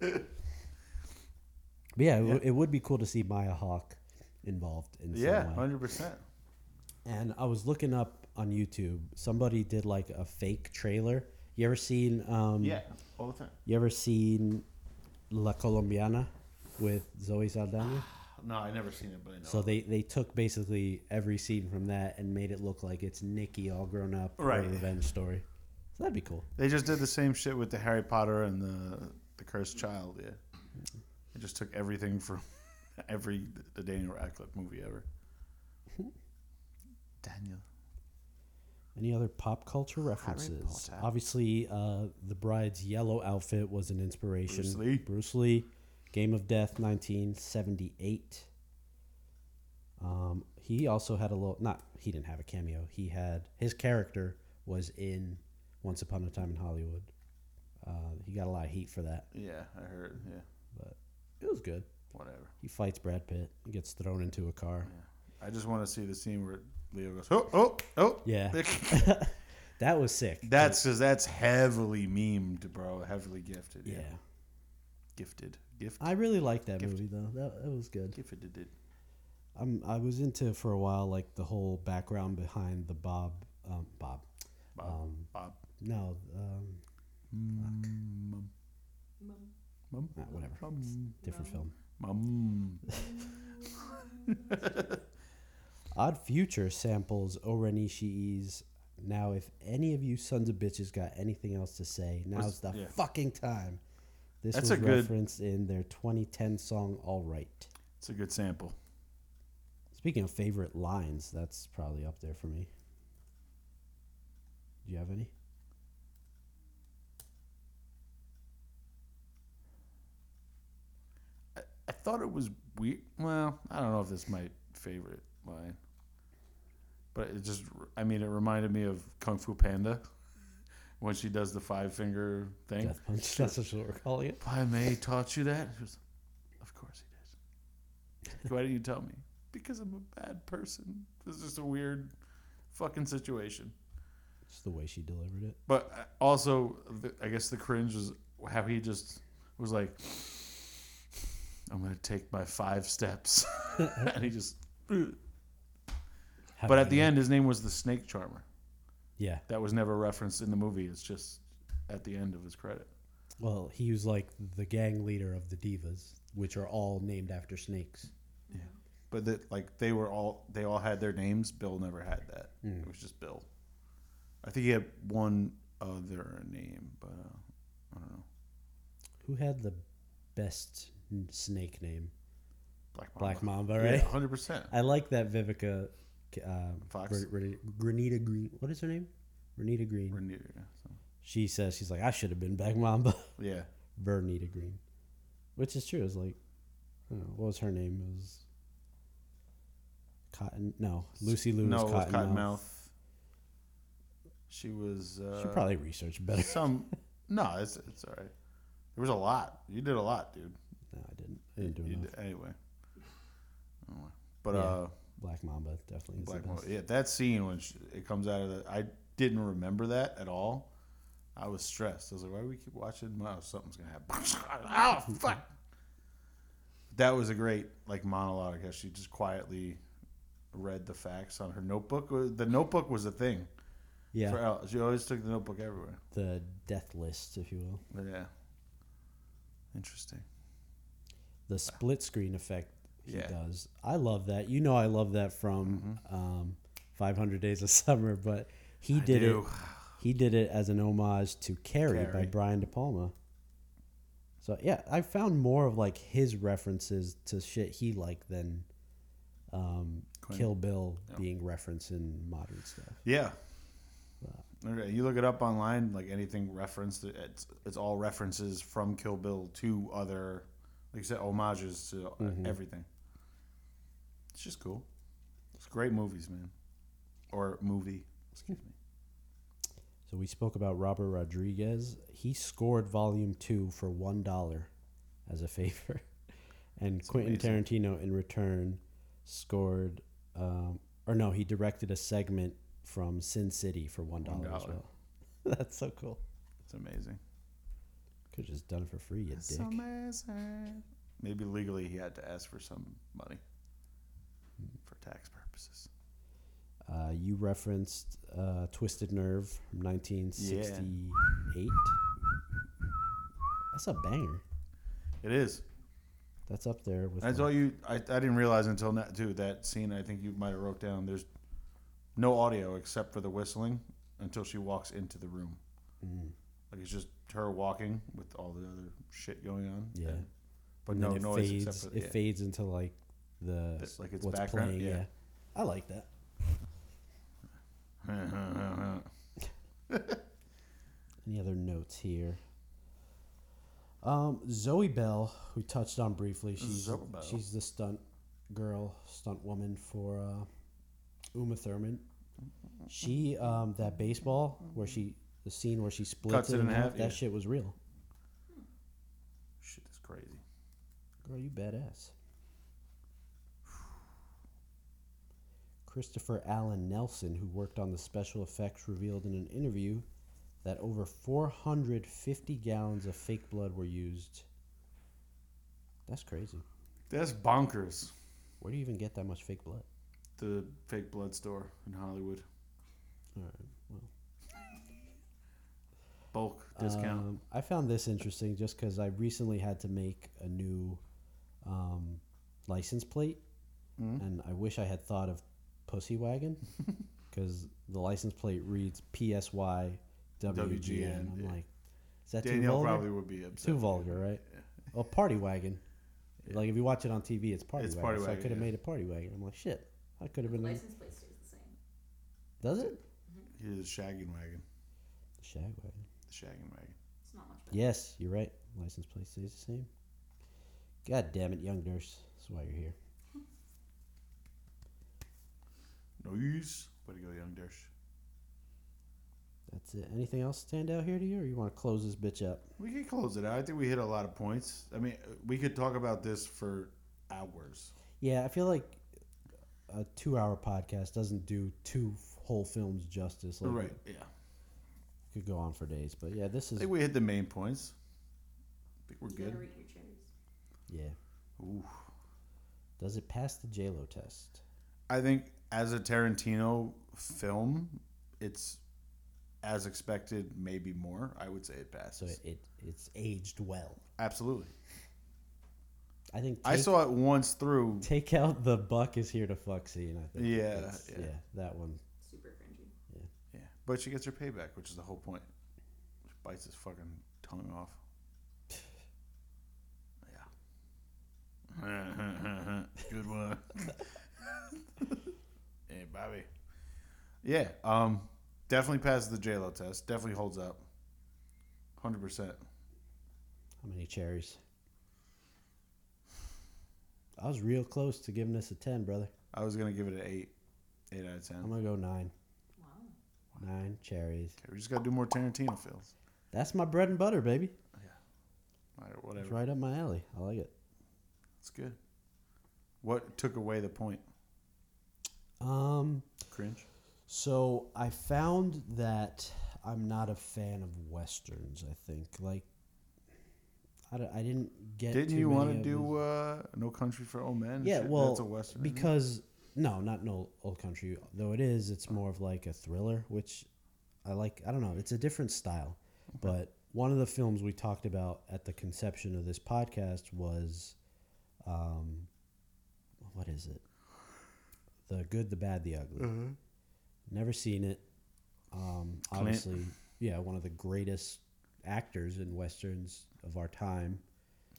[SPEAKER 1] but yeah, it, w- it would be cool to see Maya Hawk involved in some
[SPEAKER 2] Yeah,
[SPEAKER 1] way.
[SPEAKER 2] hundred percent.
[SPEAKER 1] Hmm. and I was looking up on YouTube. Somebody did like a fake trailer. You ever seen? Um,
[SPEAKER 2] Yeah, all the time.
[SPEAKER 1] You ever seen La Colombiana with Zoe Saldana?
[SPEAKER 2] No, I never seen it, but I know.
[SPEAKER 1] So they they took basically every scene from that and made it look like it's Nikki all grown up, or a
[SPEAKER 2] Right.
[SPEAKER 1] revenge story. So that'd be cool.
[SPEAKER 2] they just did the same shit with the Harry Potter and the the Cursed Child. Yeah, they just took everything from <laughs> every the Daniel Radcliffe movie ever. Daniel.
[SPEAKER 1] Any other pop culture references?
[SPEAKER 2] Potter.
[SPEAKER 1] Obviously, uh, the bride's yellow outfit was an inspiration.
[SPEAKER 2] Bruce Lee.
[SPEAKER 1] Bruce Lee, Game of Death, 1978. Um, he also had a little, not, he didn't have a cameo. He had, his character was in Once Upon a Time in Hollywood. Uh, he got a lot of heat for that,
[SPEAKER 2] Yeah, I heard. Yeah,
[SPEAKER 1] but it was good.
[SPEAKER 2] whatever.
[SPEAKER 1] He fights Brad Pitt, and gets thrown into a car.
[SPEAKER 2] I just want to see the scene where Leo goes, oh, oh, oh. <laughs>
[SPEAKER 1] Yeah. that was sick.
[SPEAKER 2] that's because that's heavily memed, bro. Heavily gifted.
[SPEAKER 1] yeah. Uh,
[SPEAKER 2] Gifted. Gifted.
[SPEAKER 1] I really liked that movie, though. That, that was good.
[SPEAKER 2] Gifted it.
[SPEAKER 1] I'm, I was into for a while like the whole background behind the Bob, um, Bob.
[SPEAKER 2] Bob.
[SPEAKER 1] um,
[SPEAKER 2] Bob. mm,
[SPEAKER 1] No, um,
[SPEAKER 2] Mum.
[SPEAKER 3] Mum.
[SPEAKER 2] Mum.
[SPEAKER 1] ah, whatever.
[SPEAKER 2] Mum.
[SPEAKER 1] Different film.
[SPEAKER 2] Mum.
[SPEAKER 1] Odd Future samples Oren Ishii's. Now, if any of you sons of bitches got anything else to say, now's the
[SPEAKER 2] yeah.
[SPEAKER 1] fucking time. This
[SPEAKER 2] That's
[SPEAKER 1] was
[SPEAKER 2] a good-
[SPEAKER 1] referenced in their 2010 song "All Right."
[SPEAKER 2] It's a good sample.
[SPEAKER 1] Speaking of favorite lines, that's probably up there for me. Do you have any?
[SPEAKER 2] I thought it was weird. Well, I don't know if this is my favorite line, but it just, I mean, it reminded me of Kung Fu Panda when she does the five finger thing.
[SPEAKER 1] Death punch. <laughs> That's what we're calling it.
[SPEAKER 2] Pai Mei taught you that? She goes, of course he did. Why didn't you tell me? Because I'm a bad person. This is just a weird fucking situation.
[SPEAKER 1] It's the way she delivered it.
[SPEAKER 2] But uh, also, the- I guess the cringe was how he just was like, I'm going to take my five steps. <laughs> and he just. "Ugh."
[SPEAKER 1] How
[SPEAKER 2] But
[SPEAKER 1] did
[SPEAKER 2] at the
[SPEAKER 1] you-
[SPEAKER 2] end, his name was the Snake Charmer.
[SPEAKER 1] yeah.
[SPEAKER 2] That was never referenced in the movie. It's just at the end of his credit.
[SPEAKER 1] Well, he was like the gang leader of the divas, which are all named after snakes.
[SPEAKER 3] Mm-hmm.
[SPEAKER 2] But that like they were all they all had their names. Bill never had that.
[SPEAKER 1] Hmm.
[SPEAKER 2] It was just Bill. I think he had one other name, but uh, I don't know.
[SPEAKER 1] Who had the best n- snake name?
[SPEAKER 2] Black Mamba.
[SPEAKER 1] Black Mamba, right? <laughs>
[SPEAKER 2] hundred percent.
[SPEAKER 1] I like that Vivica uh,
[SPEAKER 2] Fox.
[SPEAKER 1] Gre- Gre- Grenita Green. What is her name? Renita Green. She says she's like I should have been Black Mamba. <laughs>
[SPEAKER 2] Yeah,
[SPEAKER 1] Vernita Green, which is true. It's like, I don't know, what was her name? It was Cotton. No, Lucy Lou
[SPEAKER 2] no,
[SPEAKER 1] was
[SPEAKER 2] it was
[SPEAKER 1] Cottonmouth.
[SPEAKER 2] Cottonmouth. She was. Uh,
[SPEAKER 1] She probably researched better. <laughs>
[SPEAKER 2] some. No, it's it's all right. There was a lot. You did a lot, dude.
[SPEAKER 1] No, I didn't. I didn't do
[SPEAKER 2] You
[SPEAKER 1] enough.
[SPEAKER 2] did, anyway. Anyway. But
[SPEAKER 1] Yeah.
[SPEAKER 2] uh.
[SPEAKER 1] Black Mamba definitely. Is
[SPEAKER 2] Black
[SPEAKER 1] the
[SPEAKER 2] Mamba.
[SPEAKER 1] best.
[SPEAKER 2] Yeah, that scene when she, it comes out of the, I didn't remember that at all. I was stressed. I was like, why do we keep watching? Well, something's gonna happen. <laughs> oh fuck! That was a great like monologue. How she just quietly read the facts on her notebook. Uh, The notebook was a thing.
[SPEAKER 1] Yeah,
[SPEAKER 2] For Elle. She always took the notebook everywhere.
[SPEAKER 1] the death list, if you will.
[SPEAKER 2] yeah. Interesting.
[SPEAKER 1] The split screen effect he
[SPEAKER 2] Yeah. Mm-hmm.
[SPEAKER 1] does. I love that. You know, I love that from um, 500 Days of <laughs> Summer, but he did it.
[SPEAKER 2] do.
[SPEAKER 1] He did it as an homage to Carrie, by
[SPEAKER 2] Carrie.
[SPEAKER 1] Brian De Palma. So yeah, I found more of like his references to shit he liked than um,
[SPEAKER 2] Quinn.
[SPEAKER 1] Kill Bill being referenced in modern stuff.
[SPEAKER 2] Yeah. Okay, You look it up online, like anything referenced, it's it's all references from Kill Bill to other, like you said, homages to uh,
[SPEAKER 1] Mm-hmm.
[SPEAKER 2] everything. It's just cool. It's great movies, man, or movie. Excuse me.
[SPEAKER 1] So we spoke about Robert Rodriguez. He scored Volume Two for one dollar as a favor, <laughs> and Quentin Tarantino in return scored, um, or no, he directed a segment from Sin City for one dollar as
[SPEAKER 2] $1.
[SPEAKER 1] well. <laughs> That's so cool.
[SPEAKER 2] It's amazing.
[SPEAKER 1] Could have just done it for free, you dick.
[SPEAKER 2] amazing. Maybe legally he had to ask for some money for tax purposes.
[SPEAKER 1] Uh, you referenced uh, Twisted Nerve from 1968. That's a banger.
[SPEAKER 2] It is.
[SPEAKER 1] That's up there with.
[SPEAKER 2] That's
[SPEAKER 1] like-
[SPEAKER 2] all you. I, I didn't realize until now too that scene. I think you might have wrote down. There's no audio except for the whistling until she walks into the room.
[SPEAKER 1] mm.
[SPEAKER 2] Like it's just her walking with all the other shit going on.
[SPEAKER 1] Yeah.
[SPEAKER 2] And- but
[SPEAKER 1] and then
[SPEAKER 2] no
[SPEAKER 1] it
[SPEAKER 2] noise
[SPEAKER 1] fades.
[SPEAKER 2] except for
[SPEAKER 1] it
[SPEAKER 2] yeah.
[SPEAKER 1] fades into like the
[SPEAKER 2] It's like it's
[SPEAKER 1] what's
[SPEAKER 2] background,
[SPEAKER 1] playing.
[SPEAKER 2] yeah.
[SPEAKER 1] Yeah. I like that. Any other notes here? Um, Zoe Bell, who touched on briefly, she's
[SPEAKER 2] Zoe Bell.
[SPEAKER 1] she's the stunt girl, stunt woman for uh, Uma Thurman. She um, that baseball where she the scene where she splits
[SPEAKER 2] Cuts
[SPEAKER 1] it in half.
[SPEAKER 2] yeah.
[SPEAKER 1] That shit was real.
[SPEAKER 2] <laughs> Shit is crazy.
[SPEAKER 1] Girl, you badass. Christopher Allen Nelson, who worked on the special effects, revealed in an interview that over 450 gallons of fake blood were used. That's crazy.
[SPEAKER 2] That's bonkers.
[SPEAKER 1] Where do you even get that much fake blood?
[SPEAKER 2] The fake blood store in Hollywood.
[SPEAKER 1] All right.
[SPEAKER 2] Bulk discount.
[SPEAKER 1] Um, I found this interesting just because I recently had to make a new um, license plate,
[SPEAKER 2] Hmm? Mm-hmm.
[SPEAKER 1] and I wish I had thought of
[SPEAKER 2] <laughs>
[SPEAKER 1] Pussy Wagon because the license plate reads PSY WGN. I'm
[SPEAKER 2] yeah.
[SPEAKER 1] like, is that too
[SPEAKER 2] Danielle
[SPEAKER 1] vulgar?
[SPEAKER 2] probably would be upset.
[SPEAKER 1] too vulgar, right? Well, Party Wagon. Like if you watch it on TV, it's Party
[SPEAKER 2] It's
[SPEAKER 1] Wagon.
[SPEAKER 2] Party
[SPEAKER 1] so I
[SPEAKER 2] Wagon,
[SPEAKER 1] could have
[SPEAKER 2] yeah.
[SPEAKER 1] made a Party Wagon. I'm like, shit, I could have been. a-
[SPEAKER 3] License plate stays the same.
[SPEAKER 1] Does it?
[SPEAKER 2] He is shagging wagon.
[SPEAKER 1] Shag Wagon.
[SPEAKER 2] The shagging wagon.
[SPEAKER 3] It's not much better.
[SPEAKER 1] Yes, you're right. License plate stays the same. God damn it, young nurse. That's why you're here.
[SPEAKER 2] Noise. Way to go, young Dersh.
[SPEAKER 1] That's it. Anything else stand out here to you, or you want to close this bitch up?
[SPEAKER 2] We can close it out. I think we hit a lot of points. I mean, we could talk about this for hours.
[SPEAKER 1] Yeah, I feel like a two-hour podcast doesn't do two whole films justice. Like,
[SPEAKER 2] right. Yeah.
[SPEAKER 1] it could go on for days, but yeah, this
[SPEAKER 2] I
[SPEAKER 1] is
[SPEAKER 2] think we hit the main popoints. I think we're
[SPEAKER 3] You gotta
[SPEAKER 2] good.
[SPEAKER 3] rate your cherries.
[SPEAKER 1] yeah.
[SPEAKER 2] Ooh.
[SPEAKER 1] Does it pass the J Lo test?
[SPEAKER 2] I think as a Tarantino film, it's as expected, maybe more. I would say it
[SPEAKER 1] So
[SPEAKER 2] passes.
[SPEAKER 1] it, it it's aged well.
[SPEAKER 2] Absolutely.
[SPEAKER 1] I think. Take,
[SPEAKER 2] I saw it once through.
[SPEAKER 1] take out the buck is here to fuck scene. I think.
[SPEAKER 2] Yeah,
[SPEAKER 1] That's-
[SPEAKER 2] yeah.
[SPEAKER 1] that one.
[SPEAKER 3] Super cringy.
[SPEAKER 2] Yeah. But she gets her payback, which is the whole point. She bites his fucking tongue off. Yeah. Good one. <laughs> hey, Bobby. Yeah. Um. Definitely passes the J Lo test. Definitely holds up. Hundred percent.
[SPEAKER 1] How many cherries? I was real close to giving this a ten, brother.
[SPEAKER 2] I was gonna give it an eight. Eight out of ten.
[SPEAKER 1] I'm gonna go nine.
[SPEAKER 3] Wow.
[SPEAKER 1] Nine cherries.
[SPEAKER 2] Okay, we just gotta do more Tarantino films.
[SPEAKER 1] That's my bread and butter, baby.
[SPEAKER 2] All right,
[SPEAKER 1] It's
[SPEAKER 2] whatever.
[SPEAKER 1] right up my alley. I like it.
[SPEAKER 2] It's good. What took away the point?
[SPEAKER 1] Um,
[SPEAKER 2] Cringe.
[SPEAKER 1] so I found that I'm not a fan of westerns. I think like I, d- I didn't get.
[SPEAKER 2] Didn't
[SPEAKER 1] too
[SPEAKER 2] you
[SPEAKER 1] many
[SPEAKER 2] want to
[SPEAKER 1] of
[SPEAKER 2] do
[SPEAKER 1] these-
[SPEAKER 2] uh, No Country for Old Men?
[SPEAKER 1] yeah,
[SPEAKER 2] Shit,
[SPEAKER 1] well,
[SPEAKER 2] that's a western. isn't it?
[SPEAKER 1] because no, not no old country though. It is. It's more of like a thriller, which I like. I don't know. It's a different style, but one of the films we talked about at the conception of this podcast was, um, what is it? The Good, the Bad, the Ugly. Never seen it. Um,
[SPEAKER 2] Clint.
[SPEAKER 1] obviously, yeah, one of the greatest actors in westerns of our time.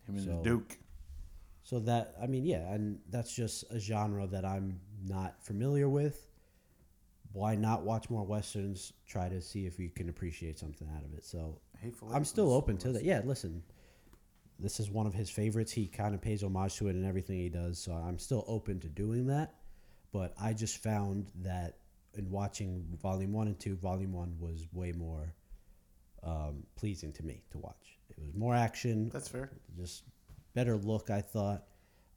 [SPEAKER 2] him and
[SPEAKER 1] so-
[SPEAKER 2] the Duke.
[SPEAKER 1] So that I mean, yeah, and that's just a genre that I'm not familiar with. Why not watch more westerns? Try to see if you can appreciate something out of it. So
[SPEAKER 2] Hateful
[SPEAKER 1] I'm
[SPEAKER 2] Eight
[SPEAKER 1] still
[SPEAKER 2] was
[SPEAKER 1] open
[SPEAKER 2] the
[SPEAKER 1] to that. Yeah, listen, this is one of his favorites. He kind of pays homage to it in everything he does. So I'm still open to doing that. But I just found that in watching Volume One and Two, Volume One was way more um, pleasing to me to watch. It was more action
[SPEAKER 2] That's fair.
[SPEAKER 1] just better look i thought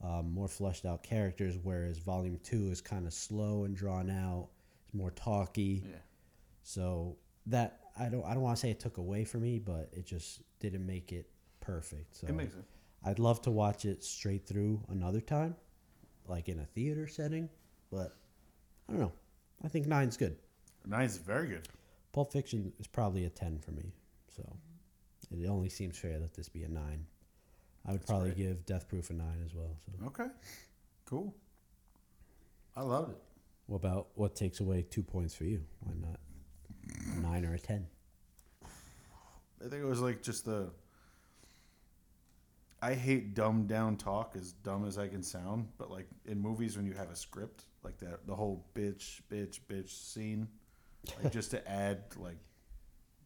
[SPEAKER 1] um, more fleshed out characters whereas volume two is kind of slow and drawn out it's more talky.
[SPEAKER 2] Yeah.
[SPEAKER 1] So that I don't I don't want to say it took away from me, but it just didn't make it perfect. So
[SPEAKER 2] It makes it.
[SPEAKER 1] I'd love to watch it straight through another time, like in a theater setting. But I don't know. I think nine's good.
[SPEAKER 2] Nine's very good.
[SPEAKER 1] Pulp Fiction is probably a ten for me. So it only seems fair that this be a nine. I would probably
[SPEAKER 2] right.
[SPEAKER 1] give Death Proof a nine as well. So
[SPEAKER 2] Okay. Cool. I loved it.
[SPEAKER 1] what about what takes away two points for you? Why not a nine or a ten?
[SPEAKER 2] I think it was like just the. I hate dumbed down talk as dumb as I can sound, but like in movies when you have a script like that, the whole bitch, bitch, bitch scene,
[SPEAKER 1] <laughs>
[SPEAKER 2] like just to add like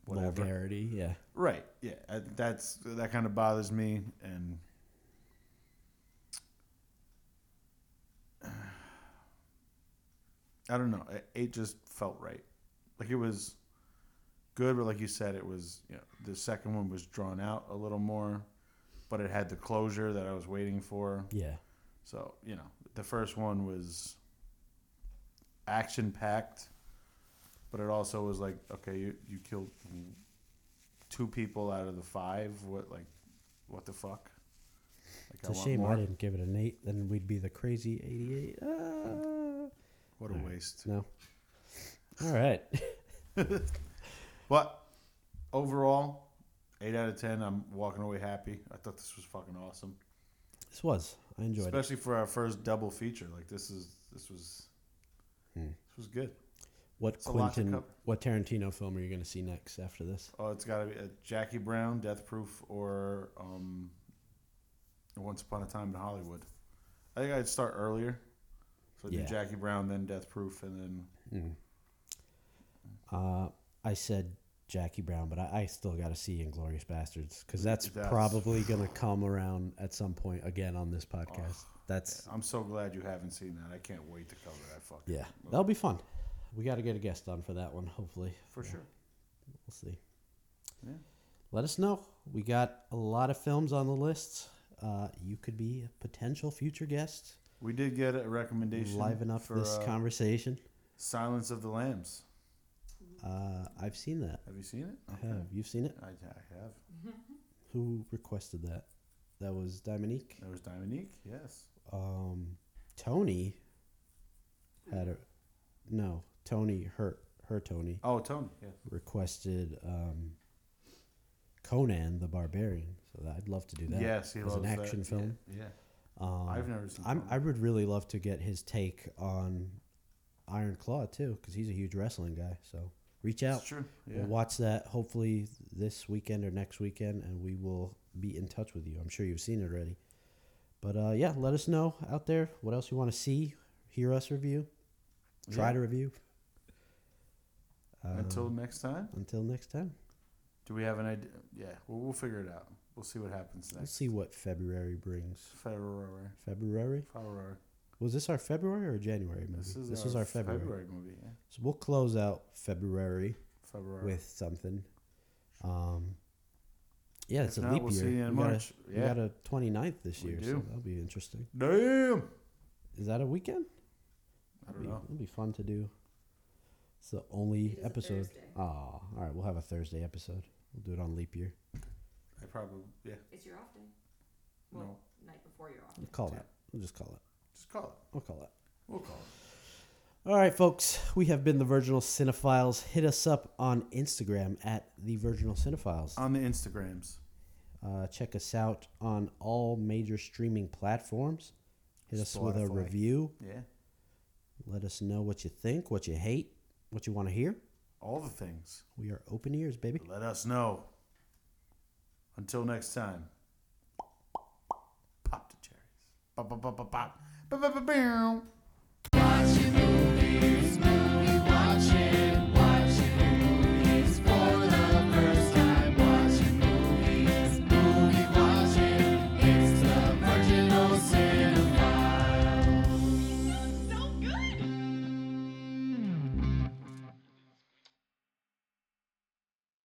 [SPEAKER 2] whatever.
[SPEAKER 1] Vulgarity, yeah.
[SPEAKER 2] Right? Yeah, I- that's that kind of bothers me, and <sighs> I don't know. It, it just felt right. Like it was good, but like you said, it was. You know, the second one was drawn out a little more, but it had the closure that I was waiting for.
[SPEAKER 1] Yeah.
[SPEAKER 2] So you know, the first one was action packed, but it also was like, okay, you you killed two people out of the five. What like, what the fuck? Like,
[SPEAKER 1] It's a shame I didn't give it an eight. Then we'd be the crazy eighty-eight. Ah.
[SPEAKER 2] What a waste.
[SPEAKER 1] No. All right.
[SPEAKER 2] But overall, eight out of ten. I'm walking away happy. I thought this was fucking awesome,
[SPEAKER 1] This was. I enjoyed it.
[SPEAKER 2] especially for our first double feature. Like this is this was this was good.
[SPEAKER 1] Hmm. What
[SPEAKER 2] it's a lot to
[SPEAKER 1] Quentin?
[SPEAKER 2] cover.
[SPEAKER 1] What Tarantino film are you going to see next after this?
[SPEAKER 2] Oh, it's got to be uh, Jackie Brown, Death Proof, or um, Once Upon a Time in Hollywood. I think I'd start earlier. So do
[SPEAKER 1] Yeah.
[SPEAKER 2] Jackie Brown, then Death Proof, and then
[SPEAKER 1] Uh, I said Jackie Brown, but I, I still got to see Inglorious Bastards because that's,
[SPEAKER 2] That's-
[SPEAKER 1] probably going to come around at some point again on this podcast. that's
[SPEAKER 2] oh, I'm so glad you haven't seen that. I can't wait to cover that fucking.
[SPEAKER 1] yeah. That'll be fun. We got to get a guest on for that one. Hopefully,
[SPEAKER 2] For sure.
[SPEAKER 1] We'll see.
[SPEAKER 2] Yeah.
[SPEAKER 1] Let us know. We got a lot of films on the list. Uh, you could be a potential future guest.
[SPEAKER 2] We did get a recommendation.
[SPEAKER 1] Liven up
[SPEAKER 2] for
[SPEAKER 1] this
[SPEAKER 2] uh,
[SPEAKER 1] conversation.
[SPEAKER 2] Silence of the Lambs.
[SPEAKER 1] Uh, I've seen that.
[SPEAKER 2] Have you seen it?
[SPEAKER 1] I have. You've seen it?
[SPEAKER 2] I, I have.
[SPEAKER 1] Who requested that? That was Dominique.
[SPEAKER 2] There was Dominique. Yes.
[SPEAKER 1] Um, Tony had a. No, Tony, her, her Tony,
[SPEAKER 2] Oh, Tony. Yes.
[SPEAKER 1] requested um, Conan the Barbarian. So that, I'd love to do that.
[SPEAKER 2] Yes, he
[SPEAKER 1] It was
[SPEAKER 2] loves
[SPEAKER 1] an
[SPEAKER 2] that.
[SPEAKER 1] action film.
[SPEAKER 2] Yeah. yeah.
[SPEAKER 1] Um,
[SPEAKER 2] I've never seen.
[SPEAKER 1] I'm,
[SPEAKER 2] Conan.
[SPEAKER 1] I would really love to get his take on Iron Claw too, because he's a huge wrestling guy. So reach out.
[SPEAKER 2] It's true. Yeah.
[SPEAKER 1] We'll watch that hopefully this weekend or next weekend, and we will be in touch with you. I'm sure you've seen it already. But uh, yeah, let us know out there what else you want to see, hear us review, try
[SPEAKER 2] Yeah.
[SPEAKER 1] to uh, review. Um,
[SPEAKER 2] Until next time.
[SPEAKER 1] Until next time,
[SPEAKER 2] Do we have an idea? Yeah, we'll, we'll figure it out. We'll see what happens
[SPEAKER 1] let's
[SPEAKER 2] next.
[SPEAKER 1] see what February brings.
[SPEAKER 2] February.
[SPEAKER 1] February
[SPEAKER 2] February.
[SPEAKER 1] was this our February or January movie?
[SPEAKER 2] This is our,
[SPEAKER 1] February.
[SPEAKER 2] movie. Yeah.
[SPEAKER 1] So we'll close out February.
[SPEAKER 2] February.
[SPEAKER 1] with something. Um, yeah, it's
[SPEAKER 2] If
[SPEAKER 1] a
[SPEAKER 2] not,
[SPEAKER 1] leap
[SPEAKER 2] we'll
[SPEAKER 1] year.
[SPEAKER 2] see you in
[SPEAKER 1] we
[SPEAKER 2] March.
[SPEAKER 1] Got a,
[SPEAKER 2] Yeah.
[SPEAKER 1] we got a 29th this
[SPEAKER 2] We
[SPEAKER 1] year, so
[SPEAKER 2] do.
[SPEAKER 1] that'll be interesting.
[SPEAKER 2] Damn.
[SPEAKER 1] Is that a weekend?
[SPEAKER 2] I
[SPEAKER 1] It'll
[SPEAKER 2] don't
[SPEAKER 1] be,
[SPEAKER 2] know.
[SPEAKER 1] it'll be fun to do. It's the only
[SPEAKER 3] It is a
[SPEAKER 1] episode.
[SPEAKER 3] Thursday.
[SPEAKER 1] Oh, all right. We'll have a Thursday episode. We'll do it on leap year.
[SPEAKER 2] I probably yeah.
[SPEAKER 3] It's your off day. Well,
[SPEAKER 2] No,
[SPEAKER 3] night before your off
[SPEAKER 1] We'll
[SPEAKER 3] day.
[SPEAKER 1] call that. We'll just call it.
[SPEAKER 2] just call it.
[SPEAKER 1] We'll call it.
[SPEAKER 2] We'll call it.
[SPEAKER 1] All right, folks, we have been the Virginal Cinephiles. Hit us up on Instagram at the Virginal Cinephiles.
[SPEAKER 2] On the Instagrams.
[SPEAKER 1] Uh, check us out on all major streaming platforms. Hit us with a
[SPEAKER 2] Spotify.
[SPEAKER 1] review.
[SPEAKER 2] Yeah.
[SPEAKER 1] Let us know what you think, what you hate, what you want to hear.
[SPEAKER 2] All the things.
[SPEAKER 1] We are open ears, baby.
[SPEAKER 2] Let us know. Until next time. Pop the cherries. Pop pop pop pop pop. Ba, ba, ba, bow.